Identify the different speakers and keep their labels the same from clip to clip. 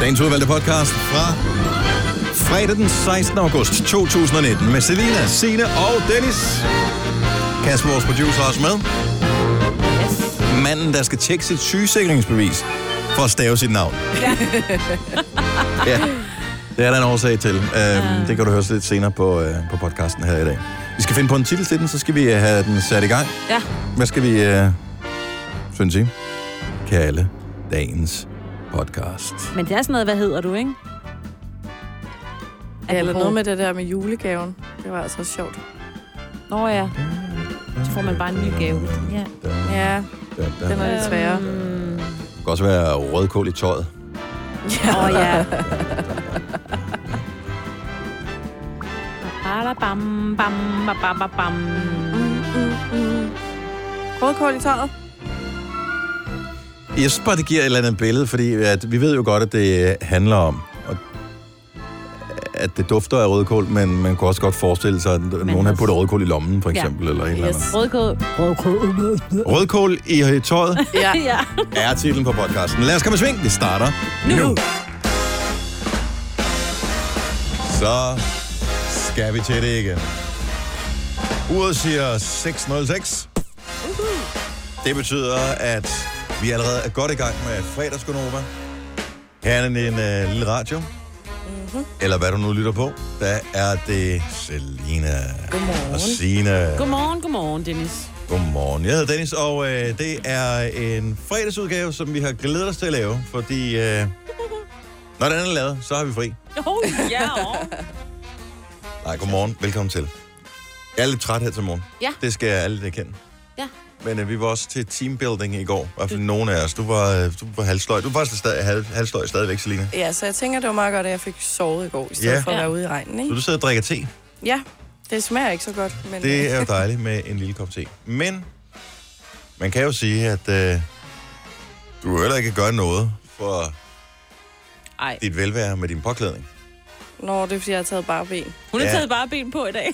Speaker 1: Dagens udvalgte podcast fra fredag den 16. august 2019 med Selina, Sine og Dennis. Kasper, vores producer, er også med. Manden, der skal tjekke sit sygesikringsbevis for at stave sit navn. Ja. Det er der en årsag til. Øhm, Det kan du høre så lidt senere på, øh, på podcasten her i dag. Vi skal finde på en titel til den, så skal vi øh, have den sat i gang.
Speaker 2: Ja.
Speaker 1: Hvad skal vi, øh, synes I, kalde dagens podcast?
Speaker 3: Men det er sådan noget, hvad hedder du, ikke?
Speaker 2: ja, eller noget med det der med julegaven. Det var altså sjovt.
Speaker 3: Nå ja. Så får man bare en ny gave. Ja.
Speaker 2: Ja,
Speaker 1: Da, da.
Speaker 2: den er lidt sværere.
Speaker 1: Det kan også være rødkål i tøjet.
Speaker 3: Åh oh, ja. Ba-da-bam, bam, ba-ba-ba-bam.
Speaker 2: Rødkål i tøjet.
Speaker 1: Jeg synes bare, det giver et eller andet billede, fordi at vi ved jo godt, at det handler om, og at det dufter af rødkål, men man kunne også godt forestille sig, at nogen har
Speaker 3: også-
Speaker 1: puttet rødkål i lommen, for
Speaker 3: Ja.
Speaker 1: eksempel, eller et eller andet.
Speaker 2: Yes.
Speaker 3: Rødkål. Rødkål.
Speaker 1: Rødkål i tøjet
Speaker 2: Ja.
Speaker 3: Ja.
Speaker 1: er titlen på podcasten. Lad os komme i sving. Det starter nu. nu. Så skal vi til det igen. Uret siger 6.06. Det betyder, at vi allerede er godt i gang med fredagsgonova. Her er en øh, lille radio. Mm-hmm.
Speaker 3: Mhm.
Speaker 1: Eller hvad du nu lytter på. Der er det Selina
Speaker 2: Godmorgen.
Speaker 1: og Sina.
Speaker 3: Godmorgen, godmorgen, Dennis.
Speaker 1: Godmorgen, jeg hedder Dennis, og øh, det er en fredagsudgave, som vi har glædet os til at lave, fordi øh, når den er lavet, så har vi fri.
Speaker 3: Oh, ja, åh.
Speaker 1: Nej, godmorgen, velkommen til. Jeg er lidt træt her til morgen.
Speaker 3: Ja.
Speaker 1: Det skal jeg alle erkende.
Speaker 3: Ja.
Speaker 1: Men øh, vi var også til teambuilding i går, i hvert fald nogen af os. Du var, øh, du var halvsløj. Du var faktisk stadig, halv, halvsløj stadigvæk, Selina.
Speaker 2: Ja, så jeg tænker, det var meget godt, at jeg fik sovet i går, i stedet
Speaker 1: Ja.
Speaker 2: ja. for at
Speaker 3: Ja.
Speaker 2: være ude i regnen,
Speaker 1: Så
Speaker 2: ikke?
Speaker 1: du sidder og drikker te.
Speaker 2: Ja, det smager ikke så godt, men
Speaker 1: Det
Speaker 2: øh, det...
Speaker 1: er jo dejligt med en lille kop te. Men man kan jo sige, at øh, du heller ikke gøre noget for
Speaker 3: Ej,
Speaker 1: dit velvære med din påklædning.
Speaker 2: når det er, fordi jeg har taget bare ben.
Speaker 3: hun har
Speaker 1: Ja.
Speaker 3: taget bare ben på i dag.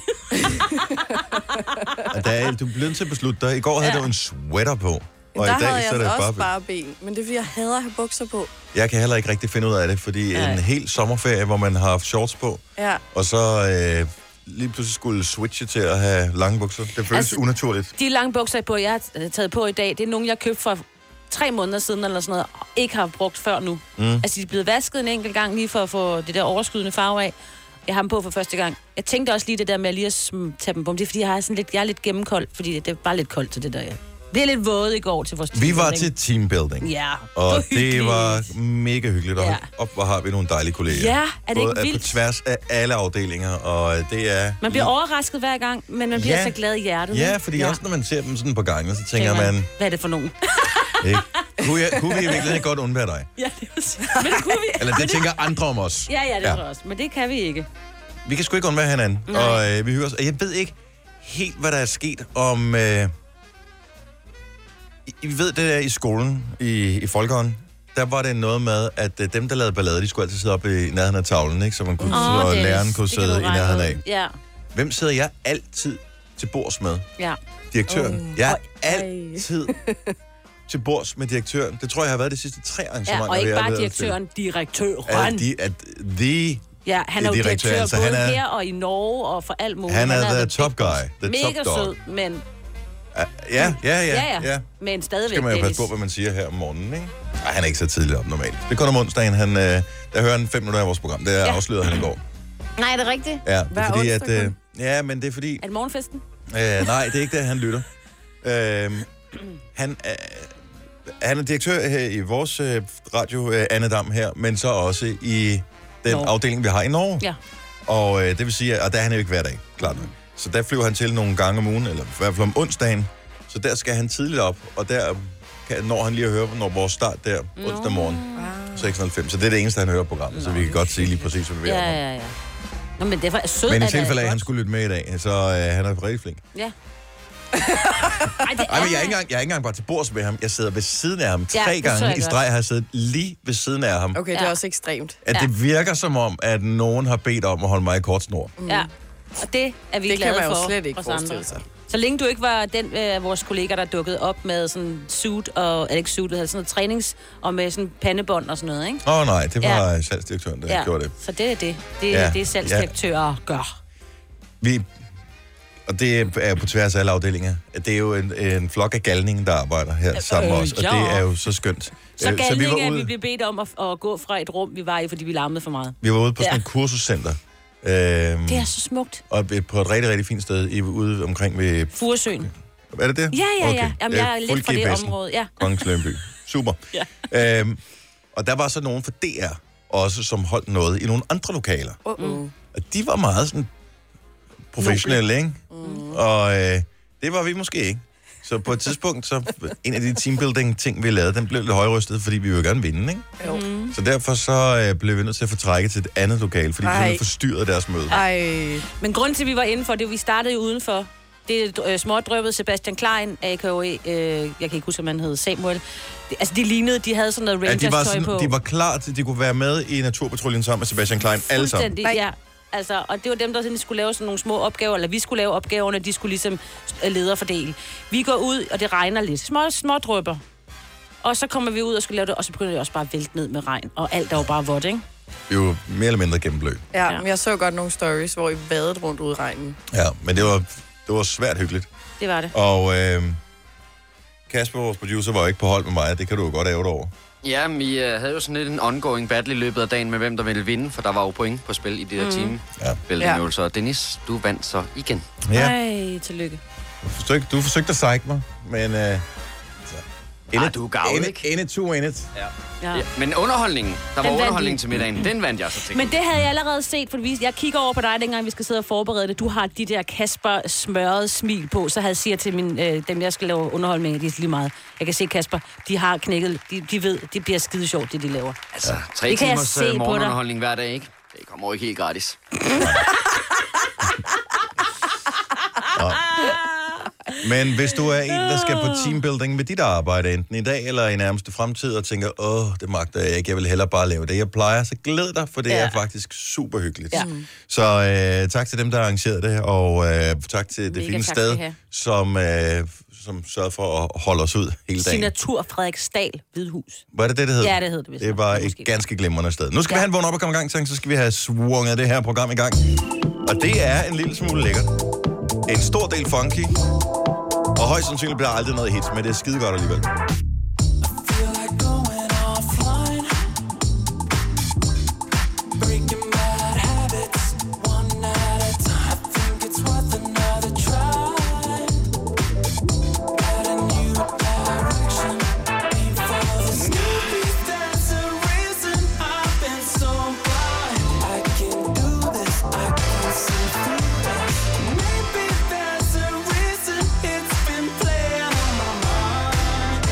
Speaker 1: Og der er, du bliver nødt til at beslutte dig. I går havde
Speaker 3: Ja.
Speaker 1: du en sweater på. Og
Speaker 2: der
Speaker 1: i dag,
Speaker 2: havde
Speaker 1: så er
Speaker 2: jeg
Speaker 1: det
Speaker 2: også
Speaker 1: bare...
Speaker 2: bare ben, men det er, fordi jeg hader at have bukser på.
Speaker 1: Jeg kan heller ikke rigtig finde ud af det, fordi Nej.
Speaker 3: Nej.
Speaker 1: en hel sommerferie, hvor man har haft shorts på,
Speaker 2: Ja,
Speaker 1: og så øh, lige pludselig skulle switche til at have lange bukser. Det føles altså,
Speaker 3: Altså-
Speaker 1: unaturligt.
Speaker 3: De lange bukser, på, jeg har øh, taget på i dag, det er nogle, jeg købte for tre måneder siden eller sådan noget, og ikke har brugt før nu. Mm. Altså, de er blevet vasket en enkelt gang lige for at få det der overskydende farve af. Jeg har dem på for første gang. Jeg tænkte også lige det der med at lige at sm- tage dem på, men det er fordi, jeg, har sådan lidt, jeg er lidt gennemkold, fordi det var lidt koldt til det der, ja. Det er lidt våde i går til vores
Speaker 1: Vi var
Speaker 3: teambuilding.
Speaker 1: til teambuilding.
Speaker 3: Ja,
Speaker 1: Og det
Speaker 3: hyggeligt.
Speaker 1: var mega hyggeligt. Og
Speaker 3: Ja.
Speaker 1: ja. op, hvor har vi nogle dejlige kolleger.
Speaker 3: Ja, er det
Speaker 1: Både
Speaker 3: ikke
Speaker 1: af-
Speaker 3: vildt?
Speaker 1: på tværs af alle afdelinger, og øh, det er...
Speaker 3: Man bliver overrasket hver gang, men man bliver
Speaker 1: Ja.
Speaker 3: så glad i hjertet.
Speaker 1: Ja,
Speaker 3: ikke?
Speaker 1: fordi ja. også når man ser dem sådan på gangen, så tænker
Speaker 3: Tænker
Speaker 1: man,
Speaker 3: Hvad er det for nogen?
Speaker 1: ikke, kunne, jeg, kunne vi i virkeligheden godt undvære dig?
Speaker 3: ja, det var så... Men det kunne vi...
Speaker 1: Eller det tænker andre om os.
Speaker 3: Ja, ja, det tror jeg også. Men det kan vi ikke.
Speaker 1: Vi kan sgu ikke undvære hinanden. Nej. Og øh, vi hører os. Og jeg ved ikke helt, hvad der er sket om... Øh, I- I ved det der i skolen, i, i folkehånden. Der var det noget med, at øh, dem, der lavede ballade, de skulle altid sidde op i nærheden af tavlen, ikke? Så man kunne,
Speaker 3: Åh,
Speaker 1: så
Speaker 3: Dennis,
Speaker 1: læreren kunne
Speaker 3: det kan
Speaker 1: sidde
Speaker 3: du
Speaker 1: i
Speaker 3: regne
Speaker 1: nærheden
Speaker 3: ud.
Speaker 1: af.
Speaker 3: Ja,
Speaker 1: Hvem sidder jeg altid til bords med?
Speaker 3: ja.
Speaker 1: Direktøren.
Speaker 2: Mm.
Speaker 1: Oh. Jeg er altid til bords med direktøren. Det tror jeg har været de sidste tre
Speaker 3: ja
Speaker 1: arrangementer.
Speaker 3: og ikke
Speaker 1: vi har
Speaker 3: bare
Speaker 1: været til.
Speaker 3: direktøren, direktøren.
Speaker 1: At, de, at the
Speaker 3: Ja, han er jo
Speaker 1: direktøren,
Speaker 3: direktør
Speaker 1: så
Speaker 3: både
Speaker 1: han er-
Speaker 3: her og i Norge og for alt muligt.
Speaker 1: Han er the
Speaker 3: Oh, the
Speaker 1: top
Speaker 3: big
Speaker 1: guy,
Speaker 3: boss.
Speaker 1: the
Speaker 3: Mega
Speaker 1: top dog.
Speaker 3: sød, men
Speaker 1: Ja, ja, ja.
Speaker 3: ja, ja. Men stadigvæk,
Speaker 1: skal man jo passe på, hvad man siger her om morgenen, ikke? Ej, han er ikke så tidligt op normalt. Det er kun om onsdagen, han, øh, der hører han fem minutter af vores program. Det ja. afslørede han i går.
Speaker 3: Nej, er det rigtigt?
Speaker 1: Ja, det
Speaker 2: Hver
Speaker 1: er fordi,
Speaker 2: onsdag
Speaker 1: at, øh,
Speaker 2: kun?
Speaker 1: ja, men det er fordi...
Speaker 3: Er det morgenfesten?
Speaker 1: Øh, nej, det er ikke det, han lytter. Øh, han, øh, han er direktør her i vores øh, radio, øh, Anne Dam her, men så også i den
Speaker 3: Norge.
Speaker 1: afdeling, vi har i Norge.
Speaker 3: Ja.
Speaker 1: Og øh, det vil sige, at der er han jo ikke hver dag, klart nok. Så der flyver han til nogle gange om ugen, eller i hvert fald om onsdagen. Så der skal han tidligt op, og der øh, kan, når han lige at høre, når vores start der onsdag morgen. 6.05. Så det er det eneste, han hører på programmet, så vi kan godt sige lige præcis, hvad vi er
Speaker 3: Ja,
Speaker 1: om.
Speaker 3: ja, ja. Nå, men derfor er sød,
Speaker 1: Men i
Speaker 3: er det altså
Speaker 1: tilfælde af, at han
Speaker 3: godt.
Speaker 1: skulle lytte med i dag, så øh, han er rigtig flink.
Speaker 3: Ja. Ej, det
Speaker 1: Ej, men jeg er,
Speaker 3: han.
Speaker 1: ikke engang, jeg er ikke engang bare til bords med ham. Jeg sidder ved siden af ham.
Speaker 3: Ja,
Speaker 1: Tre
Speaker 3: det så
Speaker 1: gange
Speaker 3: jeg
Speaker 1: i
Speaker 3: godt.
Speaker 1: streg har jeg siddet lige ved siden af ham.
Speaker 2: okay, ja. det
Speaker 3: Ja.
Speaker 2: er også ekstremt.
Speaker 1: At
Speaker 3: Ja.
Speaker 1: det virker som om, at nogen har bedt om at holde mig i kort snor.
Speaker 3: Mm. Ja, og det er vi
Speaker 2: Det
Speaker 3: glade
Speaker 2: kan man
Speaker 3: for.
Speaker 2: jo slet ikke
Speaker 3: os andre.
Speaker 2: forestille sig.
Speaker 3: Så længe du ikke var den af øh, vores kollegaer, der dukkede op med sådan suit og, eller ikke suit, det hedder sådan noget trænings, og med sådan pandebånd og sådan noget, ikke?
Speaker 1: Åh oh, nej, det var
Speaker 3: Ja.
Speaker 1: ja. salgsdirektøren, der ja. gjorde det.
Speaker 3: Så det er det. Det,
Speaker 1: Ja.
Speaker 3: ja. det er salgsdirektører ja. gør.
Speaker 1: Vi, og det er på tværs af alle afdelinger. at Det er jo en, en flok af galninge, der arbejder her sammen med
Speaker 3: øh,
Speaker 1: os, og
Speaker 3: ja.
Speaker 1: det er jo så skønt.
Speaker 3: Så
Speaker 1: Øh,
Speaker 3: galt
Speaker 1: vi
Speaker 3: ikke,
Speaker 1: var
Speaker 3: at vi
Speaker 1: ude,
Speaker 3: blev bedt om at, at gå fra et rum, vi var i, fordi vi larmede for meget.
Speaker 1: vi var ude på sådan
Speaker 3: Ja.
Speaker 1: et kursuscenter. Øhm,
Speaker 3: Det er så smukt.
Speaker 1: Og et- på et rigtig, rigtig fint sted i, ude omkring ved...
Speaker 3: Furesøen.
Speaker 1: Er det det?
Speaker 3: Ja, ja, ja. Jamen, jeg er
Speaker 1: Øh,
Speaker 3: lidt
Speaker 1: fuld
Speaker 3: fra det
Speaker 1: GPS'en.
Speaker 3: område. Ja.
Speaker 1: Kongens Lønby. Super. ja. øhm, og der var så nogen fra DR også, som holdt noget i nogle andre lokaler.
Speaker 2: Uh, uh.
Speaker 1: Og de var meget sådan professionelle, ikke? Mm. Og øh, det var vi måske ikke. Så på et tidspunkt, så en af de teambuilding-ting, vi lavede, den blev lidt højrystet, fordi vi ville gerne vinde, ikke?
Speaker 2: Jo. Mm.
Speaker 1: Så derfor så øh, blev vi nødt til at fortrække til et andet lokal, fordi vi
Speaker 2: Ej.
Speaker 1: simpelthen forstyrrede deres
Speaker 3: Ah,
Speaker 1: møde.
Speaker 2: Ej.
Speaker 3: Men grunden til, at vi var indenfor, det er, at vi startede jo udenfor. Det øh, smådrøbet Sebastian Klein, a.k.a. Øh, jeg kan ikke huske, om han hed Samuel. Det, altså, de lignede, de havde sådan noget
Speaker 1: Ja,
Speaker 3: Rangers-tøj
Speaker 1: de var,
Speaker 3: på.
Speaker 1: sådan, de var klar til, at de kunne være med i Naturpatruljen sammen med Sebastian Klein, alle sammen.
Speaker 3: Fuldstændig,
Speaker 2: Nej.
Speaker 3: ja. Altså, og det var dem, der sådan skulle lave sådan nogle små opgaver, eller vi skulle lave opgaverne, de skulle ligesom øh, lede og fordele. Vi går ud, og det regner lidt. Små, små drøber. Og så kommer vi ud og skulle lave det, og så begynder det også bare at vælte ned med regn, og alt er jo bare vådt, ikke?
Speaker 1: Jo mere eller mindre gennemblødt.
Speaker 2: Ja,
Speaker 3: Ja.
Speaker 2: men jeg så godt nogle stories, hvor I vadede rundt ud i regnen.
Speaker 1: Ja, men det var, det var svært hyggeligt.
Speaker 3: Det var det.
Speaker 1: Og øh, Kasper, vores producer, var jo ikke på hold med mig. Det kan du jo godt ære dig over.
Speaker 4: Ja, vi øh, havde jo sådan lidt en ongoing battle i løbet af dagen med, hvem der ville vinde, for der var jo point på spil i det her
Speaker 3: Mhm.
Speaker 4: mm. time.
Speaker 1: Ja.
Speaker 2: Ja.
Speaker 4: Ja. øvelser. Og Dennis, du vandt så igen.
Speaker 1: Ja,
Speaker 3: Ej, tillykke.
Speaker 1: du forsøgte, du forsøgte at psyche mig, men... Øh, så.
Speaker 4: Ah, du er gavl,
Speaker 1: in,
Speaker 4: ikke?
Speaker 1: in it, two in it.
Speaker 4: Ja.
Speaker 3: Ja.
Speaker 4: Ja. Men underholdningen, der var
Speaker 3: vandt
Speaker 4: underholdning
Speaker 3: I.
Speaker 4: til middagen, den vandt jeg så til.
Speaker 3: Men det havde jeg allerede set, for vi- jeg kigger over på dig, dengang vi skal sidde og forberede det. Du har de der Kasper smørrede smil på, så havde jeg siger til min, øh, dem, jeg skal lave underholdning af, de er lige meget. Jeg kan se Kasper, de har knækket, de, de ved, det bliver skide sjovt, det de laver.
Speaker 4: Altså, tre
Speaker 3: Det kan jeg
Speaker 4: timers
Speaker 3: se på
Speaker 4: øh,
Speaker 3: dig.
Speaker 4: morgenunderholdning hver dag, ikke? Det kommer jo ikke helt gratis.
Speaker 1: Men hvis du er en, der skal på teambuilding med dit arbejde, enten i dag eller i nærmeste fremtid, og tænker, åh, det magter jeg ikke, jeg vil hellere bare lave det, jeg plejer, så glæd dig, for det ja. er faktisk super hyggeligt. Ja. Så øh, tak til dem, der arrangerede det, og øh, tak til det
Speaker 3: Mega
Speaker 1: fine
Speaker 3: tak
Speaker 1: sted,
Speaker 3: skal I have.
Speaker 1: som, øh, som sørgede for at holde os ud hele dagen.
Speaker 3: Signatur Frederiksdal, Hvidhus.
Speaker 1: Var det det, det hed?
Speaker 3: Ja, det hed det vist
Speaker 1: Det
Speaker 3: nok.
Speaker 1: var et
Speaker 3: Måske.
Speaker 1: ganske glimrende sted. Nu skal ja. vi
Speaker 3: Ja.
Speaker 1: have en vågn op og komme i gang, så skal vi have swunget det her program i gang. Og det er en lille smule lækkert. En stor del funky. Og højst sandsynligt bliver der aldrig noget hit, men det er skide godt alligevel.
Speaker 5: Maybe there's a reason it's been playing on my mind.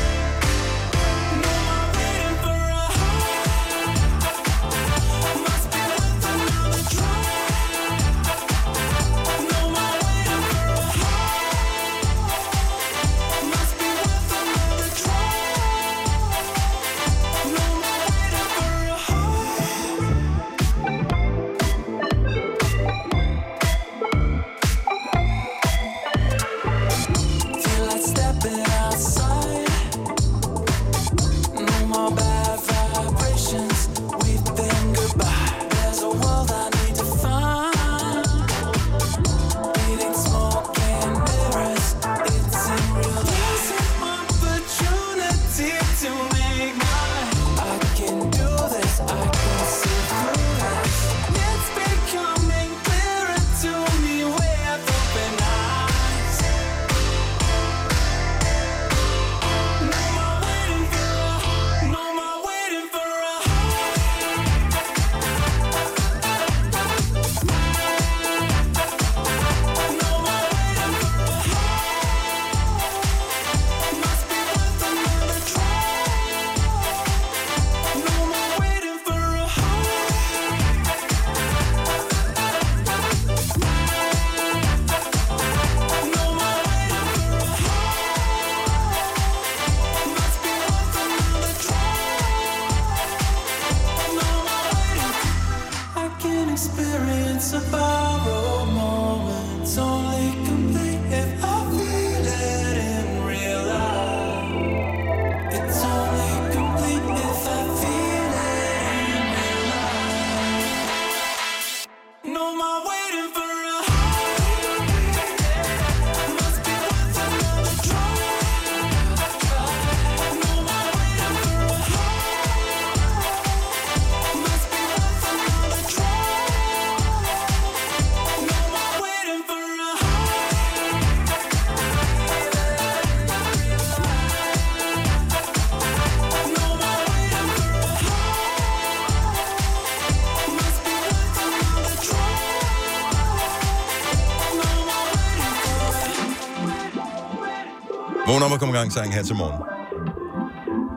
Speaker 1: Vågn op og kom i gang sang her til morgen.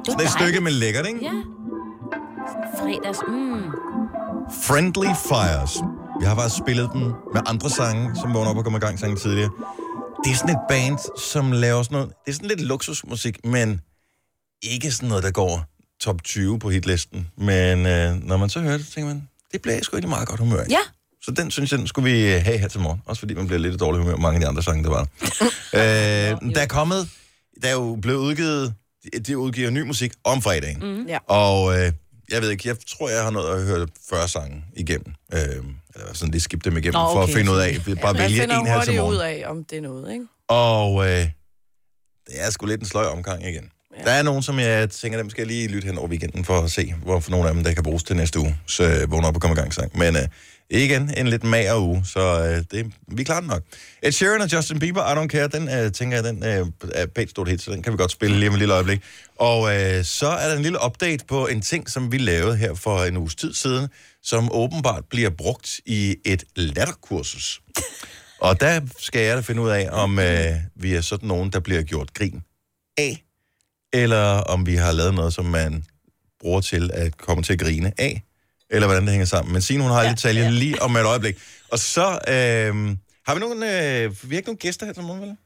Speaker 3: Det
Speaker 1: Sådan et stykke med lækkert, ikke?
Speaker 3: Ja. Fredags. Mm.
Speaker 1: Friendly Fires. Vi har faktisk spillet dem med andre sange, som vågner op og kommer i gang sange tidligere. Det er sådan et band, som laver sådan noget... Det er sådan lidt luksusmusik, men ikke sådan noget, der går top 20 på hitlisten. Men øh, når man så hører det, så tænker man, det bliver jeg sgu egentlig meget godt humør. af.
Speaker 3: Ja.
Speaker 1: Så den synes jeg, den skulle vi øh, have her til morgen. Også fordi man bliver lidt i dårlig humør med mange af de andre sange, der var. øh, der er kommet... Der er jo blevet udgivet... de- De udgiver ny musik om fredagen. Mm.
Speaker 2: Ja.
Speaker 1: Og øh, jeg ved ikke, jeg tror, jeg har nået at høre 40 sange igennem. Øh, eller sådan lige skip dem igennem,
Speaker 3: Nå,
Speaker 1: oh, okay. for at
Speaker 3: okay.
Speaker 1: finde ud af, bare
Speaker 2: Man
Speaker 1: vælge
Speaker 2: finder
Speaker 1: en her til
Speaker 2: hurtigt ud
Speaker 1: morgen.
Speaker 2: af, om det er noget, ikke?
Speaker 1: Og øh, det er sgu lidt en sløj omgang igen. Ja. Der er nogen, som jeg tænker, dem skal jeg lige lytte hen over weekenden for at se, hvorfor nogle af dem, der kan bruges til næste uge. Så øh, vågn op og kom i gang sang. Men øh, igen, en lidt mager uge, så øh, det, vi klarer den nok. Ed Sheeran og Justin Bieber, I Don't Care, den øh, tænker jeg, den øh, er et pænt stort hit, så den kan vi godt spille lige om et lille øjeblik. Og øh, så er der en lille update på en ting, som vi lavede her for en uges tid siden, som åbenbart bliver brugt i et latterkursus. Og der skal jeg da finde ud af, om øh, vi er sådan nogen, der bliver gjort grin af, eller om vi har lavet noget, som man bruger til at komme til at grine af, eller hvordan det hænger sammen. Men Signe, hun har ja, detaljer ja. lige om et øjeblik. Og så øh, har vi nogen, øh, vi har ikke nogen gæster her til morgen, vel?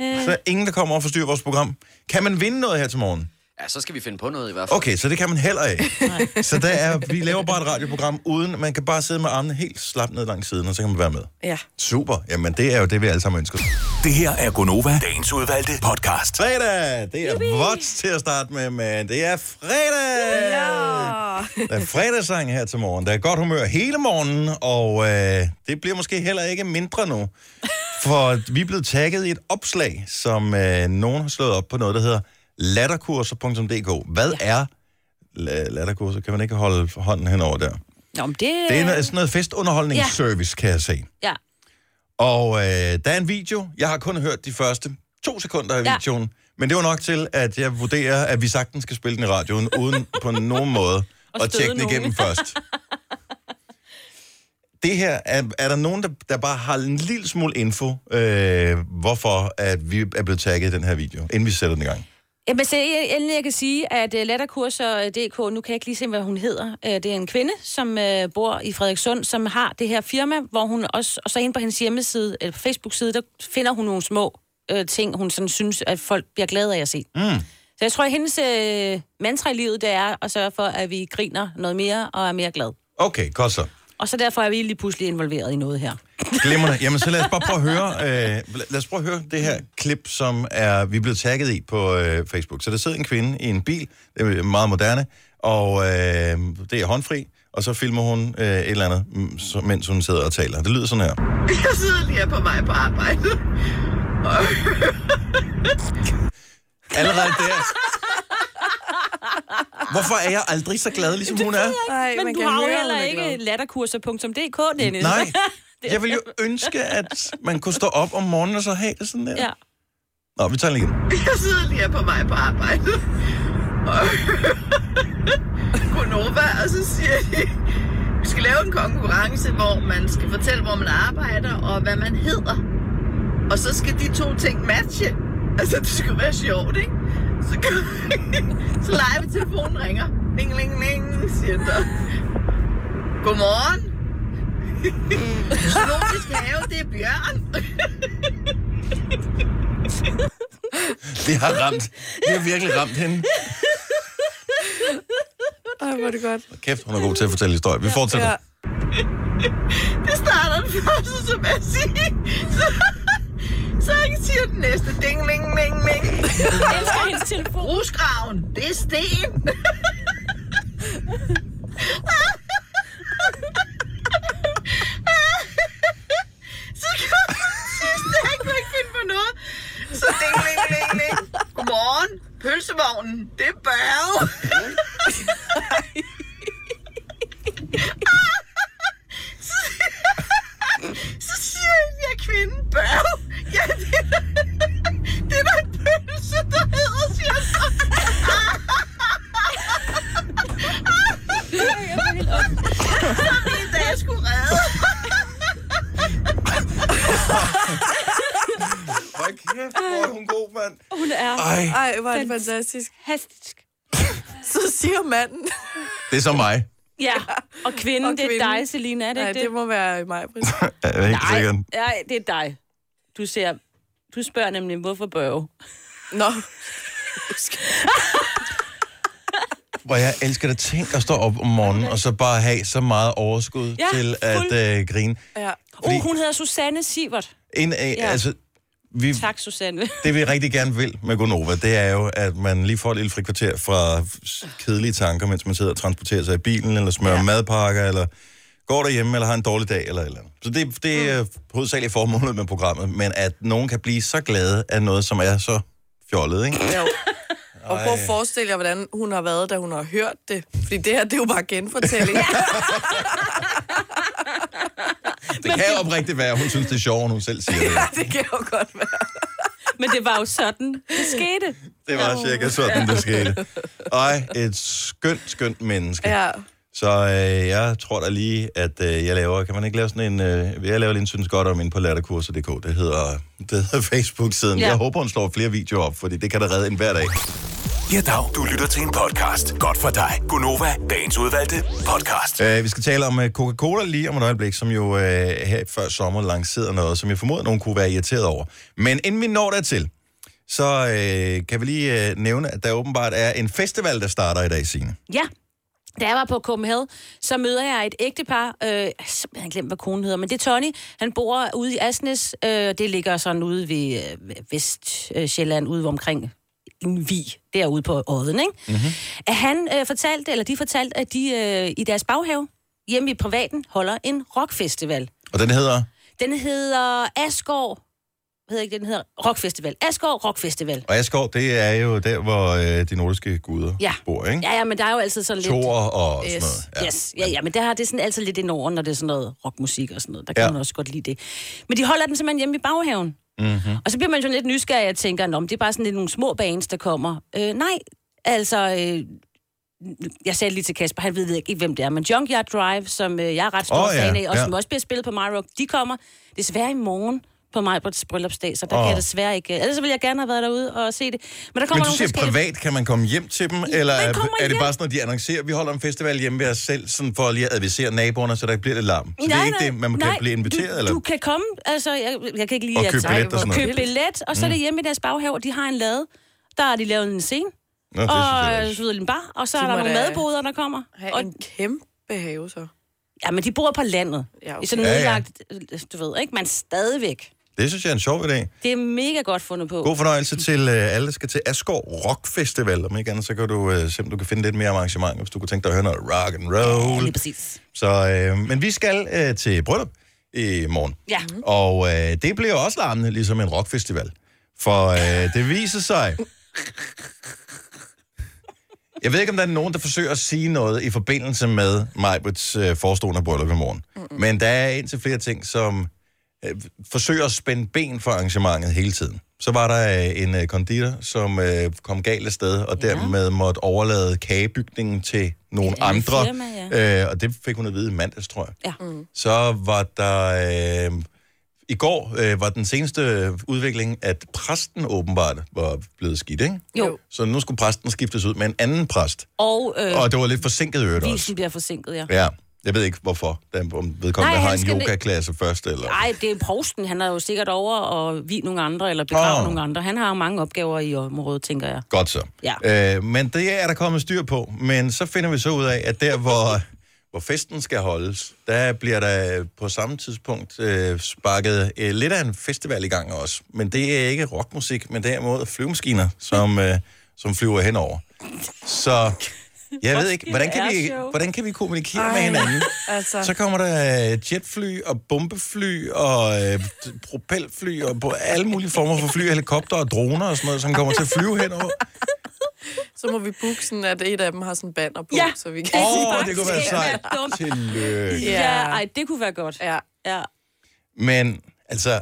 Speaker 1: Øh. Så er ingen, der kommer og forstyrrer vores program. Kan man vinde noget her til morgen?
Speaker 4: Ja, så skal vi finde på noget i hvert fald.
Speaker 1: Okay, så det kan man heller ikke. så der er, vi laver bare et radioprogram uden, man kan bare sidde med armene helt slapt ned langs siden, og så kan man være med.
Speaker 2: Ja.
Speaker 1: Super. Jamen, det er jo det, vi alle sammen ønsker.
Speaker 5: Det her er Gonova, dagens udvalgte podcast.
Speaker 1: Fredag! Det er vodt til at starte med, men det er fredag! Der er fredagssang her til morgen. Der er godt humør hele morgenen, og øh, det bliver måske heller ikke mindre nu. For vi er blevet tagget i et opslag, som øh, nogen har slået op på noget, der hedder latterkurser.dk. Hvad er la- latterkurser? Kan man ikke holde hånden henover der?
Speaker 3: Nå, men det...
Speaker 1: Det er noget- sådan noget festunderholdningsservice, kan jeg se.
Speaker 3: Ja.
Speaker 1: Og øh, der er en video. Jeg har kun hørt de første to sekunder af
Speaker 3: Ja.
Speaker 1: videoen. Men det var nok til, at jeg vurderer, at vi sagtens skal spille den i radioen, uden på nogen måde at
Speaker 3: støde
Speaker 1: tjekke den
Speaker 3: nogen.
Speaker 1: igennem først. Det her, er, er der nogen, der, der bare har en lille smule info, øh, hvorfor at vi er blevet tagget i den her video, inden vi sætter den i gang?
Speaker 3: Jamen, så jeg- endelig jeg kan sige, at uh, latterkurser.dk, nu kan jeg ikke lige se, hvad hun hedder. Uh, det er en kvinde, som uh, bor i Frederikssund, som har det her firma, hvor hun også, og så inde på hendes hjemmeside, eller på Facebook-side, der finder hun nogle små uh, ting, hun sådan synes, at folk bliver glade af at se. Mm. Så jeg tror, at hendes uh, mantra i livet, det er at sørge for, at vi griner noget mere og er mere glade.
Speaker 1: Okay, godt så.
Speaker 3: Og så derfor er vi lige pludselig involveret i noget her.
Speaker 1: Glimrende. Jamen, så lad os bare prøve at høre, øh, lad os prøve at høre det her klip, som er, vi er blevet tagget i på øh, Facebook. Så der sidder en kvinde i en bil, det er meget moderne, og øh, det er håndfri, og så filmer hun øh, et eller andet, mm, så- mens hun sidder og taler. Det lyder sådan her.
Speaker 6: Jeg sidder lige her på vej på arbejde.
Speaker 1: Allerede der. Hvorfor er jeg aldrig så glad, ligesom hun er?
Speaker 2: Ej,
Speaker 3: Men
Speaker 2: man
Speaker 3: du
Speaker 2: kan
Speaker 3: har jo
Speaker 2: høre,
Speaker 3: heller
Speaker 2: hun er
Speaker 3: ikke
Speaker 2: glad.
Speaker 3: latterkurser.dk, Dennis.
Speaker 1: Nej. Jeg vil jo ønske, at man kunne stå op om morgenen og så have det sådan der.
Speaker 3: Ja.
Speaker 1: Nå, vi tager den igen.
Speaker 6: Jeg sidder lige her på vej på arbejde. Gunova, og så siger de, vi skal lave en konkurrence, hvor man skal fortælle, hvor man arbejder og hvad man hedder. Og så skal de to ting matche. Altså, det skulle være sjovt, ikke? Så, så leger vi, telefonen ringer. Ding, ding, ding, siger den. så. Godmorgen. Zoologisk have, det er Bjørn.
Speaker 1: Det har ramt. Det har virkelig ramt hende.
Speaker 2: Ej, hvor er det godt.
Speaker 1: Kæft, hun er god til at fortælle historier. Vi fortsætter.
Speaker 2: Ja.
Speaker 6: Det starter den første, som jeg siger. Så, så jeg siger den næste. Ding, ding, ding, ding.
Speaker 3: Jeg elsker hendes telefon.
Speaker 6: Grusgraven, det er sten. så kom den sidste, han kunne ikke finde på noget. Så ding, ding, ding, ding. Godmorgen. Pølsevognen, det er børge. så siger jeg, at jeg er kvinde børge. Ja, det er, det er der en pølse, der hedder, siger jeg så.
Speaker 5: Ej.
Speaker 2: Ej, hvor er det fantastisk.
Speaker 3: Fantastisk.
Speaker 2: Så siger manden.
Speaker 1: Det er så mig.
Speaker 3: Ja, og kvinden,
Speaker 2: Og
Speaker 3: og kvinden. det er
Speaker 2: kvinden.
Speaker 3: dig, Selina, er det
Speaker 2: Nej,
Speaker 3: ikke det?
Speaker 2: det må være mig, Britt.
Speaker 1: Jeg er ikke sikker.
Speaker 3: Nej, nej, det er dig. Du ser... Du spørger nemlig, hvorfor børge?
Speaker 2: Nå,
Speaker 1: Hvor jeg elsker det. Tænk at stå op om morgenen, og så bare have så meget overskud
Speaker 3: Ja,
Speaker 1: til at
Speaker 3: fuld-
Speaker 1: øh, grine.
Speaker 2: ja.
Speaker 1: Fordi-
Speaker 3: Oh, hun hedder Susanne Sivert.
Speaker 1: Ind af, ja.
Speaker 3: Ja.
Speaker 1: altså, vi,
Speaker 3: Tak, Susanne.
Speaker 1: det vi rigtig gerne vil med Gonova, det er jo, at man lige får et lille frikvarter fra s- kedelige tanker, mens man sidder og transporterer sig i bilen, eller smører ja. madpakker, eller går derhjemme, eller har en dårlig dag, eller et eller andet. Så det, det er mm. hovedsageligt formålet med programmet, men at nogen kan blive så glade af noget, som er så fjollet, ikke?
Speaker 2: Jo. Og prøv at forestille jer, hvordan hun har været, da hun har hørt det. Fordi det her, det er jo bare genfortælling.
Speaker 1: Det kan jo oprigtigt være, hun synes, det er sjovt, når hun selv siger det.
Speaker 2: det kan jo godt være.
Speaker 3: Men det var jo sådan, det skete.
Speaker 1: Det var cirka sådan, det skete. Ej, et skønt, skønt menneske.
Speaker 2: Ja.
Speaker 1: Så øh, jeg tror da lige, at øh, jeg laver... Kan man ikke lave sådan en... Øh, jeg laver lige en synes godt om en på latterkurser.dk. Det hedder, det hedder Facebook-siden. Ja.
Speaker 3: Ja.
Speaker 1: Jeg håber, hun slår flere videoer op, fordi det kan da redde en hver dag.
Speaker 5: Ja, dag. Du lytter til en podcast. Godt for dig. Gunova, dagens udvalgte podcast.
Speaker 1: Øh, vi skal tale om øh, Coca-Cola lige om et øjeblik, som jo øh, her før sommer lancerede noget, som jeg formoder, nogen kunne være irriteret over. Men inden vi når dertil, så øh, kan vi lige øh, nævne, at der åbenbart er en festival, der starter i dag, Signe.
Speaker 3: Ja. Da jeg var på Copenhagen, så møder jeg et ægtepar. Øh, jeg har simpelthen glemt, hvad konen hedder, men det er Tony. Han bor ude i Asnes. Øh, det ligger sådan ude ved øh, Vestjylland, ude omkring en vi derude på Odden, ikke? Mm-hmm. At han øh, fortalte, eller de fortalte, at de øh, i deres baghave, hjemme i privaten, holder en rockfestival.
Speaker 1: Og den hedder...
Speaker 3: Den hedder Asgård. Hvad hedder ikke, den hedder Rockfestival. Asgård Rockfestival.
Speaker 1: Og Asgaard, det er jo der, hvor øh, de nordiske guder
Speaker 3: Ja.
Speaker 1: bor, ikke?
Speaker 3: Ja, ja, men der er jo altid sådan lidt...
Speaker 1: Thor og sådan
Speaker 2: Yes.
Speaker 1: noget.
Speaker 3: Ja. Yes. Ja, ja, men der har det sådan altid lidt ind over, når det er sådan noget rockmusik og sådan noget. Der kan
Speaker 1: Ja.
Speaker 3: ja. man også godt lide det. Men de holder den simpelthen hjemme i baghaven. Mm-hmm. Og så bliver man jo lidt nysgerrig og tænker, Nå, men det er bare sådan lidt nogle små bands, der kommer. Øh, nej, altså... Øh, jeg sagde det lige til Kasper, han ved ikke, hvem det er, men Junkyard Drive, som øh, jeg er ret stor
Speaker 1: Åh,
Speaker 3: oh,
Speaker 1: ja,
Speaker 3: ja. fan af, og
Speaker 1: ja.
Speaker 3: som også bliver spillet på My Rock, de kommer desværre i morgen på Majbrits bryllupsdag, så der
Speaker 1: Åh.
Speaker 3: oh. kan jeg desværre ikke... Ellers ville jeg gerne have været derude og se det. Men der
Speaker 1: Men
Speaker 3: kommer
Speaker 1: du
Speaker 3: nogle
Speaker 1: siger
Speaker 3: forskellige-
Speaker 1: privat, kan man komme hjem til dem, eller er,
Speaker 3: kommer
Speaker 1: er det
Speaker 3: hjem.
Speaker 1: bare sådan, at de annoncerer, at vi holder en festival hjemme ved os selv, sådan for lige at advisere naboerne, så der ikke bliver lidt larm? Så det er ikke det, man kan blive inviteret,
Speaker 3: du,
Speaker 1: eller?
Speaker 3: Du kan komme, altså, jeg, jeg kan ikke lige...
Speaker 1: Og
Speaker 3: at
Speaker 1: købe
Speaker 3: sige-
Speaker 1: billet og sådan noget. Mm.
Speaker 3: Købe billet, og så er det hjemme i deres baghave, og de har en lade. Der har de lavet en scene,
Speaker 1: Nå, det synes jeg
Speaker 3: og øh,
Speaker 1: også.
Speaker 3: så ved jeg, en bar, og så
Speaker 2: De
Speaker 3: er der
Speaker 2: må
Speaker 3: nogle
Speaker 2: da
Speaker 3: madboder, der kommer.
Speaker 2: Have
Speaker 3: Og,
Speaker 2: en kæmpe have, så.
Speaker 3: ja, men de bor på landet.
Speaker 2: Ja,
Speaker 3: Ja, okay. I
Speaker 2: okay.
Speaker 3: sådan
Speaker 1: Ja, ja.
Speaker 3: nedlagt, øh, du ved, ikke? Men stadigvæk.
Speaker 1: det synes jeg er en sjov idé.
Speaker 3: Det er mega godt fundet på.
Speaker 1: God fornøjelse til øh, alle, der skal til Asgård Rock Festival. Om ikke andet, så kan du øh, se, om du kan finde lidt mere arrangement, hvis du kunne tænke dig at høre noget rock and
Speaker 3: Ja,
Speaker 1: roll.
Speaker 3: lige præcis.
Speaker 1: Så, øh, men vi skal øh, til bryllup i morgen.
Speaker 3: Ja.
Speaker 1: Og øh, det bliver også larmende, ligesom en rockfestival. For øh, det viser sig... Jeg ved ikke, om der er nogen, der forsøger at sige noget i forbindelse med Majbrits øh, forestående bryllup i morgen. Mm-mm. Men der er indtil flere ting, som øh, forsøger at spænde ben for arrangementet hele tiden. Så var der øh, en øh, konditor, som øh, kom galt af sted, og ja. dermed måtte overlade kagebygningen til nogle
Speaker 3: andet
Speaker 1: andre.
Speaker 3: firma,
Speaker 1: øh, og det fik hun at vide i mandags, tror jeg.
Speaker 3: Ja. Mm.
Speaker 1: Så var der... Øh, I går øh, var den seneste udvikling, at præsten åbenbart var blevet skidt, ikke?
Speaker 3: Jo,
Speaker 1: Så nu skulle præsten skiftes ud med en anden præst.
Speaker 3: og øh,
Speaker 1: Og det var lidt forsinket i øvrigt også.
Speaker 3: visen bliver forsinket, ja.
Speaker 1: Ja, jeg ved ikke hvorfor. Den, om vedkommende
Speaker 3: Nej,
Speaker 1: har
Speaker 3: han
Speaker 1: en
Speaker 3: skal-
Speaker 1: yogaklasse først, eller...
Speaker 3: Nej, det er prosten. Han er jo sikkert over og vi nogle andre, eller begrave
Speaker 1: Åh.
Speaker 3: oh. nogle andre. Han har jo mange opgaver i området, tænker jeg.
Speaker 1: Godt så. Ja. Øh, men det er der kommet styr på. Men så finder vi så ud af, at der, hvor, hvor festen skal holdes, der bliver der på samme tidspunkt øh, sparket øh, lidt af en festival i gang også. Men det er ikke rockmusik, men derimod flyvemaskiner, som, øh, som flyver henover. Så jeg ved ikke, hvordan kan vi,
Speaker 3: Airshow.
Speaker 1: hvordan kan vi kommunikere Ej. med hinanden?
Speaker 2: Altså,
Speaker 1: Så kommer der øh, jetfly og bombefly og øh, t- propelfly og på alle mulige former for fly, helikopter og droner og sådan noget, som kommer til at flyve henover.
Speaker 2: så må vi booke sådan, at et af dem har sådan banner på,
Speaker 3: Ja.
Speaker 2: så vi kan...
Speaker 3: Det
Speaker 1: Åh,
Speaker 3: er
Speaker 1: oh, det kunne være
Speaker 3: faktisk
Speaker 1: sejt.
Speaker 3: ikke dumt.
Speaker 1: Tillykke.
Speaker 2: Ja.
Speaker 3: Ja, ej, det kunne være godt.
Speaker 2: Ja.
Speaker 3: ja.
Speaker 1: Men altså,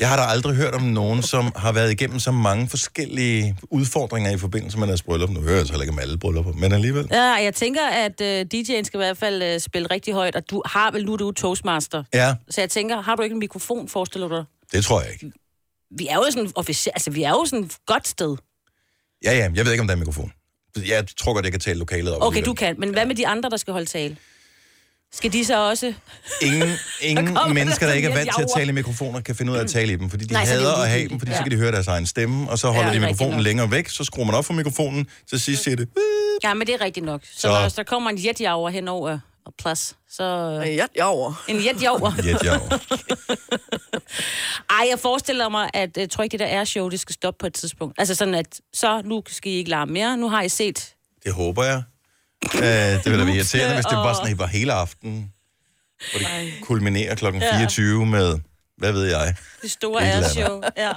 Speaker 1: jeg har da aldrig hørt om nogen, som har været igennem så mange forskellige udfordringer i forbindelse med deres bryllup. Nu hører jeg så heller ikke om alle bryllupper, men alligevel.
Speaker 3: ja jeg tænker, at øh, DJ'en skal i hvert fald øh, spille rigtig højt, og du har vel nu, er du er toastmaster.
Speaker 1: Ja,
Speaker 3: Så jeg tænker, har du ikke en mikrofon, forestiller du dig?
Speaker 1: det tror jeg ikke.
Speaker 3: vi er jo sådan officielt, altså vi er jo sådan et godt sted.
Speaker 1: Ja, ja, jeg ved ikke, om der er mikrofon. Jeg tror godt, jeg kan tale lokalet op.
Speaker 3: Okay, du kan, men hvad med de andre, der skal holde tale? Skal de så også?
Speaker 1: Ingen, ingen
Speaker 3: kommer der
Speaker 1: mennesker, der
Speaker 3: sådan
Speaker 1: ikke er
Speaker 3: en
Speaker 1: vant til at
Speaker 3: javer.
Speaker 1: tale i mikrofoner, kan finde ud af at tale i dem, fordi de
Speaker 3: Nej, så er det
Speaker 1: hader
Speaker 3: jo
Speaker 1: at have
Speaker 3: ligegyldigt.
Speaker 1: dem, fordi så
Speaker 3: Ja.
Speaker 1: kan de høre deres egen stemme, og så holder
Speaker 3: Ja,
Speaker 1: ja, de
Speaker 3: rigtigt
Speaker 1: mikrofonen
Speaker 3: nok.
Speaker 1: længere væk, så skruer man op for mikrofonen, til sidst siger det,
Speaker 3: Ja, men det er rigtigt nok. Så,
Speaker 1: Så-
Speaker 3: så. Der, hvis der kommer en jetjager hen over og plads, så...
Speaker 2: Men Jeg, jeg er over.
Speaker 3: En jetjager.
Speaker 1: "Jet, jeg er over."
Speaker 3: Ej, jeg forestiller mig, at jeg tror ikke, det der airshow, det skal stoppe på et tidspunkt. Altså sådan, at så nu skal I ikke larme mere. Nu har I set...
Speaker 1: Det håber jeg. Øh, det ville da være irriterende, hvis det
Speaker 3: og-
Speaker 1: var sådan, at I var hele aften, hvor det kulminerer kl. 24 med, hvad ved jeg.
Speaker 3: Det store
Speaker 1: Et eller
Speaker 3: airshow. Ja.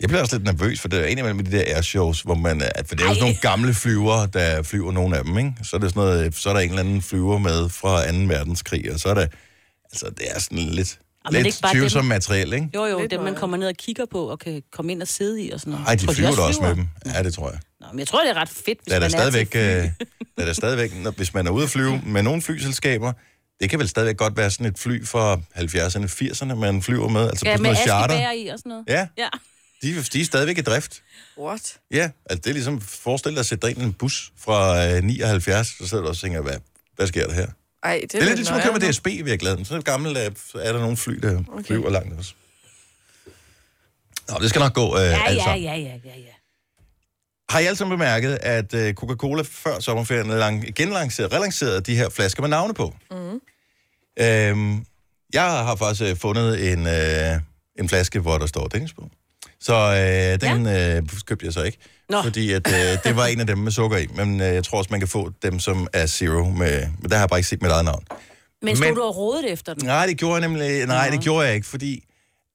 Speaker 1: Jeg bliver også lidt nervøs, for det er en af de der airshows, hvor man, er- for det er jo sådan nogle gamle flyver, der flyver nogle af dem, ikke? Så er, det sådan noget, så er der en eller anden flyver med fra 2. verdenskrig, og så er det, altså det er sådan lidt,
Speaker 3: Og men
Speaker 1: lidt
Speaker 3: ikke bare
Speaker 1: tvivlsom
Speaker 3: dem.
Speaker 1: materiel, ikke?
Speaker 3: Jo, jo,
Speaker 2: Lidt
Speaker 3: det man
Speaker 2: meget.
Speaker 3: kommer ned og kigger på og kan komme ind og sidde i og sådan noget.
Speaker 1: Nej, de
Speaker 3: Tror
Speaker 1: flyver da også med dem. Ja, det tror jeg.
Speaker 3: Nå, men jeg tror, det er ret fedt, hvis
Speaker 1: Der er der
Speaker 3: man er
Speaker 1: stadigvæk,
Speaker 3: til...
Speaker 1: øh, der er der stadigvæk når, hvis man er ude at flyve med nogle flyselskaber, det kan vel stadigvæk godt være sådan et fly fra 70'erne, 80'erne, man flyver med. Altså
Speaker 3: Ja,
Speaker 1: på sådan
Speaker 3: med
Speaker 1: noget charter.
Speaker 3: askebær i og sådan noget.
Speaker 1: Ja,
Speaker 3: Ja.
Speaker 1: de, de er stadigvæk i drift.
Speaker 2: What?
Speaker 1: Ja, altså det er ligesom, forestil dig at sætte dig ind i en bus fra øh, 79, så sidder du også og tænker, hvad, hvad sker der her? Det
Speaker 2: Ej, det,
Speaker 1: er lidt ligesom at køre med
Speaker 2: nøjeren.
Speaker 1: DSB i virkeligheden. Så gammel er, øh, så er der nogle fly, der okay. flyver langt også. Nå, det skal nok gå, øh,
Speaker 3: Ja,
Speaker 1: alt
Speaker 3: ja,
Speaker 1: sammen.
Speaker 3: ja, ja, ja, ja.
Speaker 1: Har I alle sammen bemærket, at øh, Coca-Cola før sommerferien lang- genlancerede, relancerede de her flasker med navne på? Mm. Øhm, jeg har faktisk øh, fundet en, øh, en flaske, hvor der står Dennis på. Så øh, den ja. øh, købte jeg så ikke,
Speaker 3: Nå.
Speaker 1: fordi at, øh, det var en af dem med sukker i. Men øh, jeg tror også, man kan få dem, som er zero. Med, men der har jeg bare ikke set mit eget navn.
Speaker 3: Men stod
Speaker 1: Men-
Speaker 3: du og rodede efter den?
Speaker 1: Nej, det gjorde jeg nemlig. Nej, det gjorde jeg ikke, fordi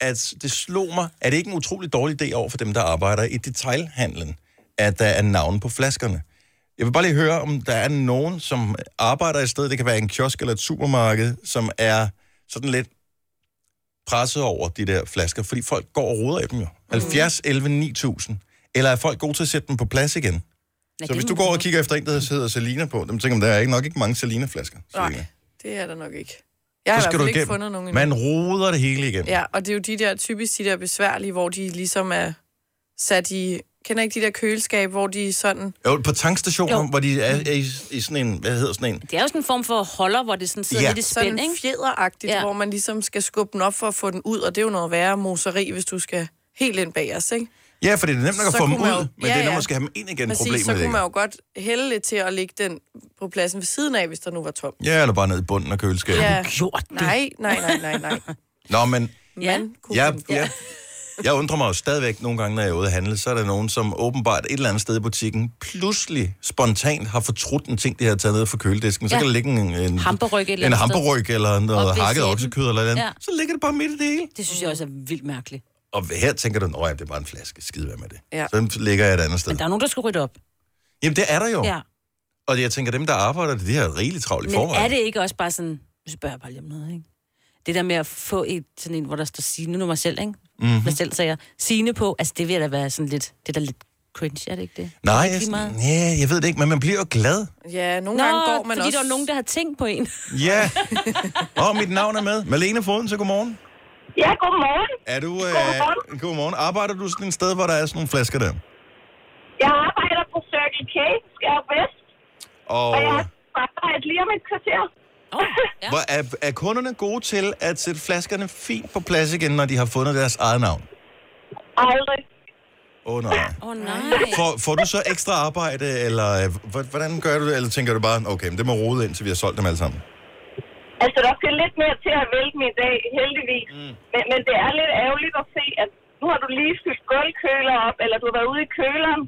Speaker 1: at det slog mig, er det ikke en utrolig dårlig idé over for dem, der arbejder i detailhandlen, at der er navn på flaskerne. Jeg vil bare lige høre, om der er nogen, som arbejder et sted, det kan være en kiosk eller et supermarked, som er sådan lidt presset over de der flasker, fordi folk går og roder i dem jo.
Speaker 3: Mm.
Speaker 1: 70, 11, 9000. Eller er folk gode til at sætte dem på plads igen?
Speaker 3: Ja,
Speaker 1: så
Speaker 3: det
Speaker 1: hvis du
Speaker 3: må-
Speaker 1: går og kigger efter en, der hedder Selina på, dem tænker man, der er ikke nok ikke mange Selina-flasker. Selina.
Speaker 2: Nej, det er der nok ikke. Jeg har i
Speaker 1: Så
Speaker 2: hvert
Speaker 1: skal du
Speaker 2: fald ikke
Speaker 1: igennem.
Speaker 2: fundet nogen endnu.
Speaker 1: Man roder det hele igennem.
Speaker 2: Ja, og det er jo de der, typisk de der besværlige, hvor de ligesom er sat i... Kender ikke de der køleskab, hvor de er sådan...
Speaker 1: Jo, på tankstationer,
Speaker 3: Jo.
Speaker 1: hvor de er, er i, i sådan en, hvad hedder sådan en?
Speaker 3: Det er jo sådan en form for holder, hvor det sådan sidder
Speaker 1: Ja.
Speaker 3: ja. lidt i spænd,
Speaker 2: Sådan
Speaker 3: ikke?
Speaker 2: fjederagtigt,
Speaker 3: Ja.
Speaker 2: ja. hvor man ligesom skal skubbe den op for at få den ud, og det er jo noget værre moseri, hvis du skal helt ind bag os, ikke?
Speaker 1: Ja, for det er nemt nok at
Speaker 2: Så
Speaker 1: få dem
Speaker 2: kunne man
Speaker 1: ud,
Speaker 2: jo-
Speaker 1: men
Speaker 2: Ja,
Speaker 1: det er
Speaker 2: ja.
Speaker 1: nemt at skal have dem ind igen,
Speaker 2: Præcis,
Speaker 1: problemet
Speaker 2: så
Speaker 1: ligger.
Speaker 2: kunne man jo godt hælde lidt til at lægge den på pladsen ved siden af, hvis der nu var tom.
Speaker 1: Ja, eller bare ned i bunden af køleskabet. Ja.
Speaker 2: Ja.
Speaker 3: Gjort det.
Speaker 2: Nej, nej, nej, nej, nej.
Speaker 1: Nå, men
Speaker 3: Ja.
Speaker 2: Man kunne
Speaker 1: jeg,
Speaker 2: finde på-
Speaker 1: jeg, jeg undrer mig jo stadigvæk nogle gange, når jeg er ude at handle, så er der nogen, som åbenbart et eller andet sted i butikken, pludselig spontant har fortrudt en ting, de har taget ned fra køledisken. Så
Speaker 3: Ja.
Speaker 1: kan der ligge en, en
Speaker 3: Hamperryg et eller
Speaker 1: en
Speaker 3: andet
Speaker 1: hamperryg eller noget
Speaker 3: Op ved
Speaker 1: hakket
Speaker 3: siden.
Speaker 1: oksekød eller noget. Ja.
Speaker 3: Ja.
Speaker 1: Så ligger det bare midt i det hele.
Speaker 3: Det synes jeg også er vildt mærkeligt.
Speaker 1: Og her tænker du, at det er bare en flaske, skide være med det.
Speaker 2: Ja.
Speaker 1: Så ligger jeg et andet sted.
Speaker 3: Men der er nogen, der skal rydde op.
Speaker 1: Jamen, det er der jo.
Speaker 3: Ja.
Speaker 1: Og jeg tænker, dem, der arbejder, det de har rigeligt travlt i
Speaker 3: Men
Speaker 1: forvejen.
Speaker 3: er det ikke også bare sådan, nu spørger jeg bare lige om noget, ikke? Det der med at få et, sådan en, hvor der står Signe, nu er mig selv, ikke?
Speaker 1: Mhm.
Speaker 3: Mm-hmm. Mig selv sagde jeg, Signe på, altså det vil da være sådan lidt, det der lidt cringe, er det ikke det?
Speaker 1: Nej,
Speaker 3: det er
Speaker 1: jeg,
Speaker 3: ikke lige meget.
Speaker 1: ja, jeg ved det ikke, men man bliver jo glad.
Speaker 2: Ja, nogle
Speaker 3: Nå,
Speaker 2: gange går man
Speaker 3: fordi
Speaker 2: også...
Speaker 3: der var nogen, der havde tænkt på en.
Speaker 1: Ja. Og mit navn er med. Malene Foden, så godmorgen.
Speaker 7: Ja, godmorgen.
Speaker 1: Er du...
Speaker 7: Godmorgen.
Speaker 1: Øh, godmorgen. Arbejder du sådan et sted, hvor der er sådan nogle flasker der?
Speaker 7: Jeg arbejder på Circle K, Skærv Vest,
Speaker 1: Og
Speaker 7: og jeg har arbejdet lige om et kvarter.
Speaker 3: Oh, ja.
Speaker 1: hvor er, er kunderne gode til at sætte flaskerne fint på plads igen, når de har fundet deres eget navn?
Speaker 7: Aldrig.
Speaker 1: Åh, oh, nej.
Speaker 3: Åh oh, nej.
Speaker 1: Får, får du så ekstra arbejde, eller øh, h- hvordan gør du det? Eller tænker du bare, okay, men det må rode ind, til vi har solgt dem alle sammen?
Speaker 7: Altså, der skal lidt mere til at vælte min dag, heldigvis. Mm. Men, men det er lidt ærgerligt at se, at nu har du lige fyldt gulvkøler op, eller du har været ude i køleren,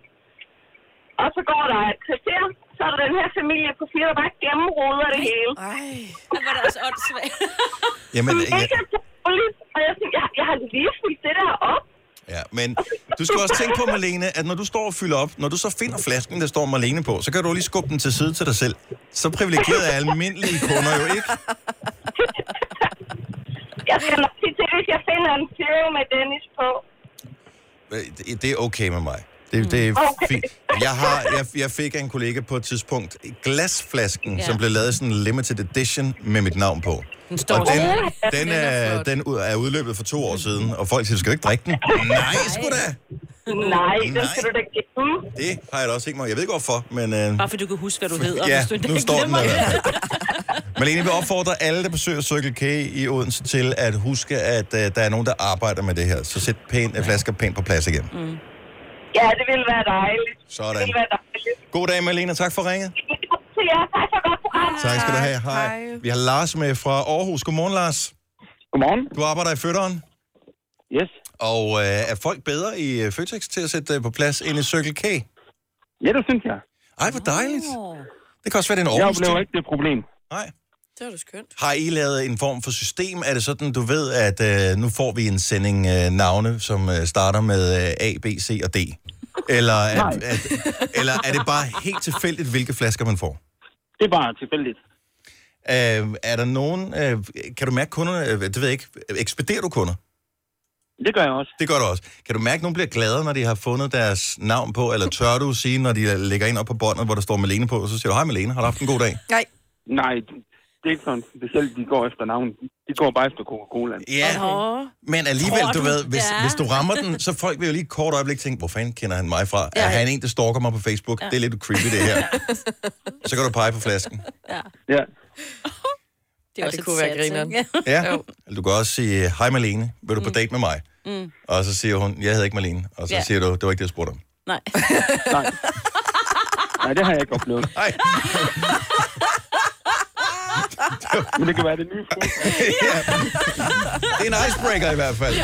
Speaker 7: og så går der et kvarter, så er der den her familie på fire, der bare gennemroder det hele.
Speaker 2: Ej,
Speaker 3: Det var da også åndssvagt.
Speaker 1: Jamen,
Speaker 7: Det
Speaker 1: jeg,
Speaker 7: er så dårligt, og jeg, tænker, jeg, jeg har lige fyldt det der op.
Speaker 1: Ja, men du skal også tænke på, Malene, at når du står og fylder op, når du så finder flasken, der står Malene på, så kan du lige skubbe den til side til dig selv. Så privilegeret er almindelige kunder jo ikke.
Speaker 7: Jeg skal nok sige til, hvis jeg finder en zero med Dennis på.
Speaker 1: Øh, Det er okay med mig. Det Det, det er
Speaker 7: Okay.
Speaker 1: fint. Jeg, har, jeg, jeg fik af en kollega på et tidspunkt glasflasken,
Speaker 3: Ja.
Speaker 1: som blev lavet i sådan en limited edition med mit navn på.
Speaker 3: Den står
Speaker 1: Og den,
Speaker 3: sådan.
Speaker 1: den,
Speaker 2: er
Speaker 1: er,
Speaker 2: flot.
Speaker 1: den ud- er udløbet for to år siden, og folk siger, du skal jo ikke drikke den. Nej, sgu da!
Speaker 7: Nej, den
Speaker 1: Nej.
Speaker 7: skal du da gemme.
Speaker 1: Det har jeg da også ikke mig. Jeg ved ikke hvorfor, men... Øh,
Speaker 3: Bare fordi du kan huske, hvad du hedder.
Speaker 1: ja,
Speaker 3: hvis du
Speaker 1: nu
Speaker 3: ikke
Speaker 1: står den
Speaker 3: glemmer det.
Speaker 1: der. Malene vil opfordre alle, der besøger Circle K i Odense til at huske, at øh, der er nogen, der arbejder med det her. Så sæt pænt, øh, flasker pænt på plads igen.
Speaker 2: Mm.
Speaker 7: Ja, det ville være dejligt. Det
Speaker 1: Sådan.
Speaker 7: ville være dejligt.
Speaker 1: God dag, Malene. og Tak for ringet.
Speaker 7: Så ja, tak for godt program.
Speaker 1: Tak skal du have.
Speaker 2: Tak.
Speaker 1: Hej.
Speaker 2: Hej.
Speaker 1: Vi har Lars med fra Aarhus. Godmorgen, Lars.
Speaker 8: Godmorgen.
Speaker 1: Du arbejder i Føtteren.
Speaker 8: Yes.
Speaker 1: Og øh, er folk bedre i øh, Føtex til at sætte øh, på plads end i Circle K?
Speaker 8: Ja, det synes jeg.
Speaker 1: Ej, hvor dejligt. Det kan også være, det er en
Speaker 8: Jeg
Speaker 1: Aarhus
Speaker 8: oplever ikke det problem.
Speaker 1: Nej.
Speaker 2: Det var da skønt.
Speaker 1: Har I lavet en form for system? Er det sådan, du ved, at øh, nu får vi en sending øh, navne, som øh, starter med øh, A, B, C og D? Eller er,
Speaker 8: Nej.
Speaker 1: at, eller er det bare helt tilfældigt, hvilke flasker man får?
Speaker 8: Det er bare tilfældigt.
Speaker 1: Øh, er der nogen... Øh, kan du mærke kunderne... Øh, det ved jeg ikke. Ekspederer du kunder?
Speaker 8: Det gør jeg også.
Speaker 1: Det gør du også. Kan du mærke, at nogen bliver glade, når de har fundet deres navn på? Eller tør du sige, når de lægger ind op på båndet, hvor der står Malene på, så siger du, hej Malene, har du haft en god dag?
Speaker 2: Nej,
Speaker 8: Nej, det er ikke sådan specielt, de går efter navn. De går bare efter Coca-Cola.
Speaker 1: Ja,
Speaker 3: Åh.
Speaker 1: men alligevel,
Speaker 3: Tror
Speaker 1: du
Speaker 3: du?
Speaker 1: ved, hvis,
Speaker 3: Ja.
Speaker 1: hvis du rammer den, så folk vil jo lige et kort øjeblik tænke, hvor fanden kender han mig fra? Er han en, der stalker mig på Facebook? Det er lidt creepy, det her. Så kan du pege på flasken.
Speaker 8: Ja.
Speaker 3: Det,
Speaker 2: Ja,
Speaker 3: også
Speaker 2: det
Speaker 3: et
Speaker 2: kunne være
Speaker 3: sæt,
Speaker 2: grineren.
Speaker 3: ikke?
Speaker 1: Ja.
Speaker 2: Jo.
Speaker 1: Eller du kan også sige, hej Malene, vil du på date med mig? Mm. Og så siger hun, jeg hedder ikke Malene. Og så
Speaker 3: Ja.
Speaker 1: siger du, det var ikke det, jeg spurgte om.
Speaker 3: Nej.
Speaker 8: Nej. Nej, det har jeg ikke oplevet.
Speaker 1: Nej,
Speaker 8: Men det kan være det nye sprog.
Speaker 1: Det er en icebreaker i hvert fald.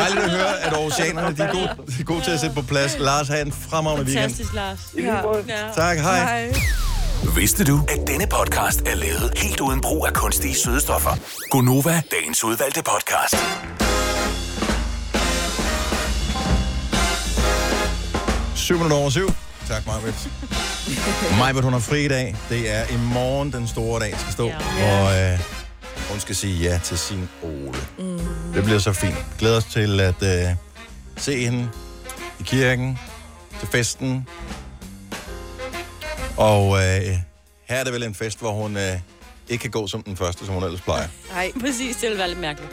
Speaker 1: Dejligt at høre, at oceanerne de er gode, de er gode til at sætte på plads. Lars, have en fremragende weekend.
Speaker 3: Fantastisk, Lars.
Speaker 1: Tak, hej.
Speaker 2: Hej.
Speaker 5: Vidste du, at denne podcast er lavet helt uden brug af kunstige sødestoffer? Gonova, dagens udvalgte podcast.
Speaker 1: Syv minutter over syv. Tak, Majbert. Majbert, hun har fri i dag. Det er i morgen, den store dag skal stå.
Speaker 3: Ja.
Speaker 1: Og øh, hun skal sige ja til sin Ole. Mm. Det bliver så fint. Glæder os til at øh, se hende i kirken, til festen. Og øh, her er det vel en fest, hvor hun øh, ikke kan gå som den første, som hun ellers plejer.
Speaker 2: Ej.
Speaker 3: Præcis, det ville være lidt mærkeligt.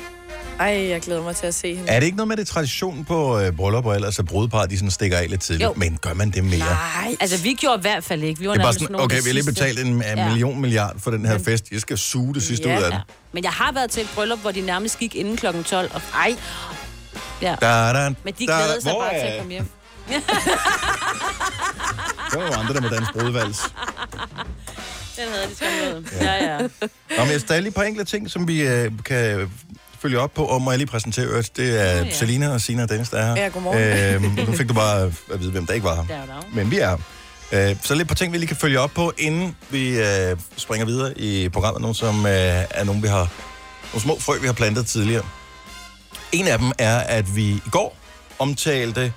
Speaker 2: Ej, jeg glæder mig til at se hende.
Speaker 1: Mm. Er det ikke noget med det tradition på øh, bryllupper, ellers at brudepar, de sådan stikker af lidt tidligt?
Speaker 3: Jo.
Speaker 1: Men gør man det mere?
Speaker 2: Nej.
Speaker 3: Altså, vi gjorde i hvert fald ikke. Vi var
Speaker 1: Det er bare
Speaker 3: nærmest
Speaker 1: sådan,
Speaker 3: nogle af
Speaker 1: okay,
Speaker 3: de
Speaker 1: vi har lige
Speaker 3: sidste.
Speaker 1: betalt en ja.
Speaker 3: Ja.
Speaker 1: million milliard for den her fest. Jeg skal suge det sidste ud af den.
Speaker 3: Men jeg har været til et bryllup, hvor de nærmest gik inden klokken 12. Og, ej,
Speaker 1: Da, da,
Speaker 3: men de
Speaker 1: da, da.
Speaker 3: glædede sig
Speaker 1: Hvor
Speaker 3: bare til at
Speaker 1: er-
Speaker 3: komme hjem.
Speaker 1: Der var jo andre, der med dansk brudevals.
Speaker 3: Den havde de skrevet noget. Ja, ja.
Speaker 1: Nå, men der er lige et par enkelte ting, som vi øh, kan følge op på, og må jeg lige præsentere øvrigt. Det er
Speaker 3: ja.
Speaker 1: Selina og Sina og Dennis, der er her.
Speaker 2: Ja, godmorgen.
Speaker 1: Øhm, nu fik du bare at vide, hvem der ikke var her.
Speaker 3: Der er der jo.
Speaker 1: Men vi er her. Øh, så lidt par ting, vi lige kan følge op på, inden vi øh, springer videre i programmet. Nogle, som øh, er nogle, vi har, nogle små frø, vi har plantet tidligere. En af dem er, at vi i går omtalte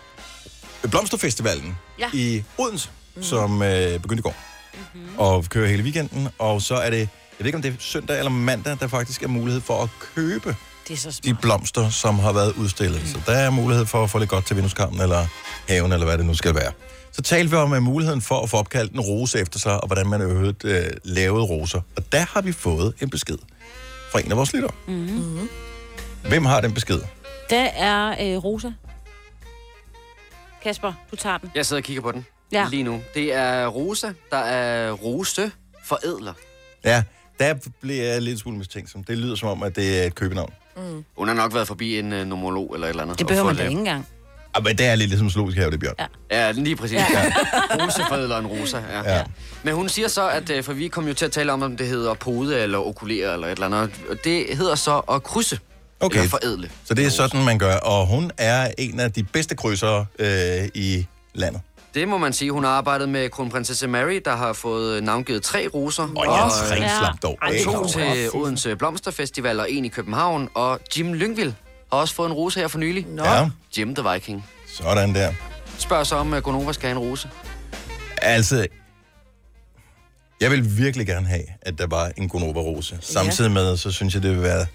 Speaker 1: Blomsterfestivalen
Speaker 3: Ja.
Speaker 1: i Odense, mm. som øh, begyndte i går
Speaker 3: Mm-hmm.
Speaker 1: mm. og kører hele weekenden. Og så er det, jeg ved ikke om det er søndag eller mandag, der faktisk er mulighed for at købe
Speaker 3: Det er så
Speaker 1: de
Speaker 3: smart. Mm.
Speaker 1: blomster, som har været udstillet. Så der er mulighed for at få lidt godt til vindueskarmen, eller haven, eller hvad det nu skal være. Så talte vi om øh, muligheden for at få opkaldt en rose efter sig, og hvordan man øvrigt øh, lavede roser. Og der har vi fået en besked fra en af vores lyttere. Mm-hmm.
Speaker 2: Mhm.
Speaker 1: Hvem har den besked?
Speaker 3: Det Mhm. er øh, Rosa. Kasper, du tager den.
Speaker 4: Jeg sidder og kigger på den
Speaker 3: Ja.
Speaker 4: lige nu. Det er Rosa, der er Rose forædler.
Speaker 1: Ja, der bliver jeg lidt smule mistænksom. Det lyder som om, at det er et købenavn.
Speaker 4: Hun har nok været forbi en uh, nomolog eller et eller andet.
Speaker 3: Det
Speaker 4: og
Speaker 3: behøver
Speaker 4: fået
Speaker 3: man da ikke engang.
Speaker 1: Ah, men det er lidt ligesom zoologisk have, det Bjørn. Ja.
Speaker 4: Ja, lige præcis. Ja. Roseforædler en rosa, ja.
Speaker 1: Ja.
Speaker 4: ja. Men hun siger så, at øh, for vi kom jo til at tale om, om det hedder pode eller okulere eller et eller andet. og Det hedder så at krydse.
Speaker 1: Okay.
Speaker 4: Eller forædle.
Speaker 1: Så det er sådan, man gør. Og hun er en af de bedste krydsere øh, i landet.
Speaker 4: Det må man sige. Hun har arbejdet med kronprinsesse Mary, der har fået øh, navngivet tre roser.
Speaker 1: Og jeg
Speaker 4: øh,
Speaker 1: er rent
Speaker 3: ja.
Speaker 1: slap dog.
Speaker 3: Ej,
Speaker 1: af.
Speaker 4: To til Odense Blomsterfestival og en i København. Og Jim Lyngvild har også fået en rose her for nylig. Nå.
Speaker 1: Ja.
Speaker 4: Jim the Viking.
Speaker 1: Sådan der.
Speaker 4: Spørg så om, at Gonova skal have en rose.
Speaker 1: Altså, jeg vil virkelig gerne have, at der var en Gonova-rose. Samtidig med, så synes jeg, det vil være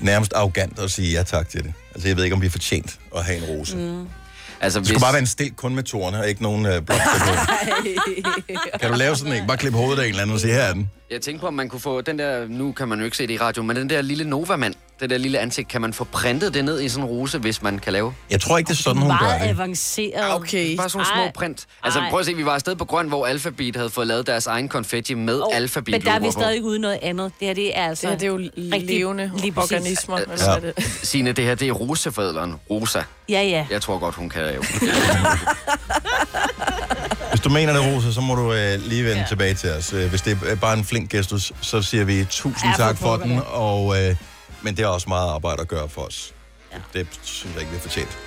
Speaker 1: nærmest arrogant at sige ja tak til det. Altså, jeg ved ikke, om vi har fortjent at have en rose. Mm.
Speaker 4: Altså,
Speaker 1: Det skulle bare være en stil kun med tårne, og ikke nogen øh, blomster på. kan du lave sådan en? Bare klippe hovedet af en eller anden og sige, her er den.
Speaker 4: Jeg tænkte på, om man kunne få den der, nu kan man jo ikke se det i radio, men den der lille Nova-mand, det der lille ansigt, kan man få printet det ned i sådan en rose, hvis man kan lave?
Speaker 1: Jeg tror ikke, det er sådan, hun gør
Speaker 3: Meget
Speaker 1: det.
Speaker 3: avanceret.
Speaker 2: Ah, Okay.
Speaker 4: Bare sådan nogle små
Speaker 3: Ej.
Speaker 4: print. Altså
Speaker 3: Ej.
Speaker 4: prøv at se, vi var afsted på Grøn, hvor Alphabet havde fået lavet deres egen konfetti med oh, alphabet
Speaker 3: Men der er vi stadig ude i noget andet. Det her, det er altså...
Speaker 2: Det her, det er jo
Speaker 3: rigtig-
Speaker 2: levende
Speaker 3: lige præcis.
Speaker 2: organismer. Eller
Speaker 1: Ja.
Speaker 2: ja. det.
Speaker 4: Signe, det her, det er rosefadleren. Rosa.
Speaker 3: Ja, ja.
Speaker 4: Jeg tror godt, hun kan lave.
Speaker 1: Hvis du mener det, Rosa, så må du øh, lige vende ja. tilbage til os. Øh, Hvis det er bare en flink gestus, så siger vi tusind
Speaker 3: Ja, for
Speaker 1: tak for
Speaker 3: pokker
Speaker 1: den.
Speaker 3: da.
Speaker 1: Og, øh, men det er også meget arbejde at gøre for os. Ja. Det synes jeg ikke, vi har fortjent.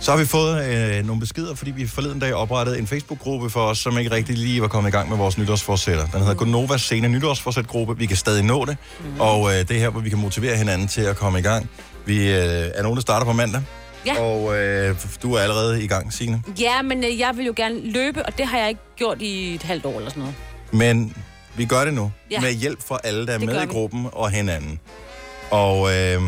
Speaker 1: Så har vi fået øh, nogle beskeder, fordi vi forleden dag oprettede en Facebook-gruppe for os, som ikke rigtig lige var kommet i gang med vores nytårsforsætter. Den hedder Gonova Sene Nytårsforsæt-gruppe. Vi kan stadig nå det, mm. og øh, det er her, hvor vi kan motivere hinanden til at komme i gang. Vi øh, er nogen, der starter på mandag,
Speaker 3: Ja.
Speaker 1: og øh, du er allerede i gang, Signe.
Speaker 3: Ja, men øh, jeg vil jo gerne løbe, og det har jeg ikke gjort i et halvt år eller sådan noget.
Speaker 1: Men vi gør det nu, ja.
Speaker 3: Ja.
Speaker 1: med hjælp fra alle, der er
Speaker 3: Det
Speaker 1: med
Speaker 3: gør
Speaker 1: i
Speaker 3: vi.
Speaker 1: gruppen og hinanden. Og øh,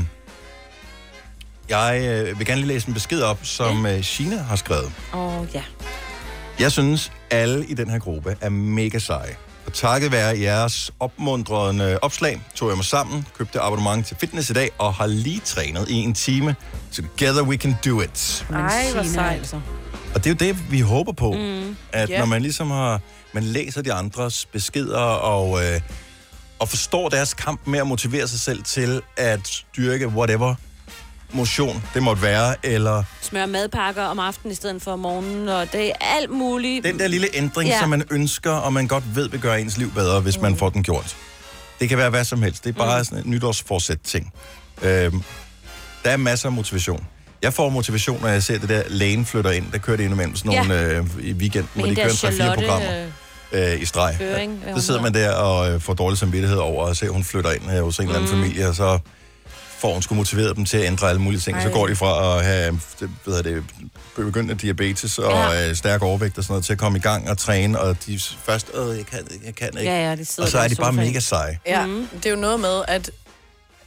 Speaker 1: jeg øh, vil gerne lige læse en besked op, som øh, Sina har skrevet.
Speaker 3: Åh, oh, ja.
Speaker 1: Jeg synes, alle i den her gruppe er mega seje. Og takket være jeres opmundrende opslag, tog jeg mig sammen, købte abonnement til fitness i dag, og har lige trænet i en time. Together we can do it.
Speaker 3: Men
Speaker 2: Ej, hvor
Speaker 3: Sina,
Speaker 2: sejt.
Speaker 3: Altså.
Speaker 1: Og det er jo det, vi håber på, mm. at
Speaker 2: Ja.
Speaker 1: når man ligesom har, man læser de andres beskeder og, øh, og forstår deres kamp med at motivere sig selv til at dyrke whatever motion det måtte være, eller
Speaker 3: Smøre madpakker om aftenen i stedet for om morgenen, og det er alt muligt.
Speaker 1: den der lille ændring, ja.
Speaker 3: Ja.
Speaker 1: som man ønsker, og man godt ved vil gøre ens liv bedre, hvis mm. man får den gjort. Det kan være hvad som helst. Det er bare mm. sådan en nytårsforsæt-ting. Øhm, der er masser af motivation. Jeg får motivation, når jeg ser det der lægen flytter ind. Der kører det indimellem sådan
Speaker 3: Ja.
Speaker 1: nogle øh, i weekenden, hvor de
Speaker 3: hende
Speaker 1: kører en
Speaker 3: der
Speaker 1: 3-4 programmer.
Speaker 3: øh,
Speaker 1: øh, i streg.
Speaker 3: Føring, hvad
Speaker 1: så
Speaker 3: hun
Speaker 1: sidder man der og øh, får dårlig samvittighed over at se, at hun flytter ind øh, hos en eller
Speaker 3: Mm.
Speaker 1: anden familie, og så får hun sgu motiveret dem til at ændre alle mulige ting. Ej. Så
Speaker 2: Ej.
Speaker 1: går de fra at have det, ved jeg det, begyndende diabetes og
Speaker 3: Ja.
Speaker 1: øh, stærk overvægt og sådan noget, til at komme i gang og træne, og de s- først, øh, jeg kan ikke, jeg kan ikke.
Speaker 3: Ja, ja, de sidder
Speaker 1: og så
Speaker 3: der
Speaker 1: er
Speaker 3: i
Speaker 1: de bare
Speaker 3: sofaen. Mhm.
Speaker 1: mega seje.
Speaker 2: Ja, mm. det er jo noget med, at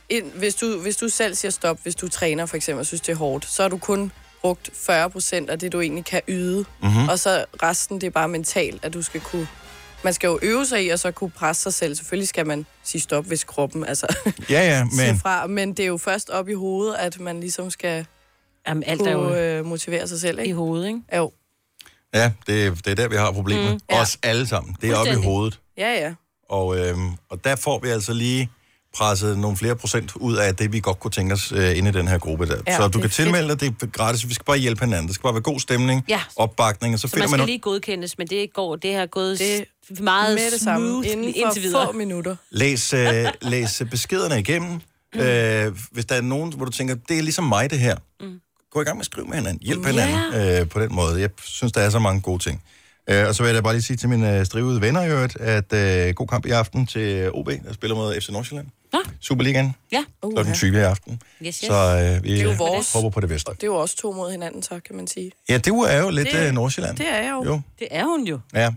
Speaker 2: ind, hvis, du, hvis du selv siger stop, hvis du træner for eksempel og synes, det er hårdt, så har du kun brugt 40 procent af det, du egentlig kan yde.
Speaker 1: Mhm.
Speaker 2: Mm-hmm. Og så resten, det er bare mentalt, at du skal kunne... Man skal jo øve sig i, og så kunne presse sig selv. Selvfølgelig skal man sige stop, hvis kroppen altså,
Speaker 1: Ja, ja,
Speaker 2: siger
Speaker 1: men
Speaker 2: fra. Men det er jo først op i hovedet, at man ligesom skal
Speaker 3: Jamen, alt er jo
Speaker 2: kunne øh, motivere sig selv,
Speaker 3: i
Speaker 2: ikke?
Speaker 3: hovedet, ikke?
Speaker 2: Jo.
Speaker 1: ja, det, er- det er der, vi har problemet. Mm, ja.
Speaker 2: Ja.
Speaker 1: Os alle sammen. Det er oppe i
Speaker 3: Fuldstændig.
Speaker 1: hovedet.
Speaker 2: Ja, ja.
Speaker 1: Og, øhm, og der får vi altså lige presset nogle flere procent ud af det, vi godt kunne tænke os øh, inde i den her gruppe der. Ja,
Speaker 2: Ja,
Speaker 1: så du
Speaker 2: det er
Speaker 1: kan tilmelde dig, det er gratis. Vi skal bare hjælpe hinanden. Der skal bare være god stemning,
Speaker 3: Ja.
Speaker 1: opbakning, og så,
Speaker 3: Så
Speaker 1: finder
Speaker 3: man
Speaker 1: man...
Speaker 3: skal lige godkendes, men det går, det har gået
Speaker 2: Det-
Speaker 3: det, meget
Speaker 2: Med det
Speaker 3: smooth
Speaker 2: samme, inden
Speaker 3: indtil
Speaker 2: for få
Speaker 3: videre.
Speaker 2: minutter.
Speaker 1: Læs, øh, læs øh, beskederne igennem. Øh, hvis der er nogen, hvor du tænker, det er ligesom mig det her. Mm. Gå i gang med at skrive med hinanden. Hjælp hinanden øh, på den måde. Jeg synes, der er så mange gode ting. Øh, og så vil jeg da bare lige sige til mine øh, strivede venner i øvrigt, at øh, god kamp i aften til OB, der spiller mod FC Nordsjælland.
Speaker 3: Nå,
Speaker 1: Superligaen.
Speaker 3: ja.
Speaker 1: Klokken 20 i aften.
Speaker 3: Yes, yes.
Speaker 1: Så øh, vi
Speaker 2: er jo
Speaker 1: øh,
Speaker 2: vores.
Speaker 1: håber på det bedste.
Speaker 2: Det er jo også to mod hinanden, så kan man sige.
Speaker 1: Ja, det er jo lidt
Speaker 2: Det-
Speaker 1: øh, Nordsjælland.
Speaker 2: Det er jeg jo. Jo,
Speaker 1: Jo,
Speaker 3: Det er hun jo.
Speaker 1: ja.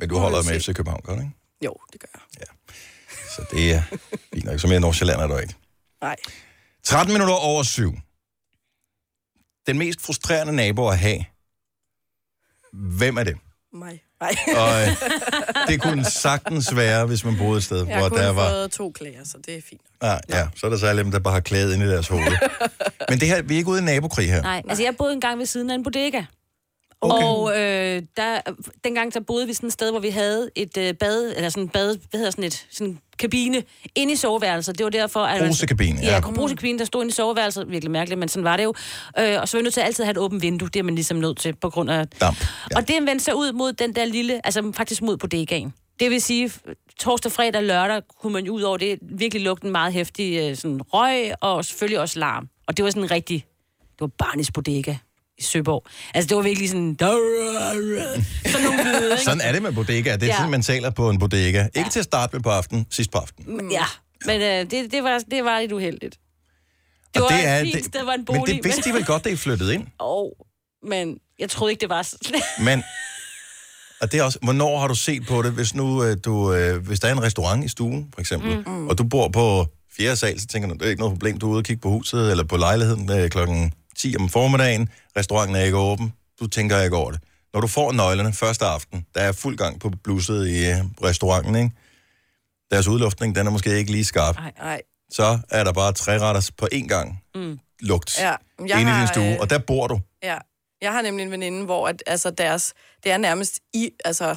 Speaker 1: Men du
Speaker 2: må
Speaker 1: holder
Speaker 2: vi
Speaker 1: med
Speaker 2: se.
Speaker 1: FC København, gør du ikke?
Speaker 2: jo det gør jeg.
Speaker 1: Så det er fint nok. Så mere Nordsjælland er du ikke.
Speaker 2: Nej.
Speaker 1: 13 minutter over syv. Den mest frustrerende nabo at have. Hvem er det?
Speaker 2: Mig. Nej.
Speaker 1: Og øh, det kunne sagtens være, hvis man boede et sted,
Speaker 2: Jeg
Speaker 1: hvor
Speaker 2: har kun
Speaker 1: der var...
Speaker 2: fået to klager, så det er fint. nok.
Speaker 1: Ah, ja, så er der særlig dem, der bare har klædet ind i deres hoved. Men det her, vi er ikke ude i nabokrig her.
Speaker 3: Nej, altså jeg boede engang ved siden af en bodega.
Speaker 1: Okay.
Speaker 3: Okay. Og øh, der, dengang der boede vi sådan et sted, hvor vi havde et øh, bad, eller sådan en bad, hvad hedder sådan et, sådan en kabine, inde i soveværelset. Det var derfor, at...
Speaker 1: Brusekabine, ja.
Speaker 3: Ja, brusekabine, der stod inde i soveværelset. Virkelig mærkeligt, men sådan var det jo. Øh, og så var vi nødt til altid at have et åbent vindue. Det er man ligesom nødt til, på grund af...
Speaker 1: Damp, ja.
Speaker 3: Og det vendte sig ud mod den der lille... Altså faktisk mod bodegaen. Det vil sige, f- torsdag, fredag og lørdag kunne man ud over det virkelig lugte en meget hæftig øh, sådan, røg, og selvfølgelig også larm. Og det var sådan en rigtig... Det var Barnes Bodega i Søborg. Altså, det var virkelig sådan... Sådan nogle lyde, ikke?
Speaker 1: Sådan er det med bodegaer. Det er ja.
Speaker 3: Ja.
Speaker 1: sådan, man taler på en bodega. Ikke til at starte med på aftenen, sidst på aftenen.
Speaker 3: Ja, men øh, det, det, var, det var lidt uheldigt. Det
Speaker 1: Og
Speaker 3: var et fint sted, var en bolig.
Speaker 1: Men det vidste de vel godt, da I flyttede ind.
Speaker 3: Og, men jeg troede ikke, det var... s-
Speaker 1: Men, og det er også, hvornår har du set på det, hvis nu øh, du, øh, hvis der er en restaurant i stuen, for eksempel,
Speaker 3: Mm.
Speaker 1: mm. og du bor på fjerde sal, så tænker du, det er ikke noget problem, du er ude og kigge på huset eller på lejligheden øh, klokken 10 om formiddagen, restauranten er ikke åben, du tænker ikke over det. Når du får nøglerne første aften, der er fuld gang på blusset i øh, restauranten, ikke? deres udluftning, den er måske ikke lige skarp.
Speaker 3: Ej.
Speaker 2: Nej.
Speaker 1: Så er der bare tre retters på én gang
Speaker 3: Mm.
Speaker 1: lugt
Speaker 2: Ja, jeg
Speaker 1: inde i din
Speaker 2: har,
Speaker 1: stue,
Speaker 2: øh,
Speaker 1: og der bor du.
Speaker 2: Ja. Jeg har nemlig en veninde, hvor at, altså, deres, det er nærmest i altså,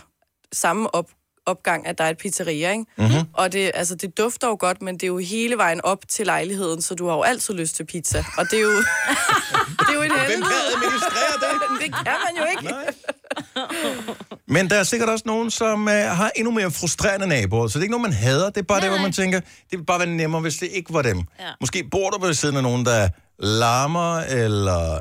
Speaker 2: samme op, opgang, at der er et pizzeria, ikke?
Speaker 1: Mhm.
Speaker 2: Og det, altså, det dufter jo godt, men det er jo hele vejen op til lejligheden, så du har jo altid lyst til pizza. Og det er jo, det er jo et
Speaker 1: Hvem
Speaker 2: helvede.
Speaker 1: kan administrere det?
Speaker 2: Det kan man jo ikke.
Speaker 1: Nej. Men der er sikkert også nogen, som øh, har endnu mere frustrerende naboer. Så det er ikke nogen, man hader. Det er bare det, hvor man tænker, det ville bare være nemmere, hvis det ikke var dem. Ja. Måske bor du ved siden af nogen, der larmer eller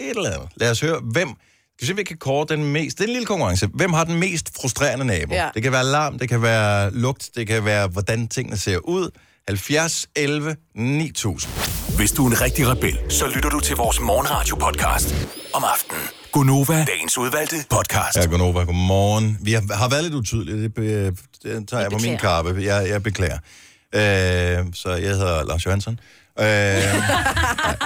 Speaker 1: et eller andet. Lad os høre, hvem... Skal vi se, om vi kan kåre den mest... Det er en lille konkurrence. Hvem har den mest frustrerende nabo?
Speaker 2: Ja.
Speaker 1: Det kan være larm, det kan være lugt, det kan være, hvordan tingene ser ud. 70, 11, 9000.
Speaker 5: Hvis du er en rigtig rebel, så lytter du til vores morgenradio-podcast om aftenen. Gunova, dagens udvalgte podcast.
Speaker 1: Ja, Gunova, godmorgen. Vi har, har været lidt utydelige, det, be, det tager jeg på min
Speaker 3: beklager.
Speaker 1: kappe. Jeg, jeg beklager. Øh, så jeg hedder Lars Johansson. Øh, nej.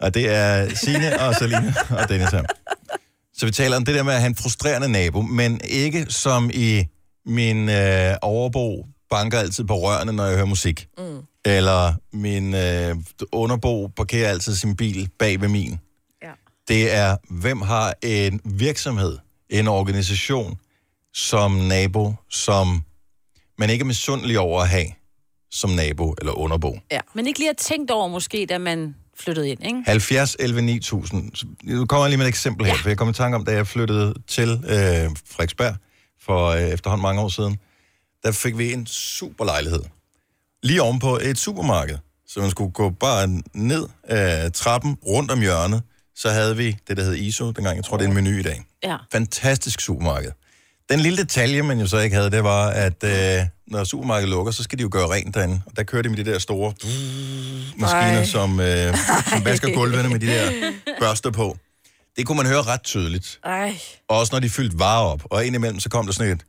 Speaker 1: og det er Sine og Selina og Dennis her. Så vi taler om det der med at have en frustrerende nabo, men ikke som i min øh, overbo banker altid på rørene, når jeg hører musik. Mm. Eller min øh, underbo parkerer altid sin bil bag ved min. Det er, hvem har en virksomhed, en organisation som nabo, som man ikke er misundelig over at have som nabo eller underbo.
Speaker 3: Men ikke lige har tænkt over måske, da man flyttede ind, ikke?
Speaker 1: 70, 11, 9000. Så Nu kommer jeg lige med et eksempel her, ja. for jeg kom i tanke om, da jeg flyttede til øh, Frederiksberg for øh, efterhånden mange år siden, der fik vi en super lejlighed. Lige ovenpå et supermarked. Så man skulle gå bare ned øh, trappen rundt om hjørnet, så havde vi det, der hed ISO, dengang jeg tror, det er en menu i dag.
Speaker 3: Ja.
Speaker 1: fantastisk supermarked. Den lille detalje, man jo så ikke havde, det var, at øh, når supermarkedet lukker, så skal de jo gøre rent derinde. Og der kører de med de der store maskiner,
Speaker 2: Ej.
Speaker 1: som, øh, som vasker gulvene med de der børster på. Det kunne man høre ret tydeligt.
Speaker 2: Ej.
Speaker 1: Også når de fyldte varer op. Og indimellem så kom der sådan et...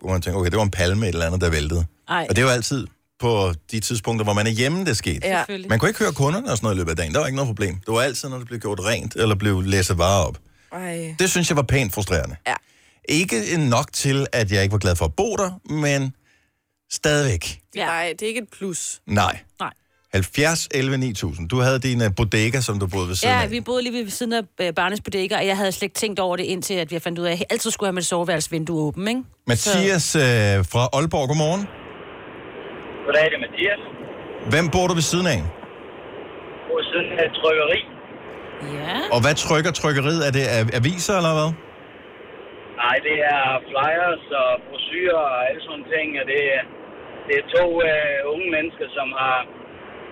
Speaker 1: Hvor man tænkte, okay, det var en palme eller andet, der væltede.
Speaker 3: Ej,
Speaker 1: Og det var altid på de tidspunkter, hvor man er hjemme, det skete.
Speaker 2: Ja.
Speaker 3: selvfølgelig.
Speaker 1: Man kunne ikke høre kunderne og sådan noget i løbet af dagen. Der var ikke noget problem. Det var altid, når det blev gjort rent, eller blev læsset varer op.
Speaker 2: Ej.
Speaker 1: Det synes jeg var pænt frustrerende.
Speaker 2: Ja.
Speaker 1: Ikke nok til, at jeg ikke var glad for at bo der, men stadigvæk.
Speaker 3: Ja.
Speaker 2: Nej, det er ikke et plus.
Speaker 1: Nej.
Speaker 3: Nej.
Speaker 1: 70, 11, 9000. Du havde din uh, bodega, som du boede ved siden
Speaker 3: Ja,
Speaker 1: af.
Speaker 3: vi boede lige ved siden af øh, Barnes Bodega, og jeg havde slet ikke tænkt over det, indtil at jeg fandt ud af, at jeg altid skulle have mit soveværelsesvindue åbent, ikke?
Speaker 1: Mathias øh, fra Aalborg, godmorgen.
Speaker 9: Goddag, det er Mathias.
Speaker 1: Hvem bor du ved siden af?
Speaker 9: På siden af et trykkeri.
Speaker 3: Ja.
Speaker 1: Og hvad trykker trykkeriet? Er det av- aviser eller hvad?
Speaker 9: Nej, det er flyers og brosyrer og alle sådan ting. Og det, er- det er to øh, unge mennesker, som har,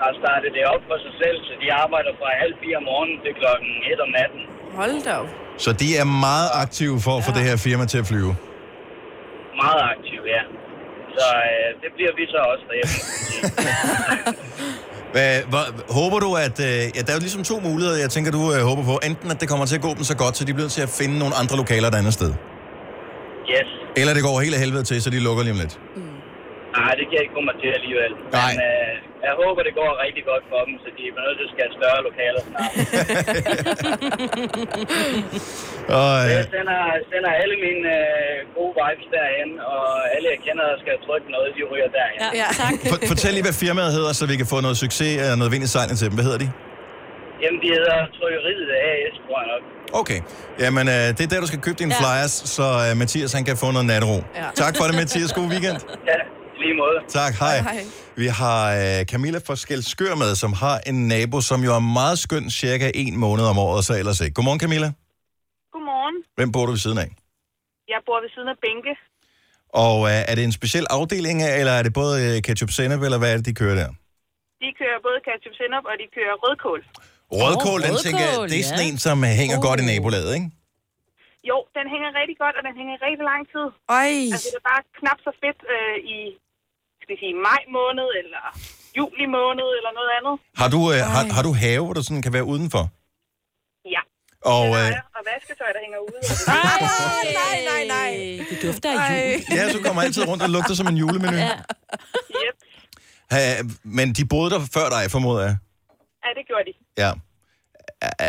Speaker 9: har startet det op for sig selv. Så de arbejder fra halv fire om morgenen til klokken et om natten.
Speaker 2: Hold da op.
Speaker 1: Så de er meget aktive for at få det her firma til at flyve.
Speaker 9: Meget aktiv, ja. Så øh, det bliver vi så også derhjemme. kan man sige.
Speaker 1: Hvad, hvor, håber du, at... Øh, ja, der er jo ligesom to muligheder, jeg tænker, du øh, håber på. Enten, at det kommer til at gå dem så godt, så de bliver nødt til at finde nogle andre lokaler et andet sted.
Speaker 9: yes.
Speaker 1: Eller det går helt af helvede til, så de lukker lige om lidt.
Speaker 9: Nej, det kan jeg ikke komme til alligevel.
Speaker 1: Nej.
Speaker 9: Men øh, jeg håber, det går rigtig godt for dem, så de er nødt til at skal have større lokaler snart.
Speaker 1: Og,
Speaker 9: Så
Speaker 1: øh,
Speaker 9: Jeg sender, sender alle mine øh, gode vibes derhen, og alle jeg kender, der skal trykke noget, de ryger derhen. Ja.
Speaker 3: Ja, tak.
Speaker 1: for, fortæl lige, hvad firmaet hedder, så vi kan få noget succes og noget vind i sejlen til dem. Hvad hedder de?
Speaker 9: Jamen, de hedder Trykkeriet AS, tror jeg nok.
Speaker 1: Okay. Jamen, øh, det er der, du skal købe dine ja.
Speaker 3: Ja.
Speaker 1: flyers, så øh, Mathias han kan få noget natro. Ja.
Speaker 2: Ja.
Speaker 1: Tak for det, Mathias. God weekend.
Speaker 9: Ja, i lige måde.
Speaker 1: Tak, hej.
Speaker 2: Hej, hej.
Speaker 1: Vi har øh, Camilla fra Skelskør med, som har en nabo, som jo er meget skøn, cirka en måned om året, så ellers ikke. Godmorgen, Camilla.
Speaker 7: Godmorgen.
Speaker 1: Hvem bor du ved siden af?
Speaker 7: Jeg bor ved siden af Bænke.
Speaker 1: Og øh, er det en speciel afdeling, eller er det både øh, ketchup sennep, eller hvad er det, de kører der?
Speaker 7: De kører både ketchup senap, og de kører rødkål.
Speaker 1: Rødkål, oh, den
Speaker 3: rødkål,
Speaker 1: tænker jeg, det er sådan
Speaker 3: ja.
Speaker 1: en, som øh, hænger oh.
Speaker 3: Oh.
Speaker 1: godt i nabolaget, ikke?
Speaker 7: Jo, den hænger rigtig godt, og den hænger i rigtig lang tid.
Speaker 2: Ej.
Speaker 7: Altså, det er bare knap så fedt øh, i, skal vi sige, maj måned, eller juli måned, eller noget andet.
Speaker 1: Har du, øh, har,
Speaker 2: Ej.
Speaker 1: har du have, hvor du sådan kan være udenfor?
Speaker 7: Ja.
Speaker 1: Og
Speaker 7: Og,
Speaker 1: øh,
Speaker 7: og vasketøj, der hænger ude.
Speaker 3: Ej,
Speaker 2: nej, nej, nej.
Speaker 3: Det dufter af jul.
Speaker 2: Ej.
Speaker 1: ja, så kommer altid rundt og lugter som en julemenu. Ja.
Speaker 7: Yep.
Speaker 1: Ha, men de boede der før dig, formoder jeg.
Speaker 7: Ja, det gjorde de.
Speaker 1: Ja.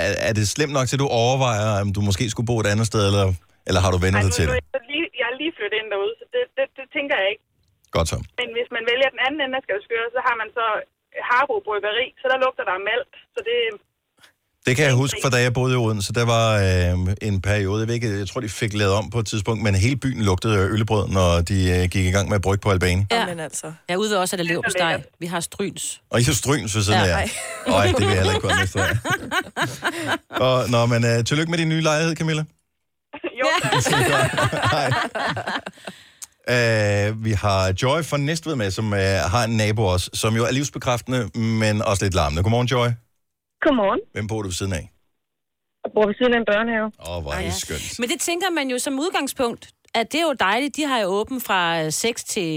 Speaker 1: Er, er det slemt nok til, at du overvejer, om du måske skulle bo et andet sted, eller, eller har du vendt
Speaker 10: Ej, nu,
Speaker 1: dig til
Speaker 10: nu,
Speaker 1: det?
Speaker 10: er jeg, lige, jeg er lige flyttet ind derude, så det, det, det tænker jeg ikke.
Speaker 1: Godt så.
Speaker 10: Men hvis man vælger den anden ende af Skælskør, så har man så Harbo Bryggeri, så der lugter der af malt. Så det,
Speaker 1: Det kan jeg huske fra da jeg boede i Odense. Der var øh, en periode, jeg, ved ikke, jeg tror, de fik lavet om på et tidspunkt, men hele byen lugtede af øllebrød, når de øh, gik i gang med at brygge på Albanen.
Speaker 3: Ja.
Speaker 6: Men altså...
Speaker 3: Jeg er ude ved også, at der lever på steg. Vi har stryns.
Speaker 1: Og I så stryns ved siden af
Speaker 3: Ja,
Speaker 1: jer.
Speaker 6: ej.
Speaker 1: Nej, det vil jeg heller ikke komme efter. Og, nå, men øh, tillykke med din nye lejlighed, Camilla.
Speaker 10: jo, tak.
Speaker 1: Uh, vi har Joy fra Næstved med, som uh, har en nabo også, som jo er livsbekræftende, men også lidt larmende. Godmorgen, Joy.
Speaker 10: Godmorgen.
Speaker 1: Hvem bor du ved siden af?
Speaker 10: Jeg bor ved siden af en børnehave.
Speaker 1: Åh, oh, hvor er
Speaker 3: Ej,
Speaker 1: det
Speaker 3: ja.
Speaker 1: skønt.
Speaker 3: Men det tænker man jo som udgangspunkt, at det er jo dejligt. De har jo åben fra øh, 6 til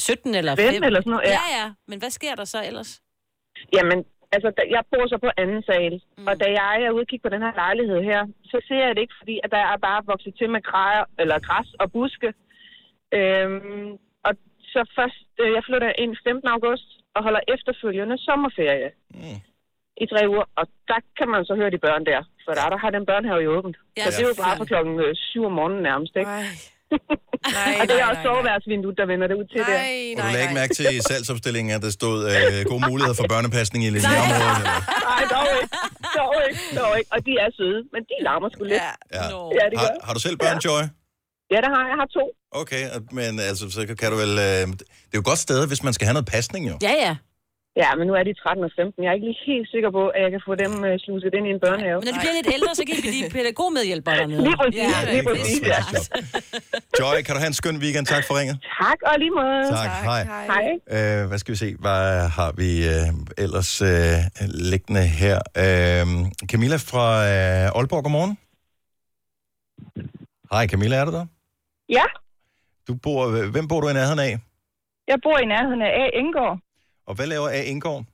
Speaker 3: 17 eller 5.
Speaker 10: Fem eller sådan noget, ja.
Speaker 3: ja. ja, Men hvad sker der så ellers?
Speaker 10: Jamen, altså, da- jeg bor så på anden sal, mm. og da jeg er ude og kigge på den her lejlighed her, så ser jeg det ikke, fordi at der er bare vokset til med græer, eller græs og buske. Øhm, og så først, øh, jeg flytter ind 15. august og holder efterfølgende sommerferie
Speaker 1: Mm.
Speaker 10: i tre uger, og der kan man så høre de børn der, for der, der har den børnehave jo åbent.
Speaker 3: Ja,
Speaker 10: så det er jo bare fra klokken 7 om morgenen nærmest, ikke?
Speaker 6: Ej. Nej,
Speaker 10: og det er
Speaker 6: nej,
Speaker 10: også
Speaker 6: nej, nej.
Speaker 10: soveværelsesvinduet, der vender det ud til det.
Speaker 6: Nej,
Speaker 1: Og du lagde
Speaker 6: nej,
Speaker 1: ikke
Speaker 6: nej.
Speaker 1: mærke til i salgsopstillingen, at der stod øh, gode muligheder for børnepasning i lidt område.
Speaker 10: Nej, dog ikke. Dog ikke, dog ikke. Og de er søde, men de larmer sgu lidt.
Speaker 6: Ja.
Speaker 1: Ja.
Speaker 3: Nå.
Speaker 10: Ja, det gør.
Speaker 1: Har, har du selv børn, Joy?
Speaker 10: Ja, der har jeg. Jeg har to.
Speaker 1: Okay, og- men altså, så kan du vel... Øh, det er jo et godt sted, hvis man skal have noget pasning, jo.
Speaker 3: Ja, ja.
Speaker 10: Ja, men nu er de 13 og 15. Jeg er ikke lige helt sikker på, at jeg kan få dem øh, sluset ind i en børnehave.
Speaker 3: Men når de bliver lidt ældre, så kan de blive pædagogmedhjælpere dernede.
Speaker 10: Lige præcis,
Speaker 3: Ja,
Speaker 1: det er
Speaker 10: lige
Speaker 1: et godt
Speaker 10: præcis, ja.
Speaker 3: Altså.
Speaker 1: smagsjob. Joy, kan du have en skøn weekend? Tak for ringet.
Speaker 10: Tak, og lige måde.
Speaker 1: Tak, hej.
Speaker 10: Hej.
Speaker 1: Øh, hvad skal vi se? Hvad har vi øh, ellers øh, liggende her? Øh, Camilla fra øh, Aalborg, godmorgen. Hej Camilla, er du der?
Speaker 10: Ja,
Speaker 1: Du bor, hvem bor du i nærheden af?
Speaker 10: jeg bor i nærheden af A. Engård.
Speaker 1: Og hvad laver A. Indgaard?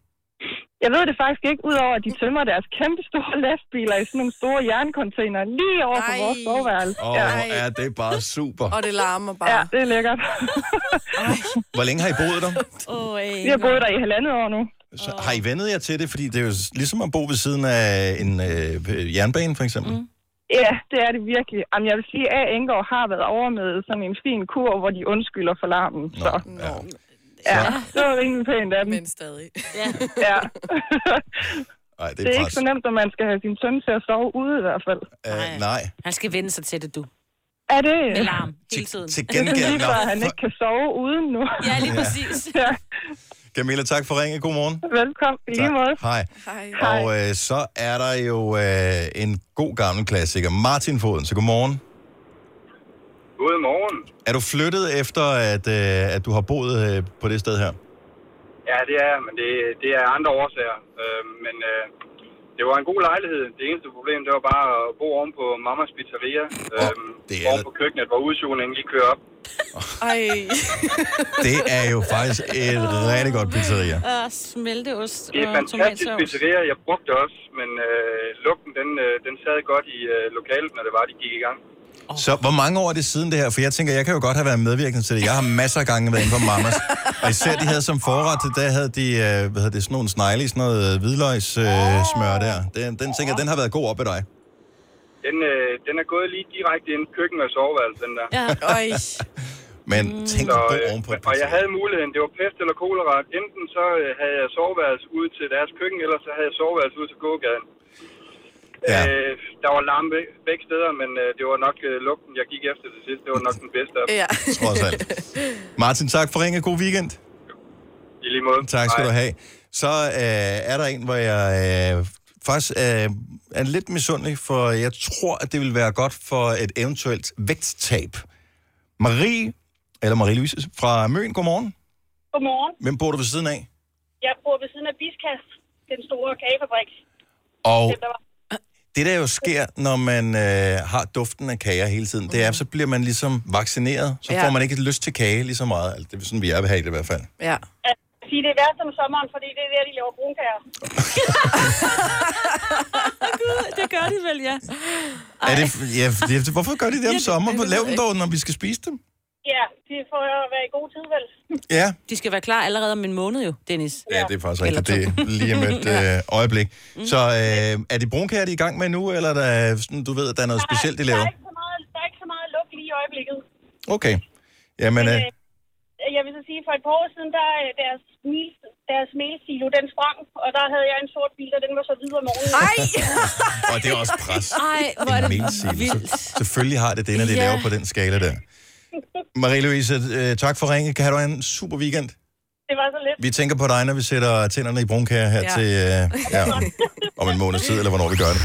Speaker 10: Jeg ved det faktisk ikke, udover at de tømmer deres kæmpe store lastbiler i sådan nogle store jerncontainer lige over for
Speaker 6: Ej.
Speaker 10: vores soveværelse.
Speaker 1: Åh,
Speaker 10: Ja.
Speaker 1: oh, er det bare super.
Speaker 6: Og det larmer
Speaker 10: ja,
Speaker 6: bare.
Speaker 10: det er lækkert.
Speaker 1: Hvor længe har I boet der?
Speaker 3: Åh,
Speaker 10: Vi har boet der i halvandet år nu.
Speaker 1: Så, har I vendet jer til det? Fordi det er jo ligesom at bo ved siden af en øh, jernbane, for eksempel. Mm.
Speaker 10: Ja, det er det virkelig. Jamen, jeg vil sige, at A. Engård har været over med sådan en fin kur, hvor de undskylder for larmen.
Speaker 1: Nå,
Speaker 10: Så
Speaker 1: ja.
Speaker 10: ja, det var rimelig pænt af dem.
Speaker 6: Men stadig.
Speaker 10: Ja.
Speaker 1: Ej, det er,
Speaker 10: det er ikke
Speaker 1: pres.
Speaker 10: så nemt, at man skal have sin søn til at sove ude i hvert fald.
Speaker 1: Øh, nej,
Speaker 3: Han skal vende sig til det, du.
Speaker 10: Er det?
Speaker 3: Med larm hele
Speaker 1: til,
Speaker 3: tiden.
Speaker 1: til
Speaker 10: Det er
Speaker 1: gengæld.
Speaker 10: lige før, at
Speaker 1: Nå,
Speaker 10: han
Speaker 1: for-
Speaker 10: ikke kan sove uden nu.
Speaker 3: Ja, lige præcis.
Speaker 10: Ja.
Speaker 1: Camilla, tak for ringet. Godmorgen.
Speaker 10: Velkommen i lige måde.
Speaker 1: Tak. Hej.
Speaker 6: Hej.
Speaker 1: Og øh, så er der jo øh, en god gammel klassiker, Martin Foden. Så godmorgen.
Speaker 11: Godmorgen.
Speaker 1: Er du flyttet efter, at, øh, at du har boet øh, på det sted her?
Speaker 11: Ja, det er jeg, men det, det er andre årsager. Øh, men øh, det var en god lejlighed. Det eneste problem, det var bare at bo oven på mammas pizzeria. Øh,
Speaker 1: det
Speaker 11: oh,
Speaker 1: er-
Speaker 11: oven på køkkenet, hvor udsugningen lige kører op.
Speaker 6: Ej.
Speaker 1: Det er jo faktisk et rigtig godt pizzeria.
Speaker 3: Og Ah, smelteost
Speaker 11: Det er et
Speaker 3: og
Speaker 11: fantastisk
Speaker 3: tomatsovs.
Speaker 11: pizzeria. Jeg brugte det også, men øh, lugten, den, øh, den sad godt i øh, lokalet, når det var, de gik i gang.
Speaker 1: Så hvor mange år er det siden det her? For jeg tænker, jeg kan jo godt have været medvirkende til det. Jeg har masser af gange været inde på Mamas. Og især de havde som forret, der havde de, øh, hvad hedder det, sådan nogle snegle i sådan noget øh, hvidløgssmør øh, smør der. Den, den tænker jeg, den har været god op ved dig.
Speaker 11: Den, øh, den er gået lige direkte ind i køkken og soveværelse, den der.
Speaker 3: Ja.
Speaker 6: Ej.
Speaker 1: Men tænk
Speaker 11: Så,
Speaker 1: at bo
Speaker 11: øh,
Speaker 1: oven på et
Speaker 11: og jeg
Speaker 1: pizzeria.
Speaker 11: havde muligheden, det var pest eller kolera. Enten så øh, havde jeg soveværelse ud til deres køkken, eller så havde jeg soveværelse ud til gågaden.
Speaker 1: Ja.
Speaker 11: Ja. Øh, der var larm beg- begge steder, men øh, det var nok øh, lugten, jeg gik efter til sidst. Det var nok den bedste af dem,
Speaker 6: Ja.
Speaker 1: trods alt. Martin, tak for ringe. God weekend.
Speaker 11: i lige måde.
Speaker 1: Tak skal
Speaker 11: Hej.
Speaker 1: du have. Så øh, er der en, hvor jeg øh, faktisk øh, er lidt misundelig, for jeg tror, at det vil være godt for et eventuelt vægttab. Marie, eller Marie-Louise fra Møn, godmorgen.
Speaker 10: Godmorgen.
Speaker 1: Hvem bor du ved siden af?
Speaker 10: Jeg bor ved siden af Biskas, den store kagefabrik.
Speaker 1: Og det, der jo sker, når man øh, har duften af kager hele tiden, det er, så bliver man ligesom vaccineret. Så
Speaker 6: Ja.
Speaker 1: får man ikke lyst til kage lige så meget. Altså, Det er sådan, vi er ved her i det i hvert fald.
Speaker 6: Ja.
Speaker 10: Sige, det er værst om sommeren, fordi det er der, de laver brunkager.
Speaker 3: Det gør de vel, ja.
Speaker 1: Er det, ja, det, hvorfor gør de det om sommeren? Lav dem dog, når vi skal spise dem.
Speaker 12: Ja, de får jo være i god tid, vel?
Speaker 1: Ja,
Speaker 3: De skal være klar allerede om en måned jo, Dennis.
Speaker 1: ja det er faktisk rigtigt. Det er lige om et øh, øjeblik. Så øh, er det brunkager, de er i gang med nu, eller er der, sådan, du ved, at der er noget specielt, de laver?
Speaker 12: Der er ikke så meget, der er ikke så meget lugt lige i øjeblikket.
Speaker 1: Okay. Jamen, øh,
Speaker 12: Jeg vil så sige, for et par år siden, der øh, deres, mil, deres melsilo, den sprang, og der havde jeg en sort bil, og den var så videre om morgenen. Ej!
Speaker 1: og det er også pres.
Speaker 3: Ej, hvor er
Speaker 1: En
Speaker 3: det
Speaker 1: mailsilo.
Speaker 3: vildt.
Speaker 1: Så- Selvfølgelig har det det, når de
Speaker 3: Ja.
Speaker 1: laver på den skala der. Marie-Louise, øh, tak for ringet. Kan du have en super weekend?
Speaker 12: Det var så lidt.
Speaker 1: Vi tænker på dig, når vi sætter tænderne i brunkager her
Speaker 12: Ja.
Speaker 1: ja. til øh, ja, om en måneds tid, eller hvornår vi gør det.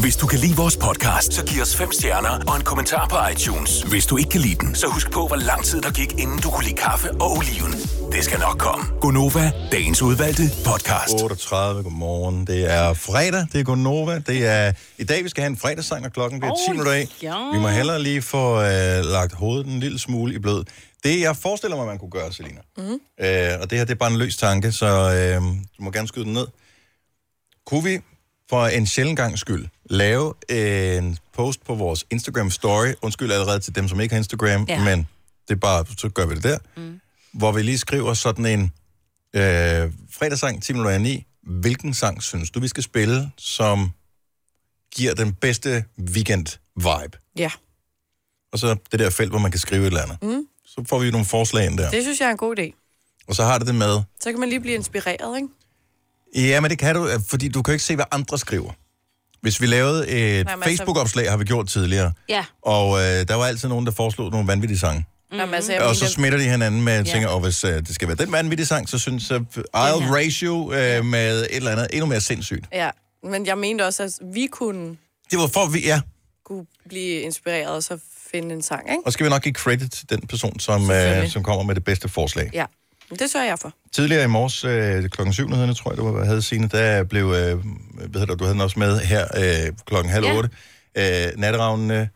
Speaker 5: Hvis du kan lide vores podcast, så giv os fem stjerner og en kommentar på iTunes. Hvis du ikke kan lide den, så husk på, hvor lang tid der gik, inden du kunne lide kaffe og oliven. Det skal nok komme.
Speaker 1: Gonova, dagens udvalgte podcast. 38, godmorgen. Det er fredag, det er Gonova. Det er i dag, vi skal have en fredagssang, og klokken bliver 10 minutter af.
Speaker 3: ja.
Speaker 1: Vi må hellere lige få øh, lagt hovedet en lille smule i blød. Det, jeg forestiller mig, man kunne gøre, Selina,
Speaker 10: Mm.
Speaker 1: Øh, og det her, det er bare en løs tanke, så øh, du må gerne skyde den ned. Kunne vi for en sjældent gang skyld lave øh, en post på vores Instagram-story? Undskyld allerede til dem, som ikke har Instagram,
Speaker 10: Ja.
Speaker 1: ja. men det er bare, så gør vi det der. Mm. Hvor vi lige skriver sådan en øh, fredagssang, 10 minutter i ni. Hvilken sang synes du, vi skal spille, som giver den bedste weekend-vibe?
Speaker 2: Ja.
Speaker 1: Og så det der felt, hvor man kan skrive et eller andet.
Speaker 2: Mm.
Speaker 1: Så får vi nogle forslag ind der.
Speaker 2: Det synes jeg er en god idé.
Speaker 1: Og så har det det med,
Speaker 2: Så kan man lige blive inspireret, ikke?
Speaker 1: Ja, men det kan du, øh, fordi du kan jo ikke se, hvad andre skriver. Hvis vi lavede et
Speaker 2: Nej, men altså-
Speaker 1: Facebook-opslag, har vi gjort tidligere,
Speaker 3: Ja.
Speaker 1: og øh, der var altid nogen, der foreslog nogle vanvittige sange.
Speaker 2: Mm. Jamen, altså, jeg
Speaker 1: Ja, og så
Speaker 2: mener-
Speaker 1: smitter de hinanden med,
Speaker 2: Ja.
Speaker 1: ja. tænker, og hvis øh, det skal være den vanvittige sang, så synes jeg, øh, I'll
Speaker 2: her.
Speaker 1: ratio øh, med et eller andet endnu mere sindssygt.
Speaker 2: Ja, men jeg mente også, at vi kunne,
Speaker 1: Det var for, vi ja.
Speaker 2: kunne blive inspireret og så finde en sang, ikke?
Speaker 1: Og så skal vi nok give credit til den person, som, øh,
Speaker 2: Selvfølgelig.
Speaker 1: som kommer med det bedste forslag.
Speaker 2: Ja, Men det sørger jeg for.
Speaker 1: Tidligere i morges, øh, klokken syv, nyhederne, tror jeg, du var- havde Signe, der blev, øh, hvad hedder det, du havde den også med her øh, klokken halv
Speaker 3: Ja.
Speaker 1: otte, øh, natteravnen... Øh,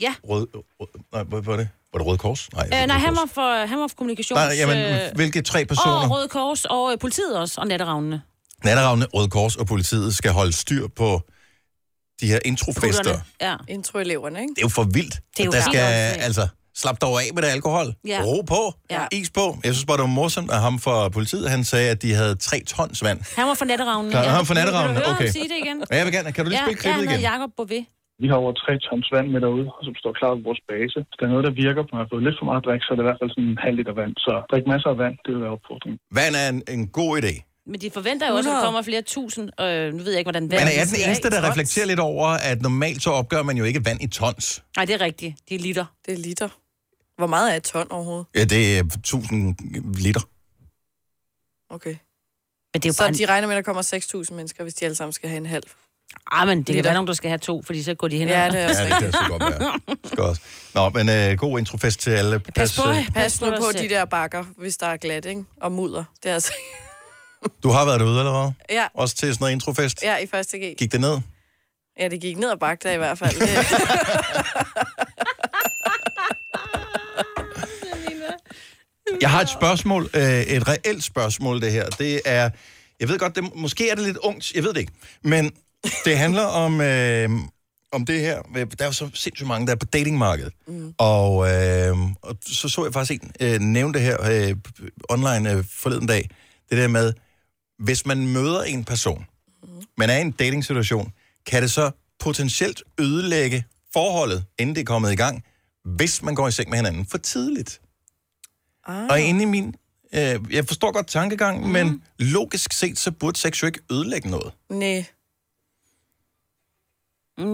Speaker 3: Ja.
Speaker 1: Rød, rød, nej, hvad var det? Var det Røde Kors? Nej,
Speaker 3: Øh, nej, han var for, han var for kommunikations... øh,
Speaker 1: Nej, jamen, hvilke
Speaker 2: øh,
Speaker 1: tre personer?
Speaker 3: Og Røde Kors og øh, politiet også, og natteravnene.
Speaker 1: Natteravnene, Røde Kors og politiet skal holde styr på de her introfester.
Speaker 3: Gutterne.
Speaker 1: Det
Speaker 3: Ja.
Speaker 2: Introeleverne, ikke?
Speaker 1: er jo for vildt.
Speaker 2: er jo
Speaker 1: at der
Speaker 2: helt
Speaker 1: skal,
Speaker 2: åndssvagt.
Speaker 1: altså, slap dig af med det alkohol.
Speaker 2: Ja.
Speaker 1: Ro på.
Speaker 3: Ja.
Speaker 1: Is på. Jeg synes bare, det var morsomt, at ham fra politiet, han sagde, at de havde tre tons vand.
Speaker 3: Han var for natteravnene.
Speaker 1: Klar, han var for natteravnene,
Speaker 3: Vil du høre
Speaker 1: okay.
Speaker 3: ham sige det igen?
Speaker 1: Ja, jeg vil gerne. Kan du lige spille
Speaker 3: ja,
Speaker 1: klippet
Speaker 3: han
Speaker 1: igen?
Speaker 3: Ja, Jacob Bové.
Speaker 13: Vi har over 3 tons vand med derude, som står klar ved vores base. Hvis der er noget, der virker, når jeg har fået lidt for meget drik, så er det i hvert fald sådan en halv liter vand. Så drik masser af vand, det vil være opfordringen.
Speaker 1: Vand er en, en god idé.
Speaker 3: Men de forventer jo også, at der
Speaker 13: 100.
Speaker 3: kommer flere tusind. Øh, nu ved jeg ikke, hvordan
Speaker 1: Men
Speaker 3: verden
Speaker 1: er jeg den
Speaker 3: ser
Speaker 1: eneste,
Speaker 3: ud.
Speaker 1: der reflekterer lidt over, at normalt så opgør man jo ikke vand i tons?
Speaker 3: Nej, det er rigtigt. De er liter.
Speaker 2: Det er liter. Hvor meget er et ton overhovedet?
Speaker 1: Ja, det er 1000 liter.
Speaker 2: Okay.
Speaker 3: Men det er jo
Speaker 2: så
Speaker 3: bare en-
Speaker 2: de regner med, at der kommer 6.000 mennesker, hvis de alle sammen skal have en halv.
Speaker 3: Ah, men det kan
Speaker 2: Liter.
Speaker 3: være, om du skal have to, fordi så går de hen.
Speaker 2: Ja,
Speaker 3: og-
Speaker 2: det er også
Speaker 1: Ja, det kan så godt være. Skal også. Nå, men øh, god introfest til alle. Pas, øh,
Speaker 2: Pas nu
Speaker 3: dig
Speaker 2: på de
Speaker 3: selv.
Speaker 2: der bakker, hvis der er glat, ikke? Og mudder. Det er altså...
Speaker 1: Du har været derude allerede?
Speaker 2: Ja.
Speaker 1: Også til sådan noget introfest?
Speaker 2: Ja, i første G.
Speaker 1: Gik det ned?
Speaker 2: Ja, det gik ned og bagte i hvert fald. Det-
Speaker 1: Jeg har et spørgsmål, øh, et reelt spørgsmål, det her. Det er, jeg ved godt, det, måske er det lidt ungt, jeg ved det ikke, men det handler om, øh, om det her. Der er jo så sindssygt mange, der er på datingmarkedet. Mm. Og, øh, og så så jeg faktisk en øh, nævne det her øh, online øh, forleden dag. Det der med, hvis man møder en person, man er i en dating-situation, kan det så potentielt ødelægge forholdet, inden det er kommet i gang, hvis man går i seng med hinanden for tidligt?
Speaker 2: Ah.
Speaker 1: Og inde i min... Øh, jeg forstår godt tankegang, mm. men logisk set, så burde sex jo ikke ødelægge noget.
Speaker 2: Nej.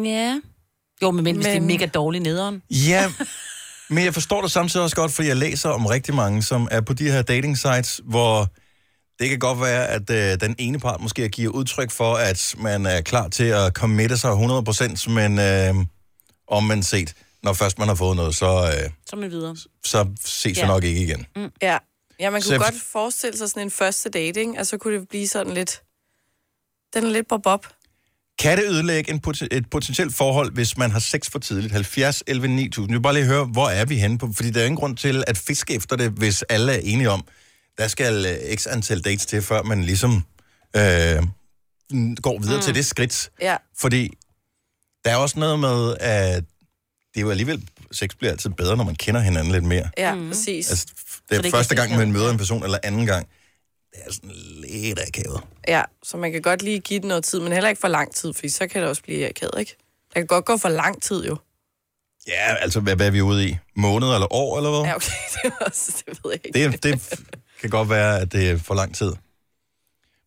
Speaker 3: Ja. Jo, men, men hvis det er
Speaker 2: Men-
Speaker 3: mega dårligt nederen.
Speaker 1: Ja, men jeg forstår det samtidig også godt, fordi jeg læser om rigtig mange, som er på de her dating sites, hvor det kan godt være, at øh, den ene part måske giver udtryk for, at man er klar til at committe sig 100%, men øh, om man set, når først man har fået noget, så, øh,
Speaker 3: Så er man videre. Mm.
Speaker 1: så ses ja.
Speaker 2: Ja.
Speaker 1: vi nok ikke igen.
Speaker 2: Ja. ja, man
Speaker 1: Så
Speaker 2: kunne
Speaker 1: jeg-
Speaker 2: godt forestille sig sådan en første dating, og så kunne det blive sådan lidt... Den er lidt bob-bob.
Speaker 1: Kan det ødelægge en pot- et potentielt forhold, hvis man har sex for tidligt? 70, 11, 9000. Jeg vil bare lige høre, hvor er vi henne på? Fordi der er ingen grund til at fiske efter det, hvis alle er enige om, der skal øh, x antal dates til, før man ligesom øh, n- går videre mm. til det skridt.
Speaker 2: Ja.
Speaker 1: Fordi der er også noget med, at det er jo alligevel, sex bliver altid bedre, når man kender hinanden lidt mere.
Speaker 2: Ja, mm. præcis.
Speaker 1: Altså, f-
Speaker 2: Så
Speaker 1: det
Speaker 2: det
Speaker 1: er
Speaker 2: ikke
Speaker 1: første
Speaker 2: er
Speaker 1: gang,
Speaker 2: sådan,
Speaker 1: man møder en person, eller anden gang. Det er sådan lidt akavet.
Speaker 2: Ja, så man kan godt lige give den noget tid, men heller ikke for lang tid, for så kan det også blive akavet, ikke? Der kan godt gå for lang tid, jo.
Speaker 1: Ja, altså, hvad, hvad er vi ude i? Måneder eller år, eller hvad?
Speaker 2: Ja, okay, det, er også, det ved jeg ikke.
Speaker 1: Det, det f- kan godt være, at det er for lang tid.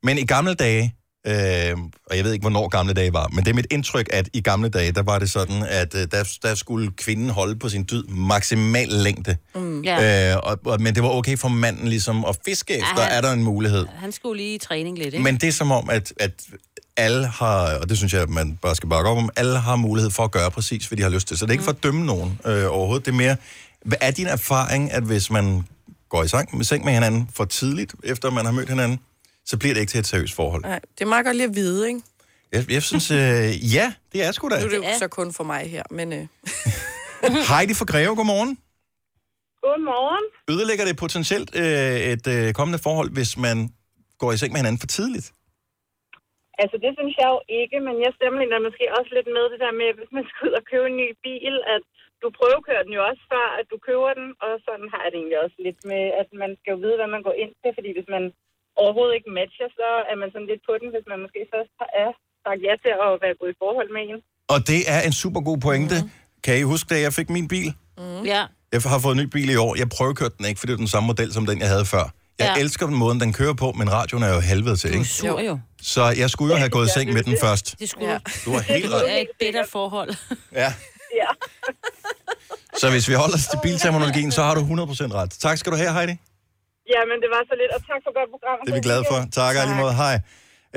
Speaker 1: Men i gamle dage, øh, og jeg ved ikke, hvornår gamle dage var, men det er mit indtryk, at i gamle dage, der var det sådan, at øh, der, der skulle kvinden holde på sin dyd maksimal længde.
Speaker 3: Mm. Ja.
Speaker 1: Ja. Øh, og, og, men det var okay for manden ligesom at fiske efter,
Speaker 3: han-
Speaker 1: er der en mulighed.
Speaker 3: Han skulle lige i træning lidt, ikke?
Speaker 1: Men det er som om, at, at alle har, og det synes jeg, man bare skal bakke op om, alle har mulighed for at gøre præcis, hvad de har lyst til. Så det er ikke for
Speaker 2: Mm.
Speaker 1: at dømme nogen øh, overhovedet. Det er mere, hvad er din erfaring, at hvis man går i sang, seng med hinanden for tidligt, efter man har mødt hinanden, så bliver det ikke til et seriøst forhold.
Speaker 2: Nej, det er meget godt lige at vide, ikke?
Speaker 1: Jeg, jeg synes, øh, ja, det er sgu
Speaker 2: Nu er det
Speaker 1: da.
Speaker 2: jo så kun for mig her, men... Øh,
Speaker 1: Heidi fra Greve, godmorgen.
Speaker 10: Godmorgen.
Speaker 1: Ødelægger det potentielt øh, et øh, kommende forhold, hvis man går i seng med hinanden for tidligt?
Speaker 10: Altså, det synes jeg jo ikke, men jeg stemmer måske også lidt med det der med, hvis man skal ud og købe en ny bil, at du prøvekører den jo også før, at du køber den, og sådan har jeg det egentlig også lidt med, at man skal jo vide, hvad man går ind til, fordi hvis man overhovedet ikke matcher, så er man sådan lidt på den, hvis man måske først har er sagt ja til at være gået i forhold med en.
Speaker 1: Og det er en super god pointe. Mm. Kan I huske, da jeg fik min bil?
Speaker 3: Mm. Ja.
Speaker 1: Jeg har fået en ny bil i år. Jeg prøvekørte den ikke, for det er den samme model som den, jeg havde før. Jeg
Speaker 3: Ja.
Speaker 1: ja. elsker den måde, den kører på, men radioen er jo helvede til, ikke?
Speaker 3: Sur jo.
Speaker 1: Så jeg skulle jo have gået i seng med den først.
Speaker 3: Det skulle ja.
Speaker 1: Du har helt ret.
Speaker 3: Det er et bittert forhold.
Speaker 1: Ja.
Speaker 10: Ja.
Speaker 1: Så hvis vi holder os til bilterminologien, så har du 100% ret. Tak skal du have, Heidi.
Speaker 10: Ja, men det var så lidt, og tak for godt program.
Speaker 1: Det er vi glade for. Tak, tak. måde. Hej.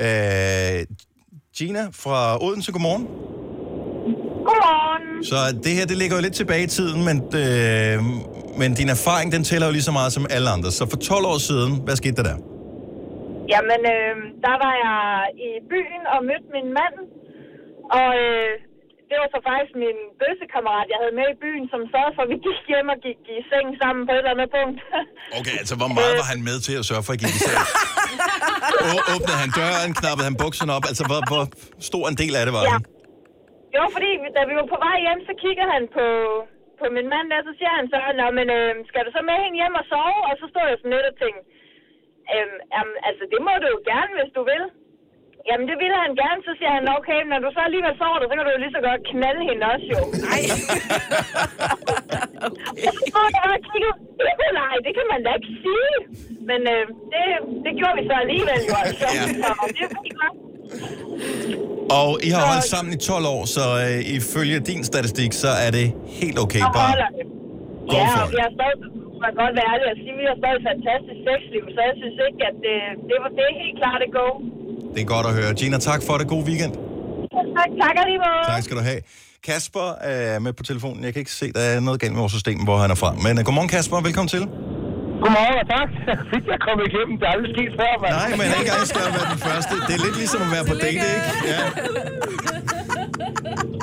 Speaker 1: Øh, Gina fra Odense, godmorgen.
Speaker 10: Godmorgen.
Speaker 1: Så det her, det ligger jo lidt tilbage i tiden, men, øh, men din erfaring, den tæller jo lige så meget som alle andre. Så for 12 år siden, hvad skete der der?
Speaker 10: Jamen, øh, der var jeg i byen og mødte min mand, og øh, det var så faktisk min bøssekammerat, jeg havde med i byen, som sørgede for, at vi gik hjem og gik i seng sammen på et eller andet punkt.
Speaker 1: Okay, altså hvor meget var han med til at sørge for, at I gik i seng? Å- Åbnede han døren, knappede han bukserne op? Altså hvor, hvor stor en del af det var
Speaker 10: Ja.
Speaker 1: han?
Speaker 10: det var fordi, da vi var på vej hjem, så kiggede han på, på min mand der, så siger han så, Nå, men øh, skal du så med hende hjem og sove? Og så stod jeg sådan lidt og tænkte, øhm, jamen, altså det må du jo gerne, hvis du vil. Jamen det ville han gerne, så siger han, "Nå, okay, men når du så alligevel sover der, så kan du jo lige så godt knalde hende også jo. Nej. okay. Nej, det kan man da ikke sige. Men øh, det, det gjorde vi så alligevel jo altså. Ja. Så det er fint nok.
Speaker 1: Og I har holdt sammen i 12 år, så øh, ifølge din statistik, så er det helt okay.
Speaker 10: Og
Speaker 1: Bare
Speaker 10: holder det.
Speaker 1: go
Speaker 10: Ja,
Speaker 1: for
Speaker 10: og
Speaker 1: it.
Speaker 10: vi har stadig, man kan godt være ærlig at sige, vi har stadig et fantastisk sexliv, så jeg synes ikke, at det, det, var, det er helt klart at gå.
Speaker 1: Det er godt at høre. Gina, tak for det. God weekend.
Speaker 10: Tak, tak alligevel.
Speaker 1: Tak skal du have. Kasper er med på telefonen. Jeg kan ikke se, der er noget galt med vores system, hvor han er fra. Men uh, godmorgen, Kasper. Velkommen til.
Speaker 14: Godmorgen og tak. Jeg kom igennem. Det er aldrig sket før, mand.
Speaker 1: Nej, men ikke engang skal jeg være den første. Det er lidt ligesom at være på date, ikke? Ja.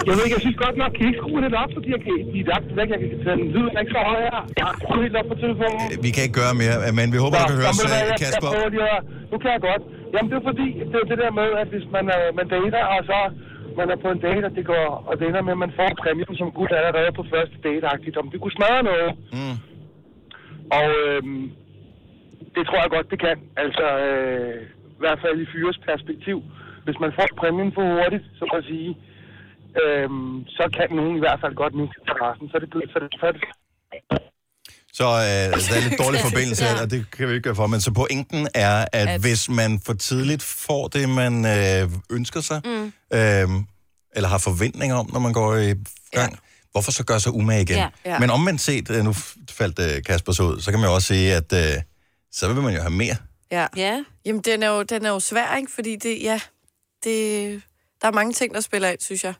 Speaker 14: Jeg ved ikke, jeg synes godt nok, kan I ikke skrue lidt op, fordi jeg kan, de er langt væk, jeg kan tage den lyden er ikke så høj her. Jeg har skruet helt op på telefonen.
Speaker 1: Vi kan ikke gøre mere, øh, men vi håber, du kan høre os,
Speaker 14: Jamen, ved du hvad,
Speaker 1: øh,
Speaker 14: jeg-
Speaker 1: Kasper.
Speaker 14: Jeg prøver lige at, nu kan jeg godt. Jamen, det er fordi, det er det der med, at hvis man, øh, man dater, og så man er på en date, og det, går, og det ender med, at man får præmien som gut allerede på første date-agtigt, om det kunne smadre noget.
Speaker 1: Mm.
Speaker 14: Og øhm, det tror jeg godt, det kan. Altså, øh, i hvert fald i fyres perspektiv. Hvis man får præmien for hurtigt, så må jeg sige, øhm, så kan nogen i hvert fald godt miste interessen. Så er det blevet så er det, så er det
Speaker 1: Så øh, altså, der er lidt dårlig forbindelse, ja. og det kan vi ikke gøre for. Men så pointen er, at,
Speaker 14: At-
Speaker 1: at... hvis man for tidligt får det, man øh, ønsker sig,
Speaker 14: Mm.
Speaker 1: mm. øh, eller har forventninger om, når man går i gang, ja. hvorfor så gøre sig umage igen?
Speaker 14: Ja, ja.
Speaker 1: Men omvendt set, øh, nu f- faldt øh, Kasper så ud, så kan man jo også sige, at øh, så vil man jo have mere.
Speaker 2: Ja. ja. Jamen, den er, jo, den er jo svær, ikke? Fordi det, ja, det, der er mange ting, der spiller ind, synes jeg.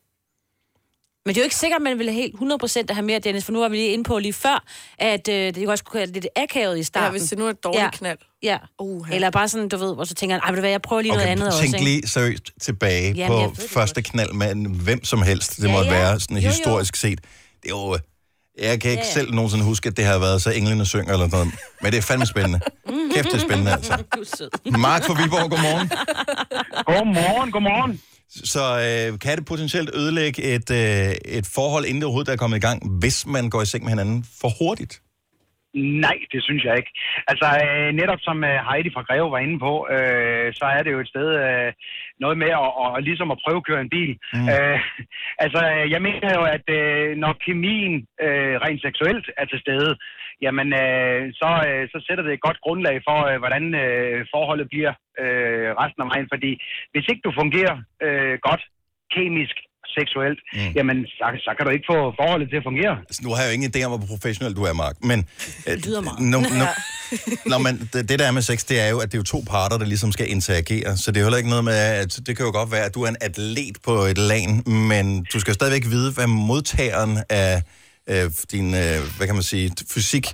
Speaker 3: Men det er jo ikke sikkert, at man vil helt 100% at have mere, Dennis, for nu var vi lige inde på lige før, at øh, det kan også kunne være lidt akavet i starten.
Speaker 2: hvis det nu er et dårligt knald.
Speaker 3: Ja. Uh-huh. Eller bare sådan, du ved, hvor så tænker han, ej, ved du hvad, jeg prøver lige noget andet
Speaker 1: tænk
Speaker 3: også, ikke?
Speaker 1: lige seriøst tilbage
Speaker 3: Jamen,
Speaker 1: Jamen,
Speaker 3: jeg
Speaker 1: på
Speaker 3: ved det
Speaker 1: første knald med en hvem som helst, det
Speaker 3: Ja,
Speaker 1: ja, måtte
Speaker 3: ja.
Speaker 1: ja. være, sådan
Speaker 3: Jo, jo.
Speaker 1: historisk set. Det er jo... Jeg kan ikke
Speaker 3: Ja,
Speaker 1: ja,
Speaker 3: ja.
Speaker 1: ja. selv nogensinde huske, at det har været så englene synger eller noget. Men det er fandme spændende.
Speaker 3: Mhm.
Speaker 1: Kæft, det er spændende altså.
Speaker 3: Du er sød.
Speaker 1: Mark fra Viborg, godmorgen.
Speaker 15: Godmorgen, godmorgen.
Speaker 1: Så øh, kan det potentielt ødelægge et, øh, et forhold, inden det overhovedet er kommet i gang, hvis man går i seng med hinanden for hurtigt?
Speaker 15: Nej, det synes jeg ikke. Altså øh, netop som øh, Heidi fra Greve var inde på, øh, så er det jo et sted øh, noget med at, at, at ligesom at prøve at køre en bil. Mm. Øh, altså øh, jeg mener jo, at øh, når kemien øh, rent seksuelt er til stede, jamen øh, så, øh, så sætter det et godt grundlag for, øh, hvordan øh, forholdet bliver øh, resten af vejen. Fordi hvis ikke du fungerer øh, godt kemisk, seksuelt, mm. jamen så, så kan du ikke få forholdet til at fungere.
Speaker 1: Altså, nu har jeg jo ingen idé om, hvor professionel du er, Mark, men... Øh,
Speaker 3: lyder Mark.
Speaker 1: Nå, nå, nå, men det, det der er med sex, det er jo, at det er jo to parter, der ligesom skal interagere, så det er jo heller ikke noget med, at det kan jo godt være, at du er en atlet på et lan, men du skal jo stadigvæk vide, hvad modtageren af øh, din, øh, hvad kan man sige, fysik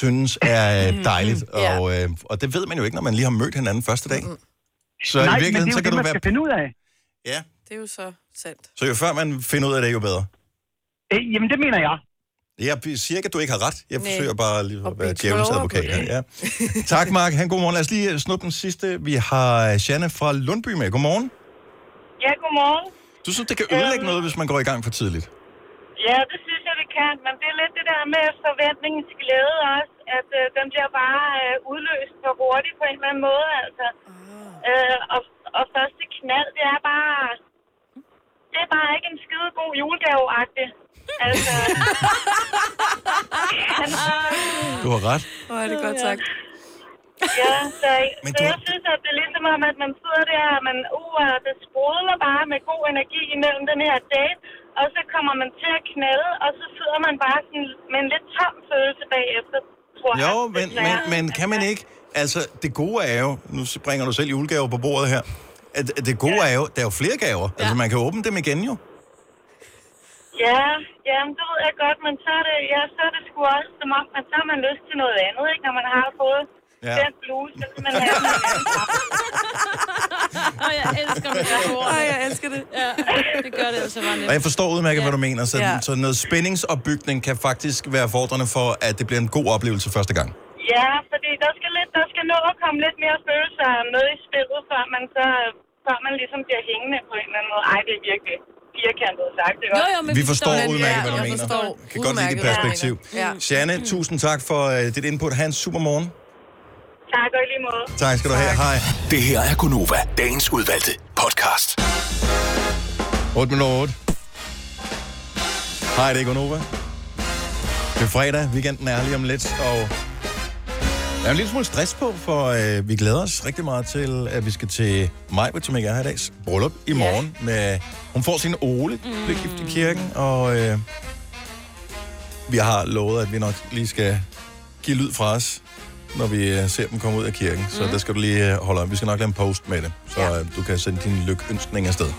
Speaker 1: synes er
Speaker 15: Mm-hmm.
Speaker 1: øh, dejligt, og, øh, og det ved man jo ikke, når man lige har mødt hinanden første dag. Så
Speaker 15: Nej,
Speaker 1: i
Speaker 15: men det er
Speaker 1: virkeligheden,
Speaker 15: jo
Speaker 1: så kan
Speaker 15: det,
Speaker 1: du
Speaker 15: man
Speaker 1: være...
Speaker 15: skal finde ud af.
Speaker 1: Ja.
Speaker 2: Det er jo så sandt.
Speaker 1: Så jo før man finder ud af det, jo bedre.
Speaker 15: Øh, jamen, det mener jeg.
Speaker 1: Jeg siger ikke, at du ikke har ret.
Speaker 15: Nej.
Speaker 1: Jeg Nej. forsøger bare lige at være
Speaker 15: blive
Speaker 1: djævelens
Speaker 15: klogere
Speaker 1: advokat.
Speaker 15: på det.
Speaker 1: her, Ja. Tak, Mark. Han, godmorgen. Lad os lige øh, snuppe den sidste. Vi har Janne fra Lundby med. Godmorgen.
Speaker 16: Ja, godmorgen.
Speaker 1: Du synes, det kan
Speaker 15: Øhm.
Speaker 1: ødelægge noget, hvis man går i gang for tidligt?
Speaker 16: Ja, det synes jeg, det kan. Men det er lidt det der med forventningens glæde også, at øh, den bliver bare øh, udløst for hurtigt på en eller anden måde, altså. Øh, og, og første knald, det er bare... Det er bare ikke en skide god julegave Altså...
Speaker 1: Du har ret.
Speaker 2: Hvor er det godt sagt.
Speaker 16: Ja, så,
Speaker 1: Men
Speaker 16: så jeg synes, at det er ligesom om, at man sidder der, og man, uh, og det sprudler bare med god energi imellem den her date, og så kommer man til at knalde, og så sidder man bare sådan med en lidt tom følelse bagefter, tror jeg.
Speaker 1: Jo, men, men, men kan man ikke... Altså, det gode er jo... Nu bringer du selv julegaver på bordet her. At at det gode er jo, der er jo flere gaver. Altså, man kan åbne dem igen jo.
Speaker 16: Ja, ja, men det ved jeg godt, men så er det, ja, så er det sgu også som om, at så har man lyst til noget andet, ikke? Når man har fået ja.
Speaker 1: Ja.
Speaker 16: den bluse, så vil man have den anden.
Speaker 3: jeg elsker metaforerne. Ej, jeg elsker det. Ja, det gør det altså bare lidt.
Speaker 1: Og jeg forstår udmærket, ja. hvad du mener. Så,
Speaker 3: Ja.
Speaker 1: ja. så noget spændingsopbygning kan faktisk være fordrende for, at det bliver en god oplevelse første gang.
Speaker 16: Ja, fordi der skal, lidt, der skal nå at komme lidt mere følelser med i spillet, før man, så, før man ligesom bliver hængende på en eller anden måde. Ej, det er virkelig firkantet sagt, ikke? Jo, jo,
Speaker 1: Men vi forstår udmærket, hvad du mener. kan godt lide dit perspektiv.
Speaker 16: Ja.
Speaker 1: Ja. Janne, tusind tak for uh, dit input. Ha' en super morgen.
Speaker 16: Tak, og i lige måde.
Speaker 1: Tak skal du have. Hej.
Speaker 5: Det her er Gunova, dagens udvalgte podcast.
Speaker 1: 8 minutter 8. Hej, det er Gunova. Det er fredag, weekenden er lige om lidt, og der er en lille smule stress på, for øh, vi glæder os rigtig meget til, at vi skal til Majbrit, som ikke er her i dag, bryllup i morgen. Med, hun får sin Ole, bliver gift i kirken, og øh, vi har lovet, at vi nok lige skal give lyd fra os, når vi øh, ser dem komme ud af kirken. Så der skal du lige øh, holde op. Vi skal nok lave en post med det, så øh, du kan sende din lykønskning afsted.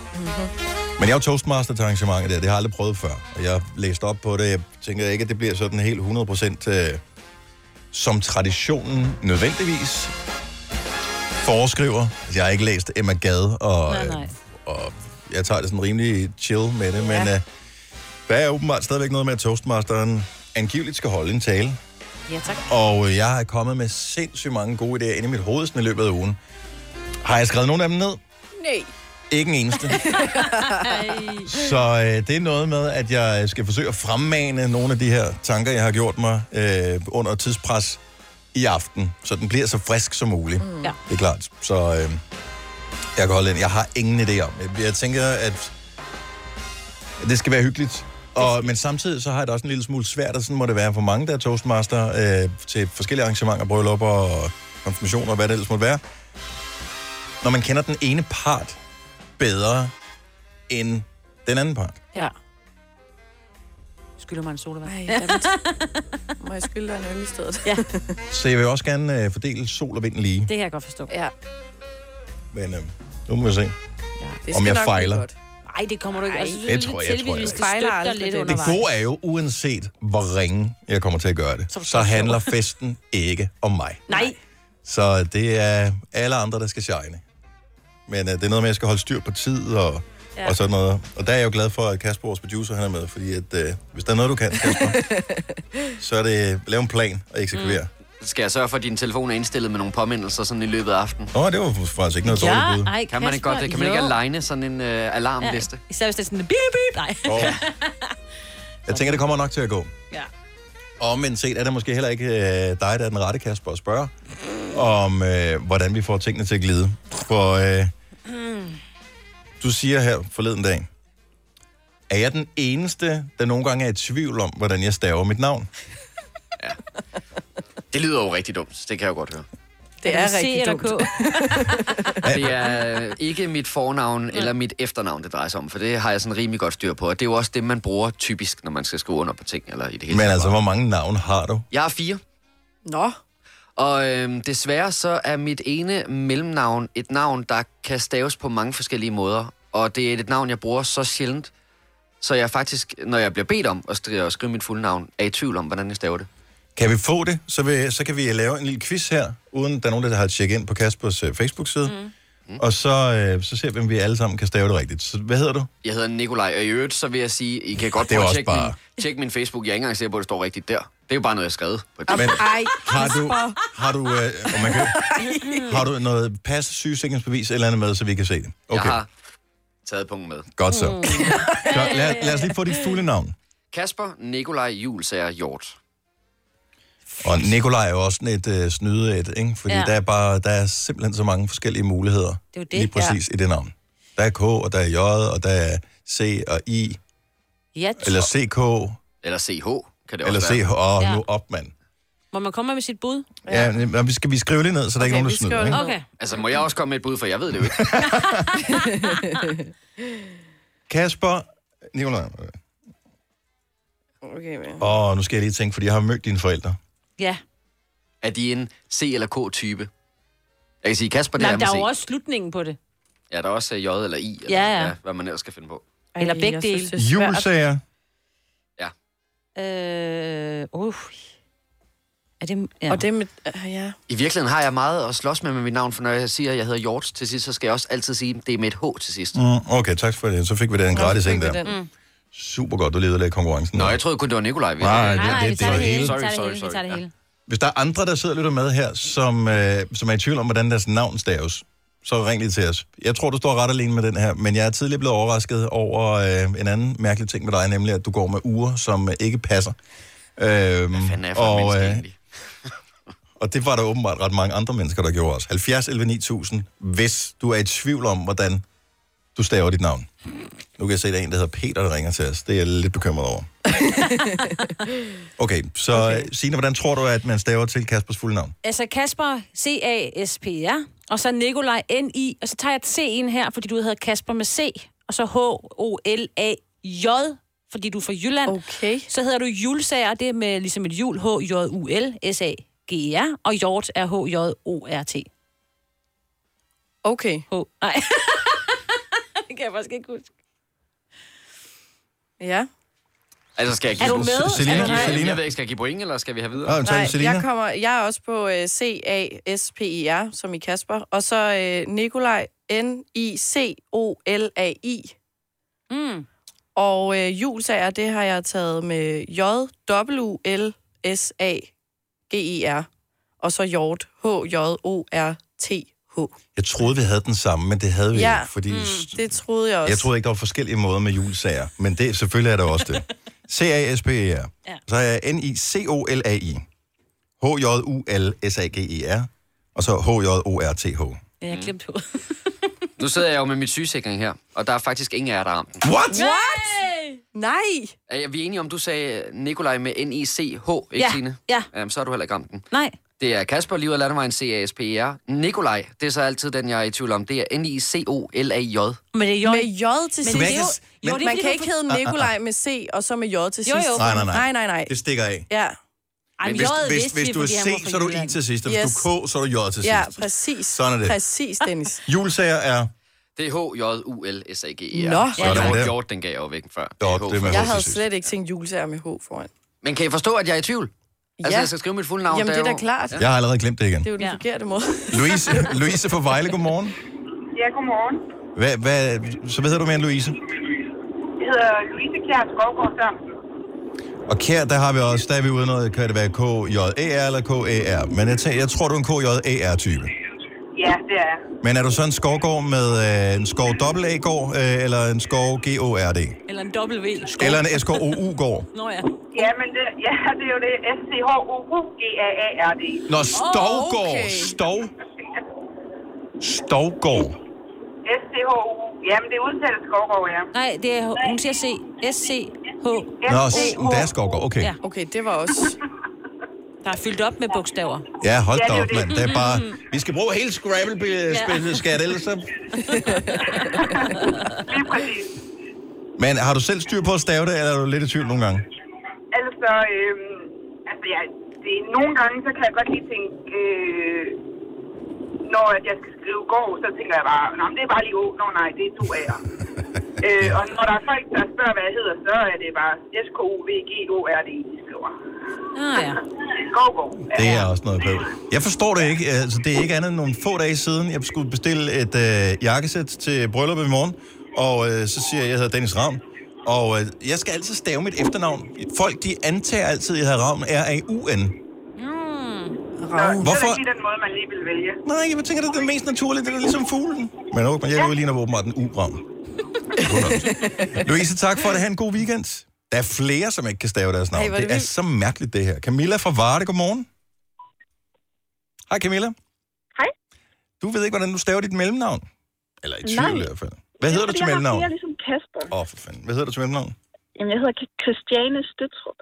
Speaker 1: Men jeg er jo toastmaster til arrangementet der. Det har jeg aldrig prøvet før. Og jeg læste op på det. Jeg tænker ikke, at det bliver sådan helt 100% øh, som traditionen nødvendigvis foreskriver. Altså, Jeg har ikke læst Emma Gade, og,
Speaker 17: Nej,
Speaker 1: øh,
Speaker 17: nej.
Speaker 1: og jeg tager det sådan rimelig chill med det. Men øh, der er åbenbart stadigvæk noget med, at toastmasteren angiveligt skal holde en tale.
Speaker 3: Ja, tak.
Speaker 1: Og øh, jeg er kommet med sindssygt mange gode idéer ind i mit hoved sådan i løbet af ugen. Har jeg skrevet nogle af dem ned?
Speaker 2: Nej.
Speaker 1: Ikke en eneste. Så øh, det er noget med, at jeg skal forsøge at fremmane nogle af de her tanker, jeg har gjort mig øh, under tidspres i aften, så den bliver så frisk som muligt. Mm.
Speaker 3: Ja.
Speaker 1: Det er klart. Så øh, jeg kan holde ind. Jeg har ingen idé om. Jeg, jeg tænker, at det skal være hyggeligt. Og, men samtidig så har jeg det også en lille smule svært, og sådan må det være for mange, der er toastmaster øh, til forskellige arrangementer, bryllupper og konfirmationer og hvad det ellers måtte være. Når man kender den ene part bedre end den anden part.
Speaker 3: Ja. Skylder mig en sodavand.
Speaker 2: Ej, dammit. Må jeg skylde dig en øl i stedet?
Speaker 3: Ja.
Speaker 1: Så jeg vil også gerne øh, fordele sol og vind lige.
Speaker 3: Det kan jeg godt forstå.
Speaker 2: Ja.
Speaker 1: Men øh, nu må vi se,
Speaker 3: Det
Speaker 1: ja, om
Speaker 3: skal
Speaker 1: jeg
Speaker 3: nok blive
Speaker 1: fejler.
Speaker 3: godt. Nej, det kommer du ikke. Altså,
Speaker 1: Det tror jeg, jeg tror jeg.
Speaker 3: Fejler aldrig lidt
Speaker 1: Det
Speaker 3: undervejs.
Speaker 1: gode er jo, uanset hvor ringe jeg kommer til at gøre det, så handler festen ikke om mig.
Speaker 3: Nej.
Speaker 1: Så det er alle andre, der skal shine. Men øh, det er noget med, at jeg skal holde styr på tid og,
Speaker 3: Ja.
Speaker 1: ja. og sådan noget. Og der er jeg jo glad for, at Kasper, vores producer, han er med, fordi at, øh, hvis der er noget, du kan, Kasper, så er det øh, lave en plan og eksekvere. Mm.
Speaker 4: Skal jeg sørge for, at din telefon er indstillet med nogle påmindelser sådan i løbet af aftenen?
Speaker 1: Åh, oh, det var faktisk ikke noget
Speaker 4: ja,
Speaker 1: dårligt bud.
Speaker 4: Ej, kan man ikke godt, kan man ikke
Speaker 3: jo.
Speaker 4: aligne sådan en øh, alarmliste?
Speaker 3: Ja, især hvis det er sådan en bip, bip. Nej.
Speaker 1: Åh. Jeg tænker, det kommer nok til at gå.
Speaker 3: Ja.
Speaker 1: Og men set er det måske heller ikke øh, dig, der er den rette, Kasper, at spørge om, øh, hvordan vi får tingene til at glide. For øh, du siger her forleden dag, er jeg den eneste, der nogle gange er i tvivl om, hvordan jeg staver mit navn?
Speaker 4: Det lyder jo rigtig dumt, det kan jeg jo godt høre.
Speaker 2: Det er rigtig dumt.
Speaker 4: Det er øh, ikke mit fornavn eller mit efternavn, det drejer sig om, for det har jeg sådan rimelig godt styr på. Og det er jo også det, man bruger typisk, når man skal skrive under på ting, eller i det hele
Speaker 1: Men
Speaker 4: taget.
Speaker 1: altså, hvor mange navne har du?
Speaker 4: Jeg er fire.
Speaker 2: Nå.
Speaker 4: Og øhm, desværre så er mit ene mellemnavn et navn, der kan staves på mange forskellige måder. Og det er et navn, jeg bruger så sjældent, så jeg faktisk, når jeg bliver bedt om at stri- at skrive mit fulde navn, er i tvivl om, hvordan jeg staver det.
Speaker 1: Kan vi få det, så, vil, så kan vi lave en lille quiz her, uden der er nogen, der har tjekket ind på Kaspers øh, Facebook-side. Mm. Og så, øh, så ser vi, om vi alle sammen kan stave det rigtigt. Så, hvad hedder du?
Speaker 4: Jeg hedder Nikolaj, og i øvrigt, så vil jeg sige, I kan godt
Speaker 1: Det er
Speaker 4: prøve at
Speaker 1: også
Speaker 4: tjekke,
Speaker 1: bare-
Speaker 4: min, tjekke min Facebook. Jeg er ikke engang sikker på, at det står rigtigt der. Det er jo bare noget, jeg har skrevet. på et
Speaker 1: Men
Speaker 4: tidspunkt.
Speaker 1: har du, har du, øh, og man kan, har du noget pas, sygesikringsbevis eller andet med, så vi kan se det?
Speaker 4: Jeg har taget punkten med.
Speaker 1: Godt så. Altså,
Speaker 4: Mm.
Speaker 1: så lad, lad os lige få dit fulde navn.
Speaker 4: Kasper Nikolaj Julsager Hjort.
Speaker 1: Og Nikolaj er jo også sådan et øh, snyde et, ikke? Fordi
Speaker 4: Ja.
Speaker 1: ja. der, er bare, der er simpelthen så mange forskellige muligheder. Det
Speaker 3: er jo det,
Speaker 1: Lige præcis ja. i det navn. Der er K, og der er J, og der er C og I,
Speaker 3: Jeg tror,
Speaker 1: eller CK,
Speaker 4: Eller CH, kan det
Speaker 1: eller
Speaker 4: også
Speaker 1: CH.
Speaker 4: være.
Speaker 1: Åh,
Speaker 3: Ja.
Speaker 1: nu op, mand.
Speaker 3: Må man komme med sit bud?
Speaker 1: Ja, men vi skal vi skrive det ned, så der okay, ikke er nogen, der snyder, ikke?
Speaker 3: Okay.
Speaker 4: Altså, må jeg også komme med et bud, for jeg ved det jo ikke.
Speaker 1: Kasper, Nikolaj,
Speaker 2: Okay, men.
Speaker 1: åh, nu skal jeg lige tænke, fordi jeg har mødt dine forældre.
Speaker 3: Ja.
Speaker 4: Er de en C eller K-type? Jeg kan sige, Kasper, det
Speaker 3: Nej,
Speaker 4: er
Speaker 3: men der er
Speaker 4: med
Speaker 3: jo
Speaker 4: C.
Speaker 3: også slutningen på det.
Speaker 4: Ja, der er også øh, J eller I, eller
Speaker 3: Ja, ja.
Speaker 4: hvad man ellers skal finde på.
Speaker 3: Eller begge
Speaker 2: jeg synes,
Speaker 3: dele.
Speaker 2: det er svært.
Speaker 1: Julsager,
Speaker 3: Øh, uh. Er det... Ja.
Speaker 2: Og det med... Uh, ja.
Speaker 4: I virkeligheden har jeg meget at slås med med mit navn, for når jeg siger, at jeg hedder Hjort til sidst, så skal jeg også altid sige, at det er med et H til sidst.
Speaker 1: Mm, okay, tak for det. Så fik vi den gratis ind der.
Speaker 4: Mm.
Speaker 1: Super godt, du levede lidt konkurrencen.
Speaker 4: Nå, jeg troede kun, det var Nikolaj.
Speaker 1: Nej, det- Nej, nej, det- vi
Speaker 4: det,
Speaker 1: tager det det- hele.
Speaker 4: Sorry,
Speaker 3: Vi tager det
Speaker 4: sorry,
Speaker 3: hele, vi
Speaker 4: sorry.
Speaker 3: tager det hele.
Speaker 1: Hvis der er andre, der sidder og lytter med her, som, øh, som er i tvivl om, hvordan deres navn staves, så ring lige til os. Jeg tror, du står ret alene med den her, men jeg er tidligere blevet overrasket over øh, en anden mærkelig ting med dig, nemlig at du går med uger, som øh, ikke passer. Øhm, Hvad
Speaker 4: fanden er jeg for et menneske egentlig?
Speaker 1: og det var der åbenbart ret mange andre mennesker, der gjorde også. 70 11 9000, hvis du er i tvivl om, hvordan du staver dit navn. Nu kan jeg se, at der er en, der hedder Peter, der ringer til os. Det er jeg lidt bekymret over. Okay, så okay. Signe, hvordan tror du, at man staver til Kaspers fulde navn?
Speaker 3: Altså Kasper, C-A-S-P-R, og så Nikolaj, N-I, og så tager jeg et C ind her, fordi du hedder Kasper med C, og så H-O-L-A-J, fordi du er fra Jylland.
Speaker 2: Okay.
Speaker 3: Så hedder du Julsager, og det er med ligesom et jul, H-J-U-L-S-A-G-E-R, E og Hjort er H-J-O-R-T.
Speaker 2: Okay.
Speaker 3: H. Nej. det kan jeg faktisk ikke huske.
Speaker 2: Ja.
Speaker 4: Altså, skal jeg give
Speaker 2: Er du
Speaker 4: point?
Speaker 2: med?
Speaker 4: Skal
Speaker 2: Selina,
Speaker 4: jeg, give-
Speaker 1: Selina.
Speaker 4: Jeg ved ikke, skal jeg give point, eller skal vi have videre?
Speaker 2: jeg, kommer, jeg er også på øh, C-A-S-P-E-R, som i Kasper. Og så øh, Nikolaj, N-I-C-O-L-A-I.
Speaker 3: Mm.
Speaker 2: Og øh, julsager, det har jeg taget med J-W-L-S-A-G-E-R. Og så Hjort, H-J-O-R-T-H.
Speaker 1: Jeg troede, vi havde den samme, men det havde vi
Speaker 2: Ja,
Speaker 1: ikke, fordi
Speaker 2: mm, det troede jeg også.
Speaker 1: jeg troede ikke, der var forskellige måder med julesager, men det, selvfølgelig er der også det. C-A-S-P-E-R.
Speaker 3: Ja.
Speaker 1: E Så er jeg N-I-C-O-L-A-I. H-J-U-L-S-A-G-E-R. E Og så H-J-O-R-T-H.
Speaker 3: Ja, jeg glemte H.
Speaker 4: Nu sidder jeg jo med min sygesikring her, og der er faktisk ingen af jer, der har ramt den.
Speaker 1: What?
Speaker 3: What?
Speaker 2: Nej!
Speaker 4: Er vi enige om, du sagde øh, Nikolaj med N-I-C-H, ikke
Speaker 3: Ja,
Speaker 4: Signe?
Speaker 3: ja.
Speaker 4: Jamen, så har du heller ikke ramt den.
Speaker 3: Nej.
Speaker 4: Det er Kasper, livet af landevejen, C-A-S-P-E-R. E Nikolaj, det er så altid den, jeg er i tvivl om. Det er N-I-C-O-L-A-J.
Speaker 3: Men det er J.
Speaker 2: Med J til
Speaker 4: Men det
Speaker 2: sidst.
Speaker 4: er jo- Men-
Speaker 2: jo, det er, man kan ikke hedde
Speaker 1: Ah, ah, ah.
Speaker 2: Nikolaj med C, og så med J til sidst.
Speaker 1: Jo, jo. Nej, nej, nej.
Speaker 2: nej, nej, nej.
Speaker 1: Det stikker af.
Speaker 2: Ja.
Speaker 3: Ej,
Speaker 1: hvis, hvis, hvis du er C, så er du
Speaker 2: E
Speaker 1: I til sidst, og hvis
Speaker 2: Yes.
Speaker 1: du er K, så er du J til sidst.
Speaker 2: Ja, præcis.
Speaker 1: Sådan er det.
Speaker 2: Præcis, Dennis.
Speaker 1: Julesager er...
Speaker 4: Det er H-J-U-L-S-A-G-E-R.
Speaker 2: Nå.
Speaker 4: Så
Speaker 1: Sådan
Speaker 4: er
Speaker 1: der.
Speaker 4: det Hjort, den gav jeg jo væk før.
Speaker 1: Nå, det er med
Speaker 2: Jeg
Speaker 1: H
Speaker 2: havde
Speaker 1: til sidst.
Speaker 2: slet ikke tænkt julesager med H foran.
Speaker 4: Men kan I forstå, at jeg er i tvivl? Altså,
Speaker 2: Ja.
Speaker 4: jeg skal skrive mit fulde navn.
Speaker 2: Jamen, det er da
Speaker 4: jo-
Speaker 2: klart.
Speaker 1: Jeg har allerede glemt det igen.
Speaker 2: Det er jo den forkerte måde.
Speaker 1: Louise, øh, Louise fra Vejle, godmorgen.
Speaker 16: Ja, godmorgen.
Speaker 1: Hvad, hvad, så hvad hedder du mere end Louise?
Speaker 16: Jeg hedder Louise Kjær Skovgaard Sørensen.
Speaker 1: Og kær, der har vi også, der er vi ude i noget, kan det være KJER eller KER? Men jeg, tænker, jeg tror, du er en KJER-type.
Speaker 10: Ja, det er jeg.
Speaker 1: Men er du så en skovgård med øh, en skov dobbelt A-gård, øh, eller en skov G-O-R-D?
Speaker 3: Eller en W.
Speaker 1: Eller en SKOU-gård?
Speaker 3: Nå ja.
Speaker 10: Ja, men det, ja, det er jo det. S-C-H-O-U-G-A-A-R-D.
Speaker 1: Nå, stovgård. Okay. Stov. Stovgård.
Speaker 10: S-C-H-O. Jamen, det udtales Skovgaard, ja.
Speaker 3: Nej, det er, hun siger C. S-C-H.
Speaker 1: Nå, s- der er skovgård. Okay.
Speaker 3: Ja.
Speaker 2: Okay, det var også...
Speaker 3: Der er fyldt op med bogstaver.
Speaker 1: Ja, hold
Speaker 3: Ja,
Speaker 1: da
Speaker 3: det er
Speaker 1: op,
Speaker 3: jo det.
Speaker 1: mand. Det er bare... Vi skal bruge hele Scrabble-spillet,
Speaker 3: Ja.
Speaker 1: ja. skat, ellers så...
Speaker 10: Lige præcis.
Speaker 1: Men har du selv styr på at stave det, eller er du lidt i tvivl nogle gange?
Speaker 10: Altså, øhm, altså jeg, det, nogle gange, så kan jeg godt lige tænke, øh, når at jeg skal skrive går, så tænker jeg bare, nej, det er bare lige å, nå nej, det er du af. øh, og når der er folk, der spørger, hvad jeg hedder, så er det bare S-K-O-V-G-O-R-D, de skriver.
Speaker 3: Ah, ja.
Speaker 10: Går, går.
Speaker 1: Det er også noget bøvl. Jeg forstår det ikke. Altså, det er ikke andet end nogle få dage siden, jeg skulle bestille et øh, jakkesæt til bryllup i morgen. Og øh, så siger jeg, at jeg hedder Dennis Ravn. Og øh, jeg skal altid stave mit efternavn. Folk, de antager altid, at jeg hedder Ravn. R-A-U-N.
Speaker 10: Ravn. Hvorfor? Det
Speaker 1: Hvorfor?
Speaker 10: er ikke den måde, man lige vil vælge.
Speaker 1: Nej, jeg tænker, det er det mest naturlige. Det er ligesom fuglen. Men okay, men jeg udligner åbenbart en U-Ravn. Louise, tak for det. Ha' en god weekend. Der er flere, som ikke kan stave deres navn.
Speaker 18: Ej,
Speaker 1: Hey,
Speaker 18: hvor
Speaker 1: det
Speaker 18: er det
Speaker 1: er
Speaker 18: vildt.
Speaker 1: så mærkeligt, det her. Camilla fra Varde, godmorgen. Hej Camilla.
Speaker 16: Hej.
Speaker 1: Du ved ikke, hvordan du staver dit mellemnavn? Eller i
Speaker 16: Nej.
Speaker 1: tvivl i hvert fald. Hvad hedder du
Speaker 16: Fordi
Speaker 1: til mellemnavn?
Speaker 16: Jeg har flere, ligesom Kasper.
Speaker 1: Åh, oh, for fanden. Hvad hedder du til mellemnavn?
Speaker 16: Jamen, jeg hedder Christiane Støtrup.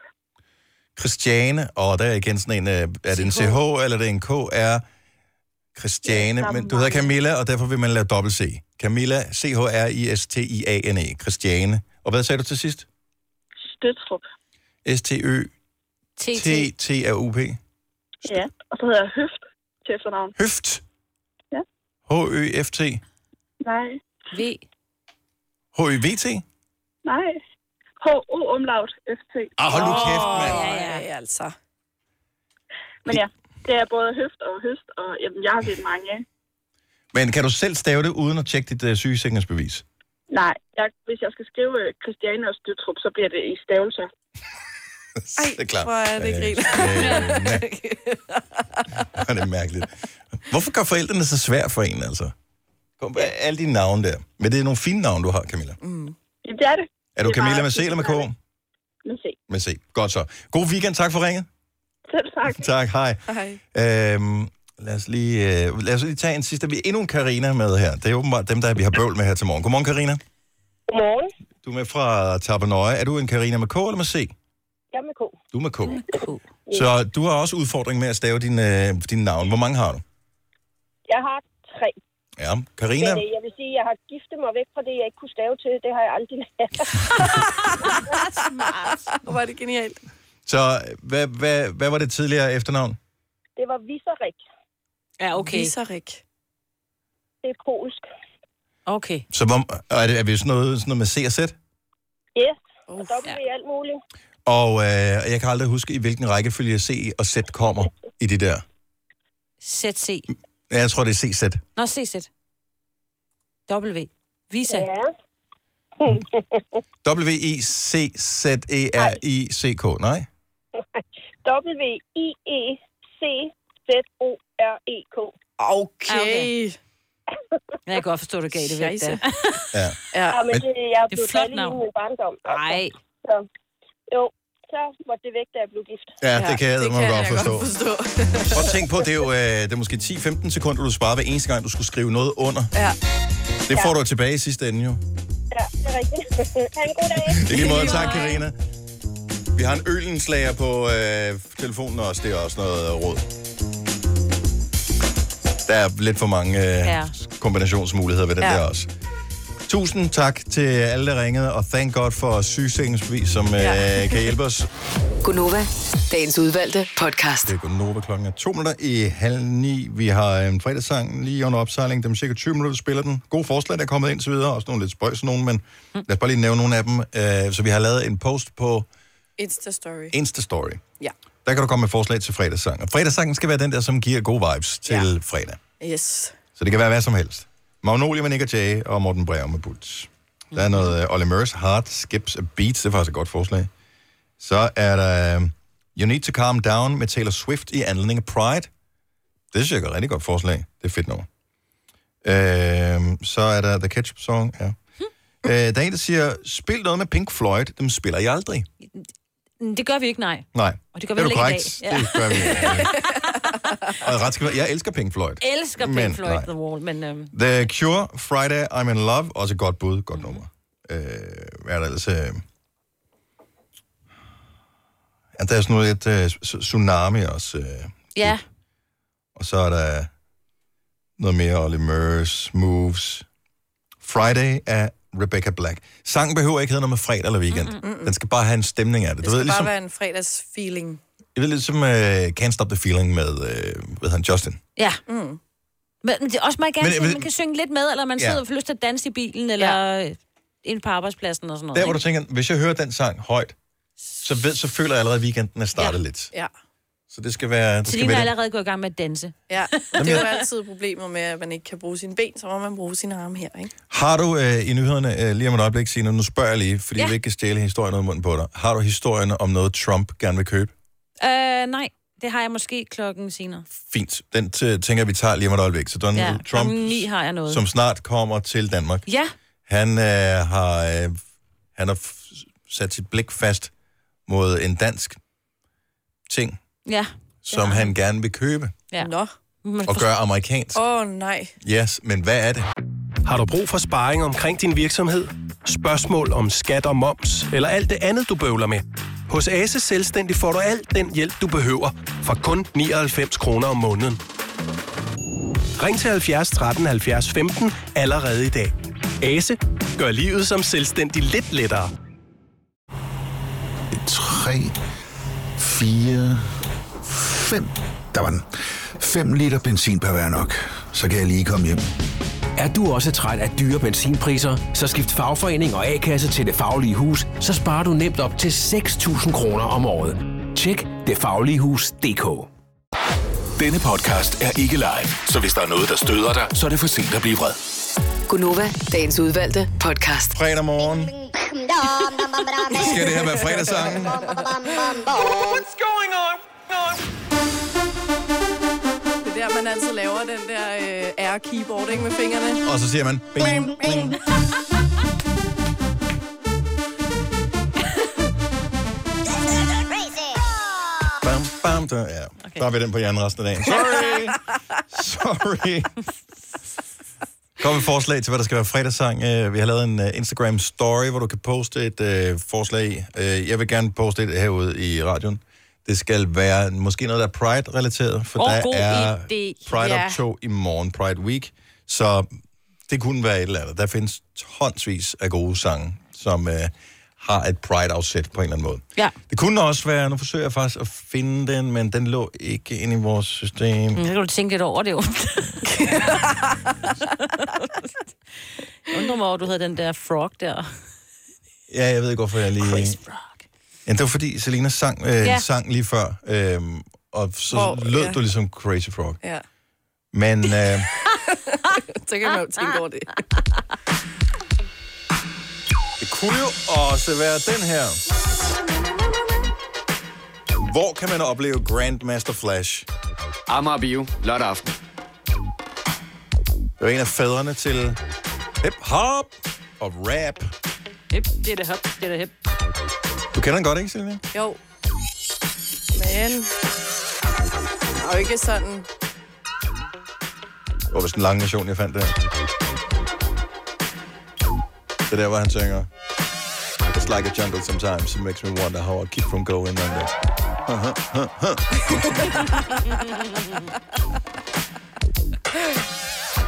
Speaker 1: Christiane. Åh, oh, der er igen sådan en... øh, Er det en
Speaker 16: CH?
Speaker 1: CH, eller er det en KR? Christiane.
Speaker 16: Ja, der er
Speaker 1: men du hedder Camilla, og derfor vil man lave dobbelt C. Camilla, C-H-R-I-S-T-I-A-N-E. E, Christiane. Og hvad sagde du til sidst?
Speaker 16: Støtrup. TT.
Speaker 1: S-T-Ø-T-T-A-U-P.
Speaker 16: Ja, og så hedder jeg Høft til efternavn.
Speaker 1: Høft?
Speaker 16: Ja.
Speaker 1: H-Ø-F-T.
Speaker 16: Nej.
Speaker 3: V.
Speaker 1: H-Ø-V-T?
Speaker 16: Nej. H. O. Umlaut. F. T.
Speaker 1: Ah, hold nu kæft, mand.
Speaker 2: Ja, ja, ja, altså.
Speaker 16: Men ja, det er både høft og høst, og jamen, jeg har set mange.
Speaker 1: Men kan du selv stave det, uden at tjekke dit øh, sygesikringsbevis?
Speaker 16: Nej, jeg, hvis jeg skal skrive øh, Christiane og Støtrup, så bliver det i stavelser.
Speaker 1: Ej, det er klart.
Speaker 16: hvor er det griner.
Speaker 1: Hvor er det mærkeligt. Hvorfor gør forældrene det så svært for en, altså? Kom, alle dine navne der. Men det er nogle fine navne, du har, Camilla.
Speaker 16: Jamen, det er det.
Speaker 1: Er du
Speaker 16: Det er
Speaker 1: Camilla
Speaker 16: bare-
Speaker 1: med C eller med K?
Speaker 16: Men se.
Speaker 1: Med C. Godt så. God weekend. Tak for ringet.
Speaker 16: Selv tak.
Speaker 1: Tak. Hej.
Speaker 16: Hej.
Speaker 1: Øhm, lad, os lige, øh, lad os lige tage en sidste. Vi er endnu en Karina med her. Det er åbenbart dem, der vi har bøvl med her til morgen. Godmorgen, Karina.
Speaker 6: Godmorgen.
Speaker 1: Du er med fra Tabernøje. Er du en Karina med K eller med C?
Speaker 6: Jeg er med K.
Speaker 1: Du er med K. Så du har også udfordring med at stave din, øh, din navn. Hvor mange har du?
Speaker 6: Jeg har tre.
Speaker 1: Ja, Karina.
Speaker 6: Men øh, jeg vil sige, at jeg har giftet mig væk fra det, jeg ikke kunne stave til. Det har jeg aldrig lært.
Speaker 2: Smart. Hvor var det genialt.
Speaker 1: Så hvad, hvad, hvad var det tidligere efternavn?
Speaker 6: Det var Viserik.
Speaker 3: Ja, okay.
Speaker 2: Viserik.
Speaker 6: Det er polsk.
Speaker 3: Okay.
Speaker 1: Så hvor, er, det, er vi sådan noget, sådan noget med C og Z?
Speaker 6: Yes. Og dobbelt ja. alt muligt.
Speaker 1: Og øh, jeg kan aldrig huske, i hvilken rækkefølge C og Z kommer i det der.
Speaker 3: ZC.
Speaker 1: Ja, Jeg tror, det er CZ.
Speaker 3: Nå, CZ. W. Visa.
Speaker 6: Ja.
Speaker 1: E W-I-C-Z-E-R-I-C-K, nej?
Speaker 6: E W-I-E-C-Z-O-R-E-K.
Speaker 2: Okay. okay.
Speaker 3: Ah, Jeg kan godt forstå, at du gav det væk
Speaker 6: Scheisse.
Speaker 3: der.
Speaker 1: Ja.
Speaker 6: Ja, Ah, men det, jeg er
Speaker 3: det er
Speaker 6: blevet
Speaker 3: flot
Speaker 6: drillet i
Speaker 3: navn.
Speaker 6: min barndom. Altså,
Speaker 3: Nej.
Speaker 6: Så, jo, så var det væk, da jeg blev gift.
Speaker 1: Ja, det kan jeg eddermame godt forstå.
Speaker 2: forstå.
Speaker 1: Prøv at tænk på, det er jo øh, det er måske 10-15 sekunder, du sparer hver eneste gang, du skulle skrive noget under.
Speaker 2: Ja.
Speaker 1: Det får du tilbage i sidste ende jo.
Speaker 6: Ja, det er rigtigt. ha' en god dag.
Speaker 1: I lige måde, tak Karina. Vi har en ølenslager på øh, telefonen også, det er også noget øh, råd. Der er lidt for mange øh,
Speaker 5: Ja.
Speaker 1: ja. kombinationsmuligheder ved den
Speaker 5: Ja.
Speaker 1: ja. der også. Tusind tak til alle, der ringede, og thank God for sygesikringsbevis, som øh,
Speaker 19: Ja.
Speaker 1: ja. kan hjælpe os.
Speaker 19: Gunova, dagens udvalgte podcast.
Speaker 1: Det er Nova klokken er to minutter i halv ni. Vi har øh, en fredagssang lige under opsejling. Dem cirka 20 minutter, vi spiller den. Gode forslag, der er kommet ind til videre. Også nogle lidt spøjs nogen, men lad os bare lige nævne nogle af dem. Øh, Så vi har lavet en post på
Speaker 2: Insta-story.
Speaker 1: Insta-story.
Speaker 2: Ja.
Speaker 1: Der kan du komme med forslag til fredagssang. Og fredagssangen skal være den der, som giver gode vibes til
Speaker 2: Ja.
Speaker 1: fredag.
Speaker 2: Yes.
Speaker 1: Så det kan være hvad som helst. Magnolia med Nick og Jay og Morten øh, Breum med Butz. Der er noget uh, Ole Murs, Heart, Skips og Beats. Det er faktisk et godt forslag. Så er der øhm, You Need to Calm Down med Taylor Swift i anledning af Pride. Det synes jeg er et rigtig godt forslag. Det er fedt nummer. Øhm, så er der The Ketchup Song, ja.
Speaker 3: Hm.
Speaker 1: Øh, der er en, der siger, spil noget med Pink Floyd. Dem spiller jeg aldrig.
Speaker 3: Det gør vi ikke, nej.
Speaker 1: Nej.
Speaker 3: Og det gør vi
Speaker 1: er du
Speaker 3: heller
Speaker 1: korrekt.
Speaker 3: ikke i dag.
Speaker 1: Ja. Det gør vi ikke. Og ret skal være- jeg elsker Pink Floyd.
Speaker 3: elsker Pink
Speaker 1: Men
Speaker 3: Floyd
Speaker 1: nej.
Speaker 3: The Wall, men øhm,
Speaker 1: The Cure, Friday, I'm in Love. Også et godt bud, godt nummer. Øh, hvad er der ellers? Øh... Ja, der er sådan noget lidt øh, s- tsunami også. Øh.
Speaker 3: ja.
Speaker 1: Og så er der noget mere Olly Murs, Moves. Friday af Rebecca Black. Sangen behøver ikke hedde noget med fredag eller weekend.
Speaker 2: Mm, mm, mm.
Speaker 1: Den skal bare have en stemning af det.
Speaker 2: Det
Speaker 1: Du
Speaker 2: skal
Speaker 1: ved, ligesom,
Speaker 2: bare være en fredagsfeeling.
Speaker 1: Jeg ved ligesom øh, Can't Stop the Feeling med øh, hvad hedder han, Justin.
Speaker 3: Ja. Mm. Men det er også meget gerne,
Speaker 1: Men-
Speaker 3: men,
Speaker 1: men-
Speaker 3: man kan synge lidt med, eller man
Speaker 1: Ja.
Speaker 3: sidder og får lyst til at danse i bilen, eller ja. ind på arbejdspladsen og sådan noget.
Speaker 1: Der, hvor du
Speaker 3: ikke?
Speaker 1: tænker, hvis jeg hører den sang højt, så, ved, så føler jeg allerede, at weekenden er startet ja. lidt.
Speaker 2: Ja.
Speaker 1: Så det skal være... Det skal
Speaker 3: Selina er
Speaker 1: være det.
Speaker 3: allerede gået i gang med at danse.
Speaker 2: Ja,
Speaker 1: Jamen,
Speaker 2: det er jo
Speaker 1: jeg-
Speaker 2: altid problemer med, at man ikke kan bruge sine ben, så må man bruge sine arme her, ikke?
Speaker 1: Har du øh, i nyhederne, øh, lige om et øjeblik, Signe, nu spørger jeg lige, fordi
Speaker 3: Ja.
Speaker 1: ja. vi ikke kan stjæle historien ud af munden på dig. Har du historien om noget, Trump gerne vil købe?
Speaker 3: Øh, nej, det har jeg måske klokken senere.
Speaker 1: Fint. Den t- tænker jeg, vi tager lige om et øjeblik. Så Donald ja. Trump,
Speaker 3: klokken ni har jeg noget.
Speaker 1: som snart kommer til Danmark,
Speaker 3: Ja,
Speaker 1: han øh, har, øh, han har f- sat sit blik fast mod en dansk ting,
Speaker 3: ja.
Speaker 1: som ja. han gerne vil købe.
Speaker 3: ja.
Speaker 2: Nå.
Speaker 1: og gøre amerikansk.
Speaker 2: Åh, oh, nej.
Speaker 1: Yes, men hvad er det?
Speaker 17: Har du brug for sparring omkring din virksomhed? Spørgsmål om skat og moms, eller alt det andet, du bøvler med? Hos Ase Selvstændig får du alt den hjælp, du behøver, for kun 99 kroner om måneden. Ring til 70 13 70 15 allerede i dag. Ase gør livet som selvstændig lidt lettere.
Speaker 20: 3, 4, 5. Der var den. 5 liter benzin per hver nok. Så kan jeg lige komme hjem.
Speaker 21: Er du også træt af dyre benzinpriser, så skift fagforening og A-kasse til Det Faglige Hus, så sparer du nemt op til 6.000 kroner om året. Tjek detfagligehus.dk
Speaker 5: Denne podcast er ikke live, så hvis der er noget, der støder dig, så er det for sent at blive vred.
Speaker 22: Gunova, dagens udvalgte podcast.
Speaker 1: Fredag morgen. Skal det her være fredagssangen?
Speaker 6: What's going on?
Speaker 2: Det er der, man altid laver den der øh, air-keyboard, ikke? Med fingrene.
Speaker 1: Og så siger man... Bing.
Speaker 2: bling.
Speaker 1: Bam, bam, da, ja. Okay. Der har vi den på hjernen resten af dagen. Sorry! Sorry! Kom med forslag til, hvad der skal være fredagssang. Øh, Vi har lavet en øh, Instagram-story, hvor du kan poste et øh, forslag i. Øh, Jeg vil gerne poste et herude i radioen. Det skal være måske noget, der er Pride-relateret, for
Speaker 3: Åh,
Speaker 1: der
Speaker 3: god
Speaker 1: er
Speaker 3: idé. Ja.
Speaker 1: Pride-optog i morgen, Pride Week. Så det kunne være et eller andet. Der findes tonsvis af gode sange, som øh, har et Pride-afsæt på en eller anden måde.
Speaker 3: Ja.
Speaker 1: Det kunne også være, nu forsøger jeg faktisk at finde den, men den lå ikke inde i vores system.
Speaker 3: Mm, Så kan du tænke lidt over det jo. jeg undrer mig over, at du havde den der frog der.
Speaker 1: Ja, jeg ved ikke, hvorfor jeg lige... Chris Ja, det var fordi Selina sang, øh,
Speaker 3: Ja.
Speaker 1: ja. sang lige før, øh, og så
Speaker 2: Hvor-
Speaker 1: oh, lød
Speaker 2: ja.
Speaker 1: ja. du ligesom Crazy Frog.
Speaker 2: Ja.
Speaker 1: Men øh,
Speaker 2: så kan man jo tænke over det.
Speaker 1: det kunne jo også være den her. Hvor kan man opleve Grandmaster Flash?
Speaker 4: Amager Bio, lørdag aften.
Speaker 1: Det var en af fædrene til hip-hop og rap.
Speaker 3: Hip, det er det hop, det er det hip.
Speaker 1: Du kender den godt, ikke, Selina?
Speaker 2: Jo. Men... Og ikke sådan...
Speaker 1: Det var vist en lang version, jeg fandt der. Det er der, hvor han synger. It's like a jungle sometimes. It makes me wonder how I keep from going under.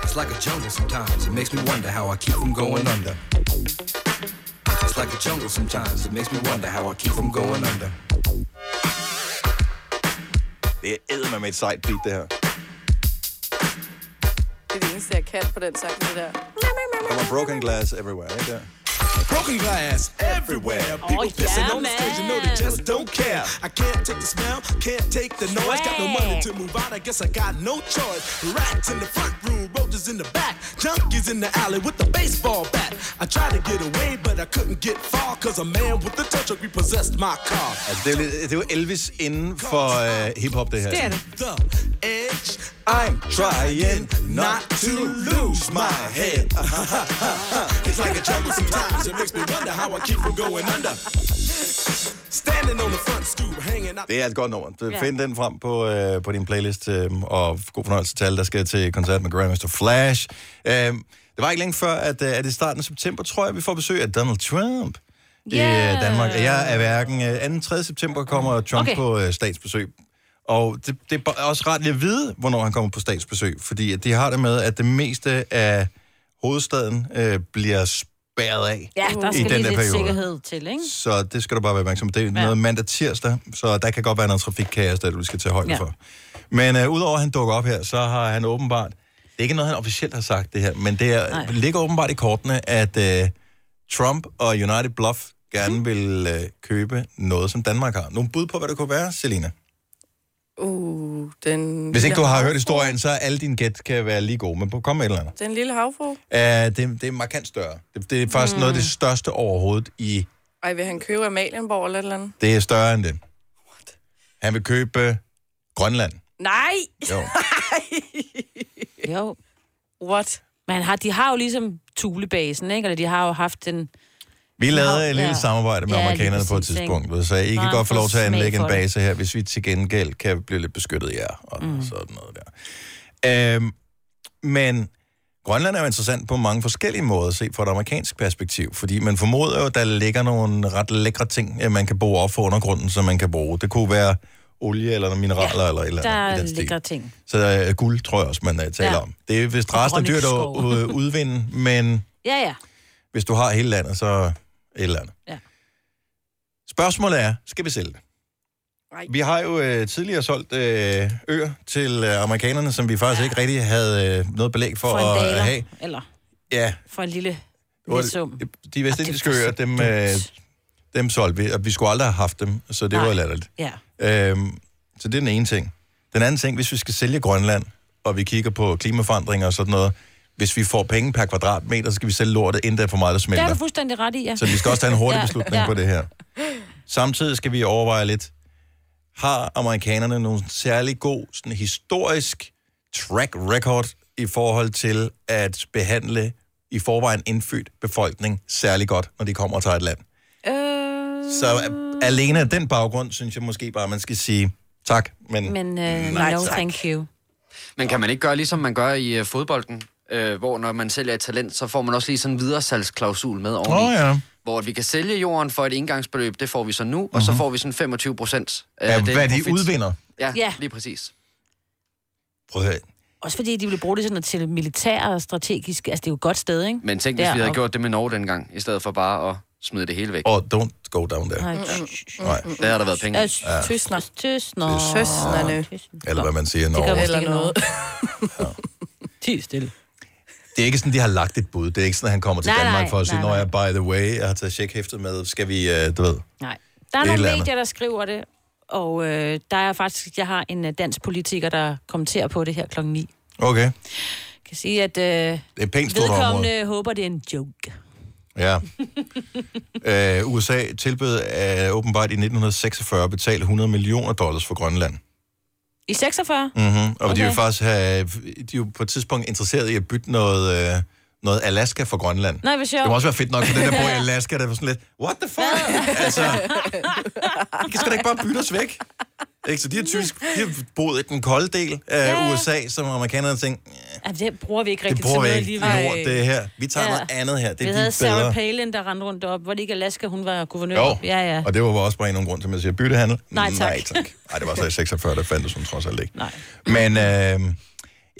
Speaker 23: It's like a jungle sometimes. It makes me wonder how I keep from going under. It's like a jungle sometimes. It makes me wonder how I keep from going under.
Speaker 1: Det er med med et sejt beat, det her.
Speaker 2: Det er det eneste, jeg kan på den sang, det der.
Speaker 1: Der var broken glass everywhere, ikke der?
Speaker 8: Broken glass everywhere. People pissing on the stage, you know they just don't care. I can't take the smell, can't take the noise. Got no money to move out, I guess I got no choice. Rats in the front room, roaches in the back. Junkies in the alley with the baseball bat. I tried to get away, but I couldn't get far. Cause a man with a tow truck repossessed my car.
Speaker 1: Altså, det er, jo lidt- det er jo Elvis inden for øh, hiphop, det her.
Speaker 8: The edge. I'm trying not to lose my head. it's like a jungle sometimes. It makes me wonder how I keep from going under. Standing on the front stoop, hanging out.
Speaker 1: Det er et godt nummer. Så
Speaker 8: Ja.
Speaker 1: Find den frem på, øh, på din playlist, øh, og god fornøjelse til alle, der skal til koncert med Grandmaster Flash. Øh, det var ikke længe før, at, øh, at i starten af september, tror jeg, vi får besøg af Donald Trump i
Speaker 5: Yeah.
Speaker 1: øh, Danmark. Og Jeg er hverken øh, 2. 3. september kommer Trump
Speaker 5: Okay.
Speaker 1: okay. på øh, statsbesøg. Og det, det er bare også rart lige at vide, hvornår han kommer på statsbesøg, fordi at de har det med, at det meste af hovedstaden øh, bliver spærret af
Speaker 3: Ja, der
Speaker 1: i den
Speaker 3: skal lige
Speaker 1: der
Speaker 3: lidt
Speaker 1: periode.
Speaker 3: sikkerhed til, ikke?
Speaker 1: Så det skal du bare være opmærksom på. Det er
Speaker 3: Ja.
Speaker 1: ja. noget mandag tirsdag, så der kan godt være noget trafikkaos, der du skal tage højde
Speaker 3: Ja.
Speaker 1: ja. for. Men øh, udover at han dukker op her, så har han åbenbart... Det er ikke noget, han officielt har sagt det her, men det er,
Speaker 5: Nej.
Speaker 1: ligger åbenbart i kortene, at øh, Trump og United Bluff gerne vil øh, købe noget, som Danmark har. Nogle bud på, hvad det kunne være, Selina?
Speaker 2: Uh, den...
Speaker 1: Hvis ikke
Speaker 2: lille
Speaker 1: du har
Speaker 2: hav-
Speaker 1: hørt historien, så er alle dine gæt kan være lige gode, men kom med et eller andet.
Speaker 2: Den lille havfru.
Speaker 1: Uh, det, det er markant større. Det, det er faktisk mm. noget af det største overhovedet i...
Speaker 2: Ej, vil han købe Amalienborg eller et eller andet?
Speaker 1: Det er større end det. Han vil købe øh, Grønland.
Speaker 3: Nej!
Speaker 1: Jo.
Speaker 3: jo.
Speaker 2: What?
Speaker 3: Men har, de har jo ligesom Tulebasen, ikke? Eller de har jo haft den...
Speaker 1: Vi lavede
Speaker 3: Ja.
Speaker 1: et lille samarbejde med
Speaker 3: Ja, lige
Speaker 1: amerikanerne på et
Speaker 3: præcis, ikke?
Speaker 1: tidspunkt, ved, så I
Speaker 3: Nå,
Speaker 1: kan godt få lov til at
Speaker 3: smag
Speaker 1: anlægge
Speaker 3: for
Speaker 1: en
Speaker 3: det.
Speaker 1: base her, hvis vi til gengæld kan blive lidt beskyttet af jer, og mm. sådan noget der. Øhm, men Grønland er jo interessant på mange forskellige måder, set fra et amerikansk perspektiv, fordi man formoder jo, at der ligger nogle ret lækre ting, at man kan bo op for undergrunden, som man kan bruge. Det kunne være olie eller nogle mineraler ja, eller et eller andet. i
Speaker 3: Der
Speaker 1: den stil.
Speaker 3: ligger ting.
Speaker 1: Så øh, guld, tror jeg også, man øh, taler
Speaker 3: Ja.
Speaker 1: ja. om. Det er vist resten af
Speaker 3: grønne
Speaker 1: dyrt at
Speaker 3: skove.
Speaker 1: øh, udvinde, men
Speaker 3: Ja, ja.
Speaker 1: hvis du har hele landet, så et eller andet.
Speaker 3: Ja.
Speaker 1: Spørgsmålet er, skal vi sælge det?
Speaker 2: Nej.
Speaker 1: Vi har jo øh, tidligere solgt øh, øer til øh, amerikanerne, som vi faktisk ja. ikke rigtig havde øh, noget belæg for,
Speaker 3: For, en
Speaker 1: at,
Speaker 3: daler.
Speaker 1: at have.
Speaker 3: Eller
Speaker 1: Ja,
Speaker 3: for en lille,
Speaker 1: Hvor-
Speaker 3: lille sum.
Speaker 1: de vestindiske
Speaker 3: Ah, det er
Speaker 1: øer,
Speaker 3: for så
Speaker 1: dem, øh, dem solgte vi, og vi skulle aldrig have haft dem, så det Nej.
Speaker 3: Nej.
Speaker 1: var latterligt.
Speaker 3: Ja.
Speaker 1: Øhm, så det er den ene ting. Den anden ting, hvis vi skal sælge Grønland, og vi kigger på klimaforandringer og sådan noget, hvis vi får penge per kvadratmeter, så skal vi sælge lortet, inden der er for meget, der
Speaker 3: Det
Speaker 1: smelter.
Speaker 3: har du fuldstændig ret i, ja.
Speaker 1: Så vi skal også tage en hurtig
Speaker 3: Ja,
Speaker 1: beslutning
Speaker 3: ja.
Speaker 1: på det her. Samtidig skal vi overveje lidt, har amerikanerne nogle særlig god sådan historisk track record i forhold til at behandle i forvejen indfødt befolkning særlig godt, når de kommer til et land.
Speaker 3: Øh,
Speaker 1: Så a- alene af den baggrund, synes jeg måske bare, at man skal sige tak, men,
Speaker 3: men øh,
Speaker 1: nej
Speaker 3: no
Speaker 1: tak.
Speaker 3: thank you.
Speaker 4: Men kan man ikke gøre, ligesom man gør i øh, fodbolden, øh, hvor når man sælger et talent, så får man også lige sådan en videresalgsklausul med oveni?
Speaker 1: Åh, ja.
Speaker 4: Hvor at vi kan sælge jorden for et engangsbeløb, det får vi så nu, mm-hmm. og så får vi sådan 25 procent
Speaker 1: Ja, Mhm. hvad de udvinder.
Speaker 4: Ja,
Speaker 3: Ja.
Speaker 4: ja, lige præcis.
Speaker 1: Prøv at høre.
Speaker 3: Også fordi de ville bruge det sådan noget til militær og strategisk. Altså, det er jo et godt sted, ikke?
Speaker 4: Men tænk, hvis
Speaker 3: Der
Speaker 4: vi havde
Speaker 3: og-
Speaker 4: gjort det med Norge dengang, i stedet for bare at smide det hele væk.
Speaker 1: Oh, don't go down there.
Speaker 3: Nej,
Speaker 1: Nej.
Speaker 4: Der har der været penge.
Speaker 3: Ja, Tøsner. Tøsner.
Speaker 1: Tøsnerne. Eller hvad man siger i Norge.
Speaker 3: Eller noget. Ti stille.
Speaker 1: Det er ikke sådan, de har lagt et bud. Det er ikke sådan, at han kommer til
Speaker 3: Nej,
Speaker 1: Danmark
Speaker 3: nej,
Speaker 1: for at sige,
Speaker 3: nej,
Speaker 1: når
Speaker 3: nej.
Speaker 1: jeg, by the way, jeg har taget checkhæftet med, skal vi, øh, du ved.
Speaker 3: Nej. Der er
Speaker 1: Et eller
Speaker 3: nogle
Speaker 1: andet.
Speaker 3: medier, der skriver det, og øh, der er faktisk, jeg har en øh, dansk politiker, der kommenterer på det her klokken 9.
Speaker 1: Okay,
Speaker 3: Jeg kan sige, at øh,
Speaker 1: det er et pænt stort område.
Speaker 3: vedkommende håber, det er en joke.
Speaker 1: Ja. øh, USA tilbød øh, åbenbart i 1946 at betale 100 millioner dollars for Grønland.
Speaker 3: I 46?
Speaker 1: Mm-hmm. Og okay. de er jo
Speaker 3: Okay.
Speaker 1: faktisk have, de er jo på et tidspunkt interesseret i at bytte noget, øh, noget Alaska for Grønland.
Speaker 3: Nej, hvor sjovt.
Speaker 1: Det må også være fedt nok for den, der bor i Alaska, der var sådan lidt, what the fuck? altså, I kan sgu da ikke bare bytte os væk. Ikke? Så de har typisk de har boet i den kolde del af
Speaker 3: Ja,
Speaker 1: ja.
Speaker 3: ja.
Speaker 1: USA, som amerikanerne tænkte,
Speaker 3: Altså, det bruger vi ikke
Speaker 1: det
Speaker 3: rigtig
Speaker 1: bruger vi
Speaker 3: til
Speaker 1: ikke
Speaker 3: noget
Speaker 1: lort, det her. Vi tager noget andet her, det er
Speaker 3: vi
Speaker 1: lige
Speaker 3: havde
Speaker 1: bedre.
Speaker 3: Sarah Palin, der rendte rundt op, hvor det ikke Alaska, hun var guvernør.
Speaker 1: Jo.
Speaker 3: Ja, ja.
Speaker 1: Og det var også bare en af nogle grund til, at man siger byttehandel.
Speaker 3: Nej, tak.
Speaker 1: Nej, tak. Ej, det var så i 46, der fandtes hun trods alt ikke. Nej. Men øh,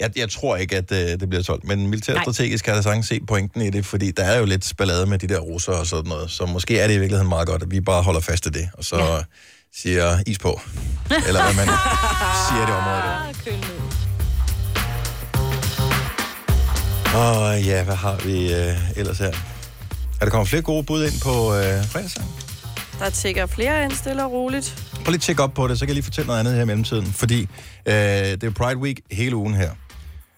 Speaker 1: jeg, jeg tror ikke, at øh, det bliver solgt. Men militærstrategisk har jeg da sagtens set pointen i det, fordi der er jo lidt ballade med de der russer og sådan noget. Så måske er det i virkeligheden meget godt, at vi bare holder fast i det, og så ja. siger is på. Eller hvad man siger i det område der. Åh ja, hvad har vi øh, ellers her? Er der kommet flere gode bud ind på øh, fredagsang?
Speaker 2: Der tigger flere ind stille og roligt.
Speaker 1: Prøv lige at tjekke op på det, så kan jeg lige fortælle noget andet her i mellemtiden. Fordi øh, det er Pride Week hele ugen her.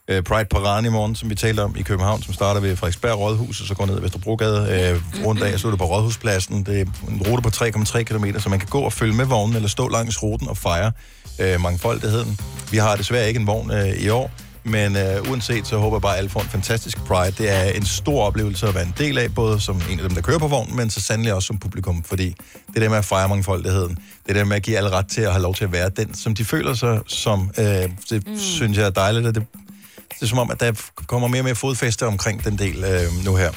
Speaker 1: Øh, Pride Paraden i morgen, som vi talte om i København, som starter ved Frederiksberg Rådhus, og så går ned ad Vesterbrogade øh, rundt af, og slutter på Rådhuspladsen. Det er en rute på 3,3 km, så man kan gå og følge med vognen, eller stå langs ruten og fejre øh, mangfoldigheden. Vi har desværre ikke en vogn øh, i år, men øh, uanset, så håber jeg bare, at alle får en fantastisk Pride. Det er en stor oplevelse at være en del af, både som en af dem, der kører på vognen, men så sandelig også som publikum, fordi det der med at fejre mangfoldigheden, det der med at give alle ret til at have lov til at være den, som de føler sig som, øh, det mm. synes jeg er dejligt, og det, det er som om, at der kommer mere og mere fodfæste omkring den del øh, nu her.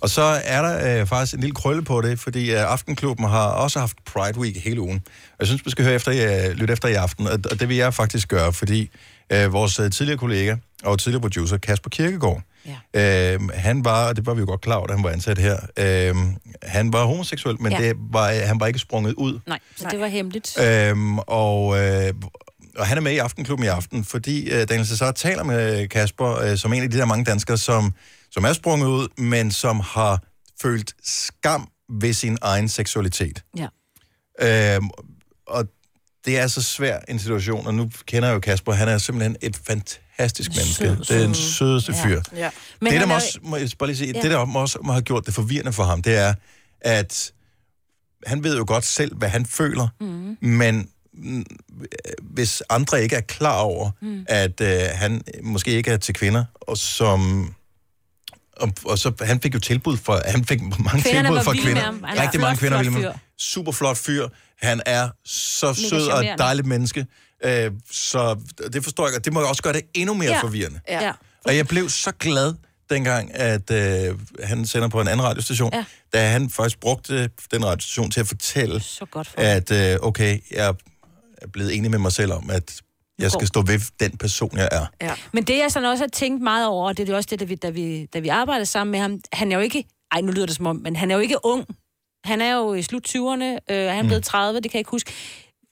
Speaker 1: Og så er der øh, faktisk en lille krølle på det, fordi øh, Aftenklubben har også haft Pride Week hele ugen. Og jeg synes, vi skal høre efter, øh, lytte efter i aften, og, og det vil jeg faktisk gøre, fordi øh, vores øh, tidligere kollega og tidligere producer, Kasper Kirkegaard, ja. øh, han var, og det var vi jo godt klar over, da han var ansat her, øh, han var homoseksuel, men
Speaker 3: Ja.
Speaker 1: ja. det var, øh, han var ikke sprunget ud.
Speaker 3: Nej, så det var hemmeligt.
Speaker 1: Øhm, og, øh, og han er med i Aftenklubben i aften, fordi øh, Daniel Cesar taler med Kasper, øh, som en af de der mange danskere, som, som er sprunget ud, men som har følt skam ved sin egen seksualitet.
Speaker 3: Ja.
Speaker 1: Øhm, og det er så svær en situation, og nu kender jeg jo Kasper, han er simpelthen et fantastisk menneske. det er den sødeste
Speaker 3: Ja.
Speaker 1: fyr.
Speaker 2: Ja.
Speaker 1: Men det, der
Speaker 3: han
Speaker 1: må
Speaker 3: er-
Speaker 1: også, må jeg bare lige sige,
Speaker 3: Ja.
Speaker 1: ja. det, der må også må have gjort det forvirrende for ham, det er, at han ved jo godt selv, hvad han føler,
Speaker 3: Mhm.
Speaker 1: men mm, øh, hvis andre ikke er klar over,
Speaker 3: Mm.
Speaker 1: mm. at øh, han måske ikke er til kvinder, og som... Og, og så, han fik jo tilbud for, han fik mange
Speaker 3: Kvinderne var
Speaker 1: tilbud fra
Speaker 3: vilde med
Speaker 1: kvinder.
Speaker 3: ham. Han er
Speaker 1: Rigtig
Speaker 3: flot,
Speaker 1: mange kvinder
Speaker 3: flot
Speaker 1: ville med
Speaker 3: fyr.
Speaker 1: ham. Super flot fyr. Han er så
Speaker 3: Mega
Speaker 1: sød og
Speaker 3: charmerende.
Speaker 1: dejligt menneske. Øh, så det forstår jeg godt. Det må også gøre det endnu mere
Speaker 3: ja.
Speaker 1: forvirrende.
Speaker 3: Ja. ja.
Speaker 1: Og jeg blev så glad dengang, at øh, han sender på en anden radiostation,
Speaker 3: Ja.
Speaker 1: ja. da han faktisk brugte øh, den radiostation til at fortælle,
Speaker 3: så godt for
Speaker 1: at øh, okay, jeg er blevet enig med mig selv om, at jeg skal stå ved den person, jeg er.
Speaker 2: Ja.
Speaker 3: Men det, jeg sådan også har tænkt meget over, og det er jo også det, da vi, da vi, da vi arbejdede sammen med ham, han er jo ikke, ej, nu lyder det som om, men han er jo ikke ung. Han er jo i slut 20'erne, øh,
Speaker 1: Mm.
Speaker 3: han er blevet 30, det kan jeg ikke huske.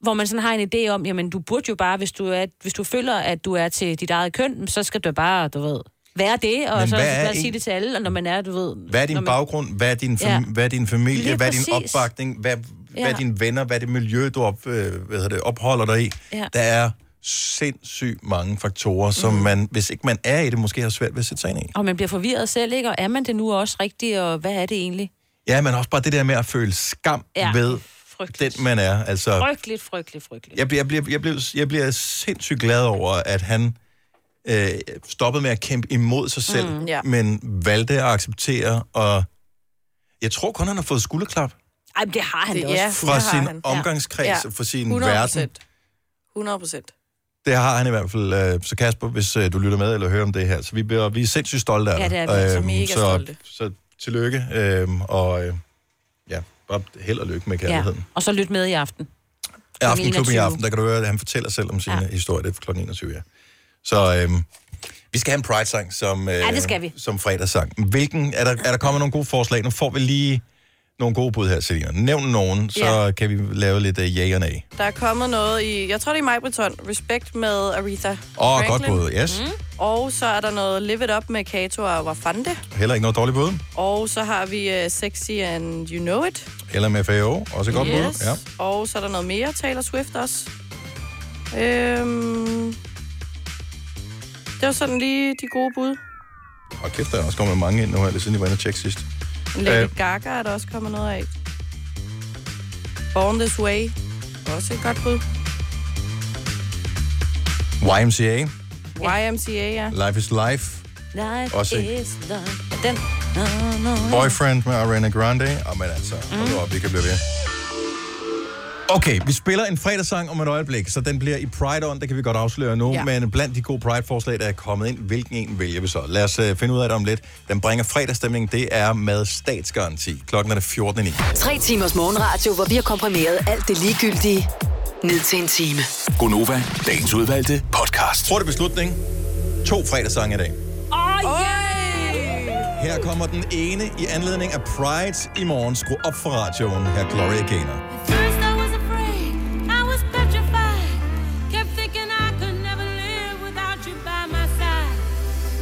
Speaker 3: Hvor man sådan har en idé om, jamen du burde jo bare, hvis du, er, hvis du føler, at du er til dit eget køn, så skal du bare, du ved, være det, og
Speaker 1: Men
Speaker 3: så
Speaker 1: hvad
Speaker 3: bare
Speaker 1: er
Speaker 3: sige
Speaker 1: en-
Speaker 3: det til alle, og når man er, du ved...
Speaker 1: Hvad er din
Speaker 3: når man...
Speaker 1: baggrund? Hvad er din, fam-
Speaker 3: Ja.
Speaker 1: ja. hvad er din familie?
Speaker 3: Lige
Speaker 1: hvad er din
Speaker 3: præcis.
Speaker 1: opbakning? Hvad, ja. hvad
Speaker 3: Ja.
Speaker 1: er dine venner? Hvad er det miljø, du op, øh, hvad hedder det, opholder dig i?
Speaker 3: Ja.
Speaker 1: Der er sindssygt mange faktorer, som
Speaker 3: Mhm.
Speaker 1: man, hvis ikke man er i det, måske har svært ved at sætte sig ind i.
Speaker 3: Og man bliver forvirret selv, ikke? Og er man det nu også rigtigt, og hvad er det egentlig?
Speaker 1: Ja, men også bare det der med at føle skam
Speaker 3: Ja,
Speaker 1: ja, ved
Speaker 3: frygteligt.
Speaker 1: den, man er. Altså,
Speaker 3: Frygteligt, frygteligt, frygteligt.
Speaker 1: jeg, bliver, jeg, bliver, jeg, bliver, jeg bliver sindssygt glad over, at han øh, stoppede med at kæmpe imod sig selv,
Speaker 3: Mm,
Speaker 1: mm,
Speaker 3: ja.
Speaker 1: ja. men valgte at acceptere, og jeg tror kun, han har fået skulderklap
Speaker 3: Ej, men det har han det,
Speaker 2: Det-
Speaker 3: da også.
Speaker 2: ja.
Speaker 1: fra
Speaker 2: det har
Speaker 1: sin
Speaker 2: han.
Speaker 1: omgangskreds
Speaker 2: Ja.
Speaker 1: ja. og fra sin
Speaker 2: 100%.
Speaker 1: verden.
Speaker 2: 100 procent.
Speaker 1: Det har han i hvert fald. øh, Så Kasper, hvis øh, du lytter med eller hører om det her, så vi, bliver, vi er sindssygt stolte af
Speaker 2: Ja,
Speaker 1: dig.
Speaker 2: det er vi. Så
Speaker 1: Øhm,
Speaker 2: mega
Speaker 1: så,
Speaker 2: stolte.
Speaker 1: Så tillykke, øhm, og øh, ja, bare held og lykke med kærligheden.
Speaker 3: Og så lyt med i aften.
Speaker 1: Ja,
Speaker 3: Klokken
Speaker 1: Aftenklubben i
Speaker 3: 21.
Speaker 1: aften, der kan du høre, at han fortæller selv om sin ja. historie. Det er kl. 21, ja. Så øhm, vi skal have en Pride-sang som, øh,
Speaker 3: Ja, det skal vi.
Speaker 1: som fredagssang. Hvilken, er, der, er der kommet nogle gode forslag? Nu får vi lige nogle gode bud her, Selina. Nævn nogen, så
Speaker 2: Ja.
Speaker 1: kan vi lave lidt øh, ja og nej.
Speaker 2: Der er kommet noget i, jeg tror det er i Majbriton, Respect med Aretha
Speaker 1: Åh,
Speaker 2: Franklin.
Speaker 1: godt gået, yes.
Speaker 2: Mm. Og så er der noget Live It Up med Kato og Wafande.
Speaker 1: Heller ikke noget dårligt bud.
Speaker 2: Og så har vi uh, Sexy and You Know It.
Speaker 1: Heller med FAO, også et godt
Speaker 2: yes.
Speaker 1: bud. Ja.
Speaker 2: Og så er der noget mere, Taylor Swift også. Øhm, det var sådan lige de gode bud.
Speaker 1: Og kæft, der er også kommet mange ind nu her, lige siden jeg var inde og tjekke sidst.
Speaker 2: Lady Gaga er der også kommet noget af. Born This Way. Også et godt bud.
Speaker 1: YMCA,
Speaker 2: YMCA, ja.
Speaker 1: Life is Life,
Speaker 3: Life
Speaker 1: Også.
Speaker 3: is love. Den. No, no,
Speaker 1: Boyfriend med Ariana Grande. Og men altså, hold nu op, vi kan blive ved. Okay, vi spiller en fredagssang om et øjeblik, så den bliver i Pride On, det kan vi godt afsløre nu.
Speaker 5: Ja.
Speaker 1: Ja. Men blandt de gode Pride-forslag, der er kommet ind, hvilken en vælger vi så? Lad os øh, finde ud af det om lidt. Den bringer fredagsstemning, det er med statsgaranti. Klokken er det 14.09.
Speaker 22: Tre timers morgenradio, hvor vi har komprimeret alt det ligegyldige ned til en time.
Speaker 1: Gonova, dagens udvalgte podcast. Tror det beslutning. To fredagssange i dag.
Speaker 3: Åh, oh, yeah!
Speaker 1: Her kommer den ene i anledning af Pride i morgen. Skru op for radioen. Her er Gloria Gaynor.
Speaker 7: First I was afraid, I was petrified. Kept thinking I could never live without you by my side.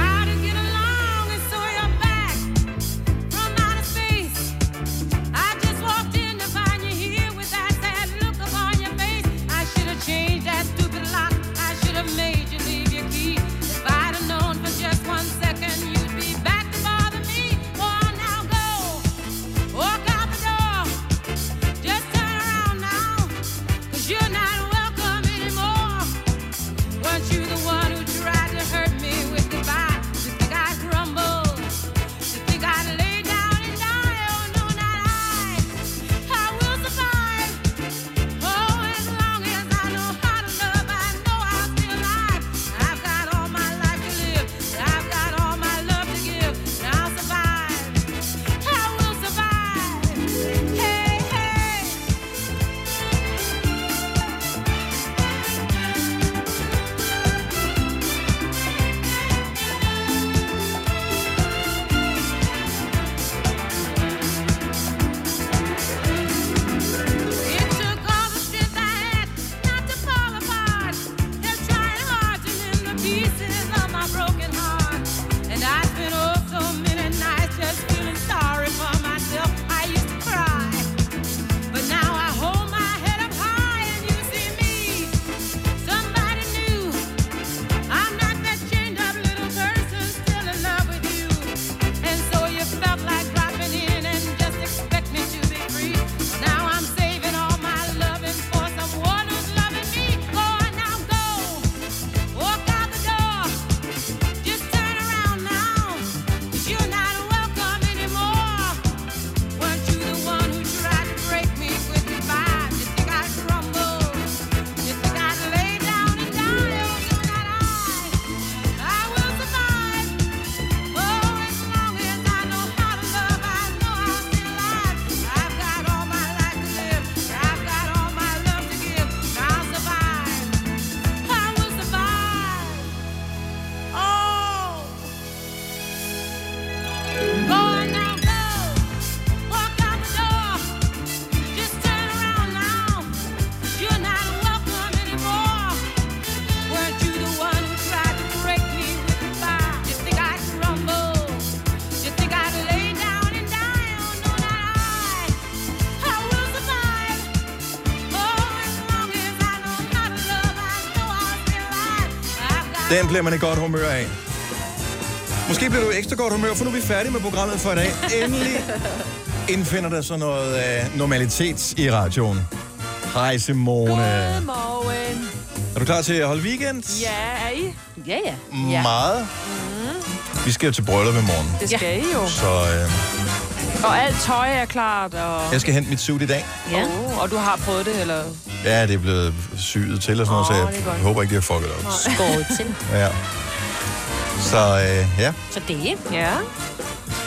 Speaker 7: how to get along. And so you're back from outer space. I just walked in to find you here with that sad look upon your face. I should have changed that stupid lock. I should have made you leave your key. If I'd have known for just one second, you'd be back to bother me. Oh, now go, walk out the door. Just turn around now, 'cause you're not welcome anymore. Weren't you the one who tried to hurt me with goodbye? You think I crumbled? You think I lay down and die? Oh no, not I! I will survive. Oh, as long as I know how to love, I know I'll be alive. I've got all my life to live, and I've got all my love to give, and I'll survive. I will survive. Hey, hey. It took all the strength I had not to fall apart. They're trying hard to mend the pieces of my broken heart. And I spent oh so many nights just feeling sorry for myself. I used to cry, but now I hold my head up high and you see me, somebody new. I'm not that chained up little person still in love with you. And so you felt like dropping in and just expect me to be free. Now I'm saving all my loving for someone who's loving me. Go on now, go. Walk out the door. Just turn around now. you you're not welcome anymore. Weren't you the one who tried to break me with goodbye? You think I crumbled? You think I'd lay down and die? Oh, no, not I. I will survive. Oh, as long as I know how to love, I know I'll be alive. I've got all my life to live. I've got all my love to give. I'll survive. I will survive. Oh. Go on now, go. Walk out the door. Just turn around now. You're not welcome anymore. Weren't you the one who tried to break me with goodbye? You think I'd crumble? You think I'd lay down and die? Oh, no, not I. I will survive. Oh, as long as I know how to love, I know I'll be alive. I've got
Speaker 1: Den bliver man i godt humør af. Måske bliver du i ekstra godt humør, for nu er vi færdige med programmet for i dag. Endelig indfinder der så noget øh, normalitet i radioen. Hej Simone.
Speaker 9: Godmorgen.
Speaker 1: Er du klar til at holde weekend?
Speaker 9: Ja, er I?
Speaker 3: Ja, ja.
Speaker 1: Ja. Meget. Vi skal jo til bryllup i morgen.
Speaker 9: Det skal I Mm. jo.
Speaker 1: Så øh,
Speaker 9: Og alt tøj er klart. Og...
Speaker 1: jeg skal hente mit suit i dag.
Speaker 9: Ja. Oh, og du har prøvet det, eller?
Speaker 1: Ja, det er blevet syet til og sådan noget, så
Speaker 9: Åh,
Speaker 1: jeg,
Speaker 9: det er
Speaker 1: jeg
Speaker 9: godt.
Speaker 1: håber ikke, de har fucket op.
Speaker 3: Skåret til.
Speaker 1: Ja. Så øh, ja,
Speaker 3: Så det.
Speaker 9: Ja.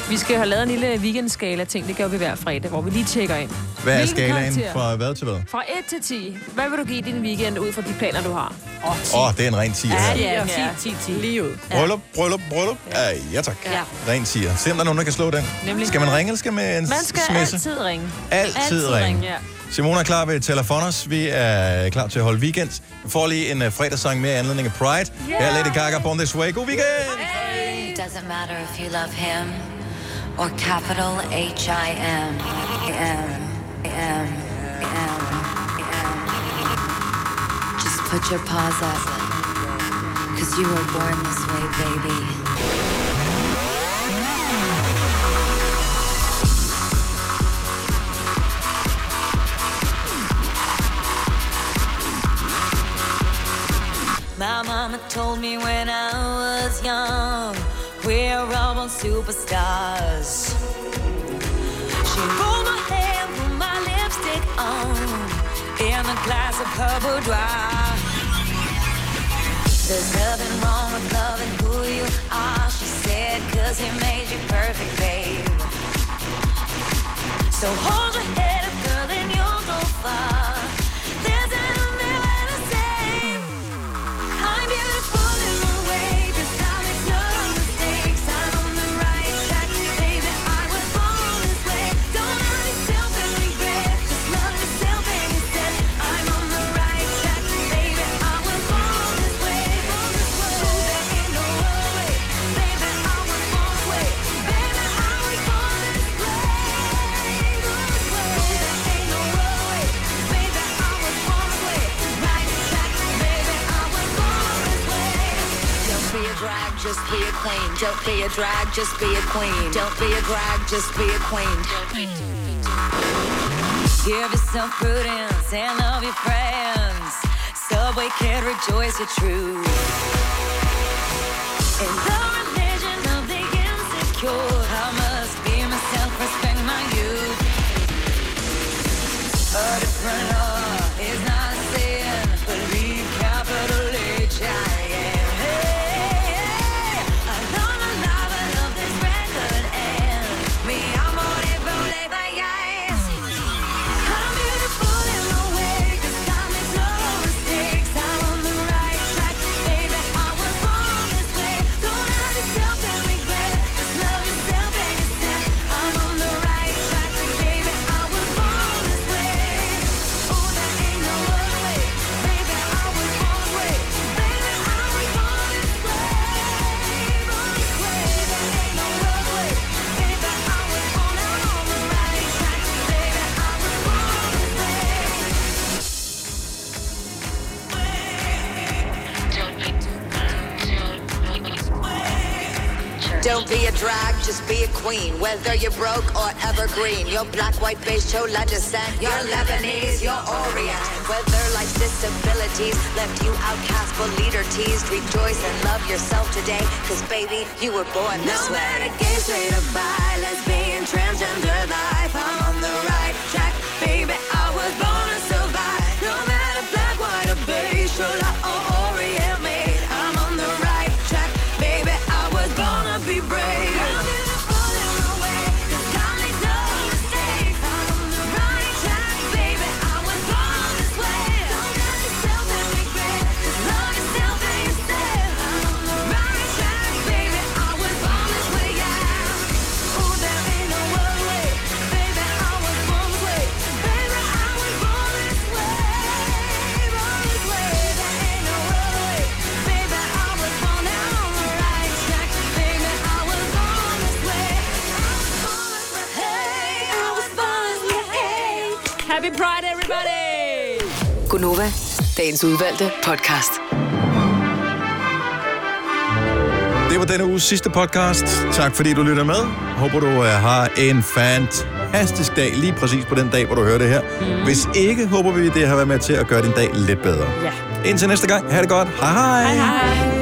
Speaker 9: Vi skal have lavet en lille weekendskala ting, det gør vi hver fredag, hvor vi lige tjekker ind.
Speaker 1: hvad er
Speaker 9: Hvilken
Speaker 1: skalaen
Speaker 9: karakter?
Speaker 1: fra hvad til hvad?
Speaker 9: Fra 1 til 10. Hvad vil du give din weekend ud fra de planer, du har?
Speaker 1: Åh, oh, det er en ren tiger. her.
Speaker 9: ja,
Speaker 3: 10, 10, 10.
Speaker 9: Lige ud.
Speaker 1: Bryllup, bryllup, bryllup. Ja, ja tak.
Speaker 9: Ja.
Speaker 1: Ren siger. Se om der er nogen, der kan slå den.
Speaker 9: Nemlig.
Speaker 1: Skal man ringe, eller skal man
Speaker 9: Man skal
Speaker 1: sms'e?
Speaker 9: altid ringe.
Speaker 1: Altid ringe.
Speaker 9: ja.
Speaker 1: Simone er klar ved Telefonos. Vi er klar til at holde weekend. Vi får lige en uh, fredagssang mere i anledning af Pride. Yeah. Her er Lady Gaga, Born This Way. God weekend!
Speaker 12: Doesn't matter if you love him or capital H I M. M. M. M. M. Just put your paws up. Cause you were born this way, baby.
Speaker 24: My mama told me when I was young, we're all on superstars. She rolled my hair, put my lipstick on, in a glass of her boudoir. There's nothing wrong with loving who you are, she said, cause he made you perfect, babe. So hold your head up, girl, and you'll go far. There's nothing left to say. I'm beautiful in my way, cause I make no mistakes. I'm on the right track, baby. I was born this way. Don't let yourself in regret, just love yourself instead. I'm on the right track, baby. I was born this way. Born
Speaker 12: be a queen. Don't be a drag, just be a queen. Don't be a drag, just be a queen.
Speaker 24: Give yourself prudence and love your friends. Subway can rejoice your truth. In the religion of the insecure, I must be myself, respect my youth. A different law is not a sin. Believe capital H I am. Hey, hey, I know my life, I love this record, and me, I'm on it, but I'm beautiful in my way, 'cause I make no mistakes. I'm on the right track, baby. I was born this way. Don't hide yourself and regret. Just love yourself and accept. I'm on the right track, baby. I was born this way. Oh, there ain't no other way, baby. I was born this way, baby. I was born this way, born this way. There ain't no other way, baby. I was born on the right track, baby. I was born this way.
Speaker 12: Don't be a drag, just be a queen. Whether you're broke or evergreen, you're black, white, beige, chola descent, you're Lebanese, you're Orient. Whether life's disabilities left you outcast but leader teased, rejoice and love yourself today, cause baby, you were born
Speaker 24: No
Speaker 12: this way.
Speaker 24: matter gay, straight or bi, lesbian, transgender life, I'm on the right track, baby. I was born to survive. No matter black, white, or beige, chola or Orient made, I'm on the right track, baby. I was born to be brave.
Speaker 3: Happy Pride, everybody!
Speaker 22: Gunova, dagens udvalgte podcast.
Speaker 1: Det var denne uges sidste podcast. Tak fordi du lytter med. Håber du øh, har en fantastisk dag, lige præcis på den dag, hvor du hører det her. Hvis ikke, håber vi, det har været med til at gøre din dag lidt bedre.
Speaker 3: Ja.
Speaker 1: Indtil næste gang, ha' det godt. Hej hej. hej, hej.
Speaker 3: Hej.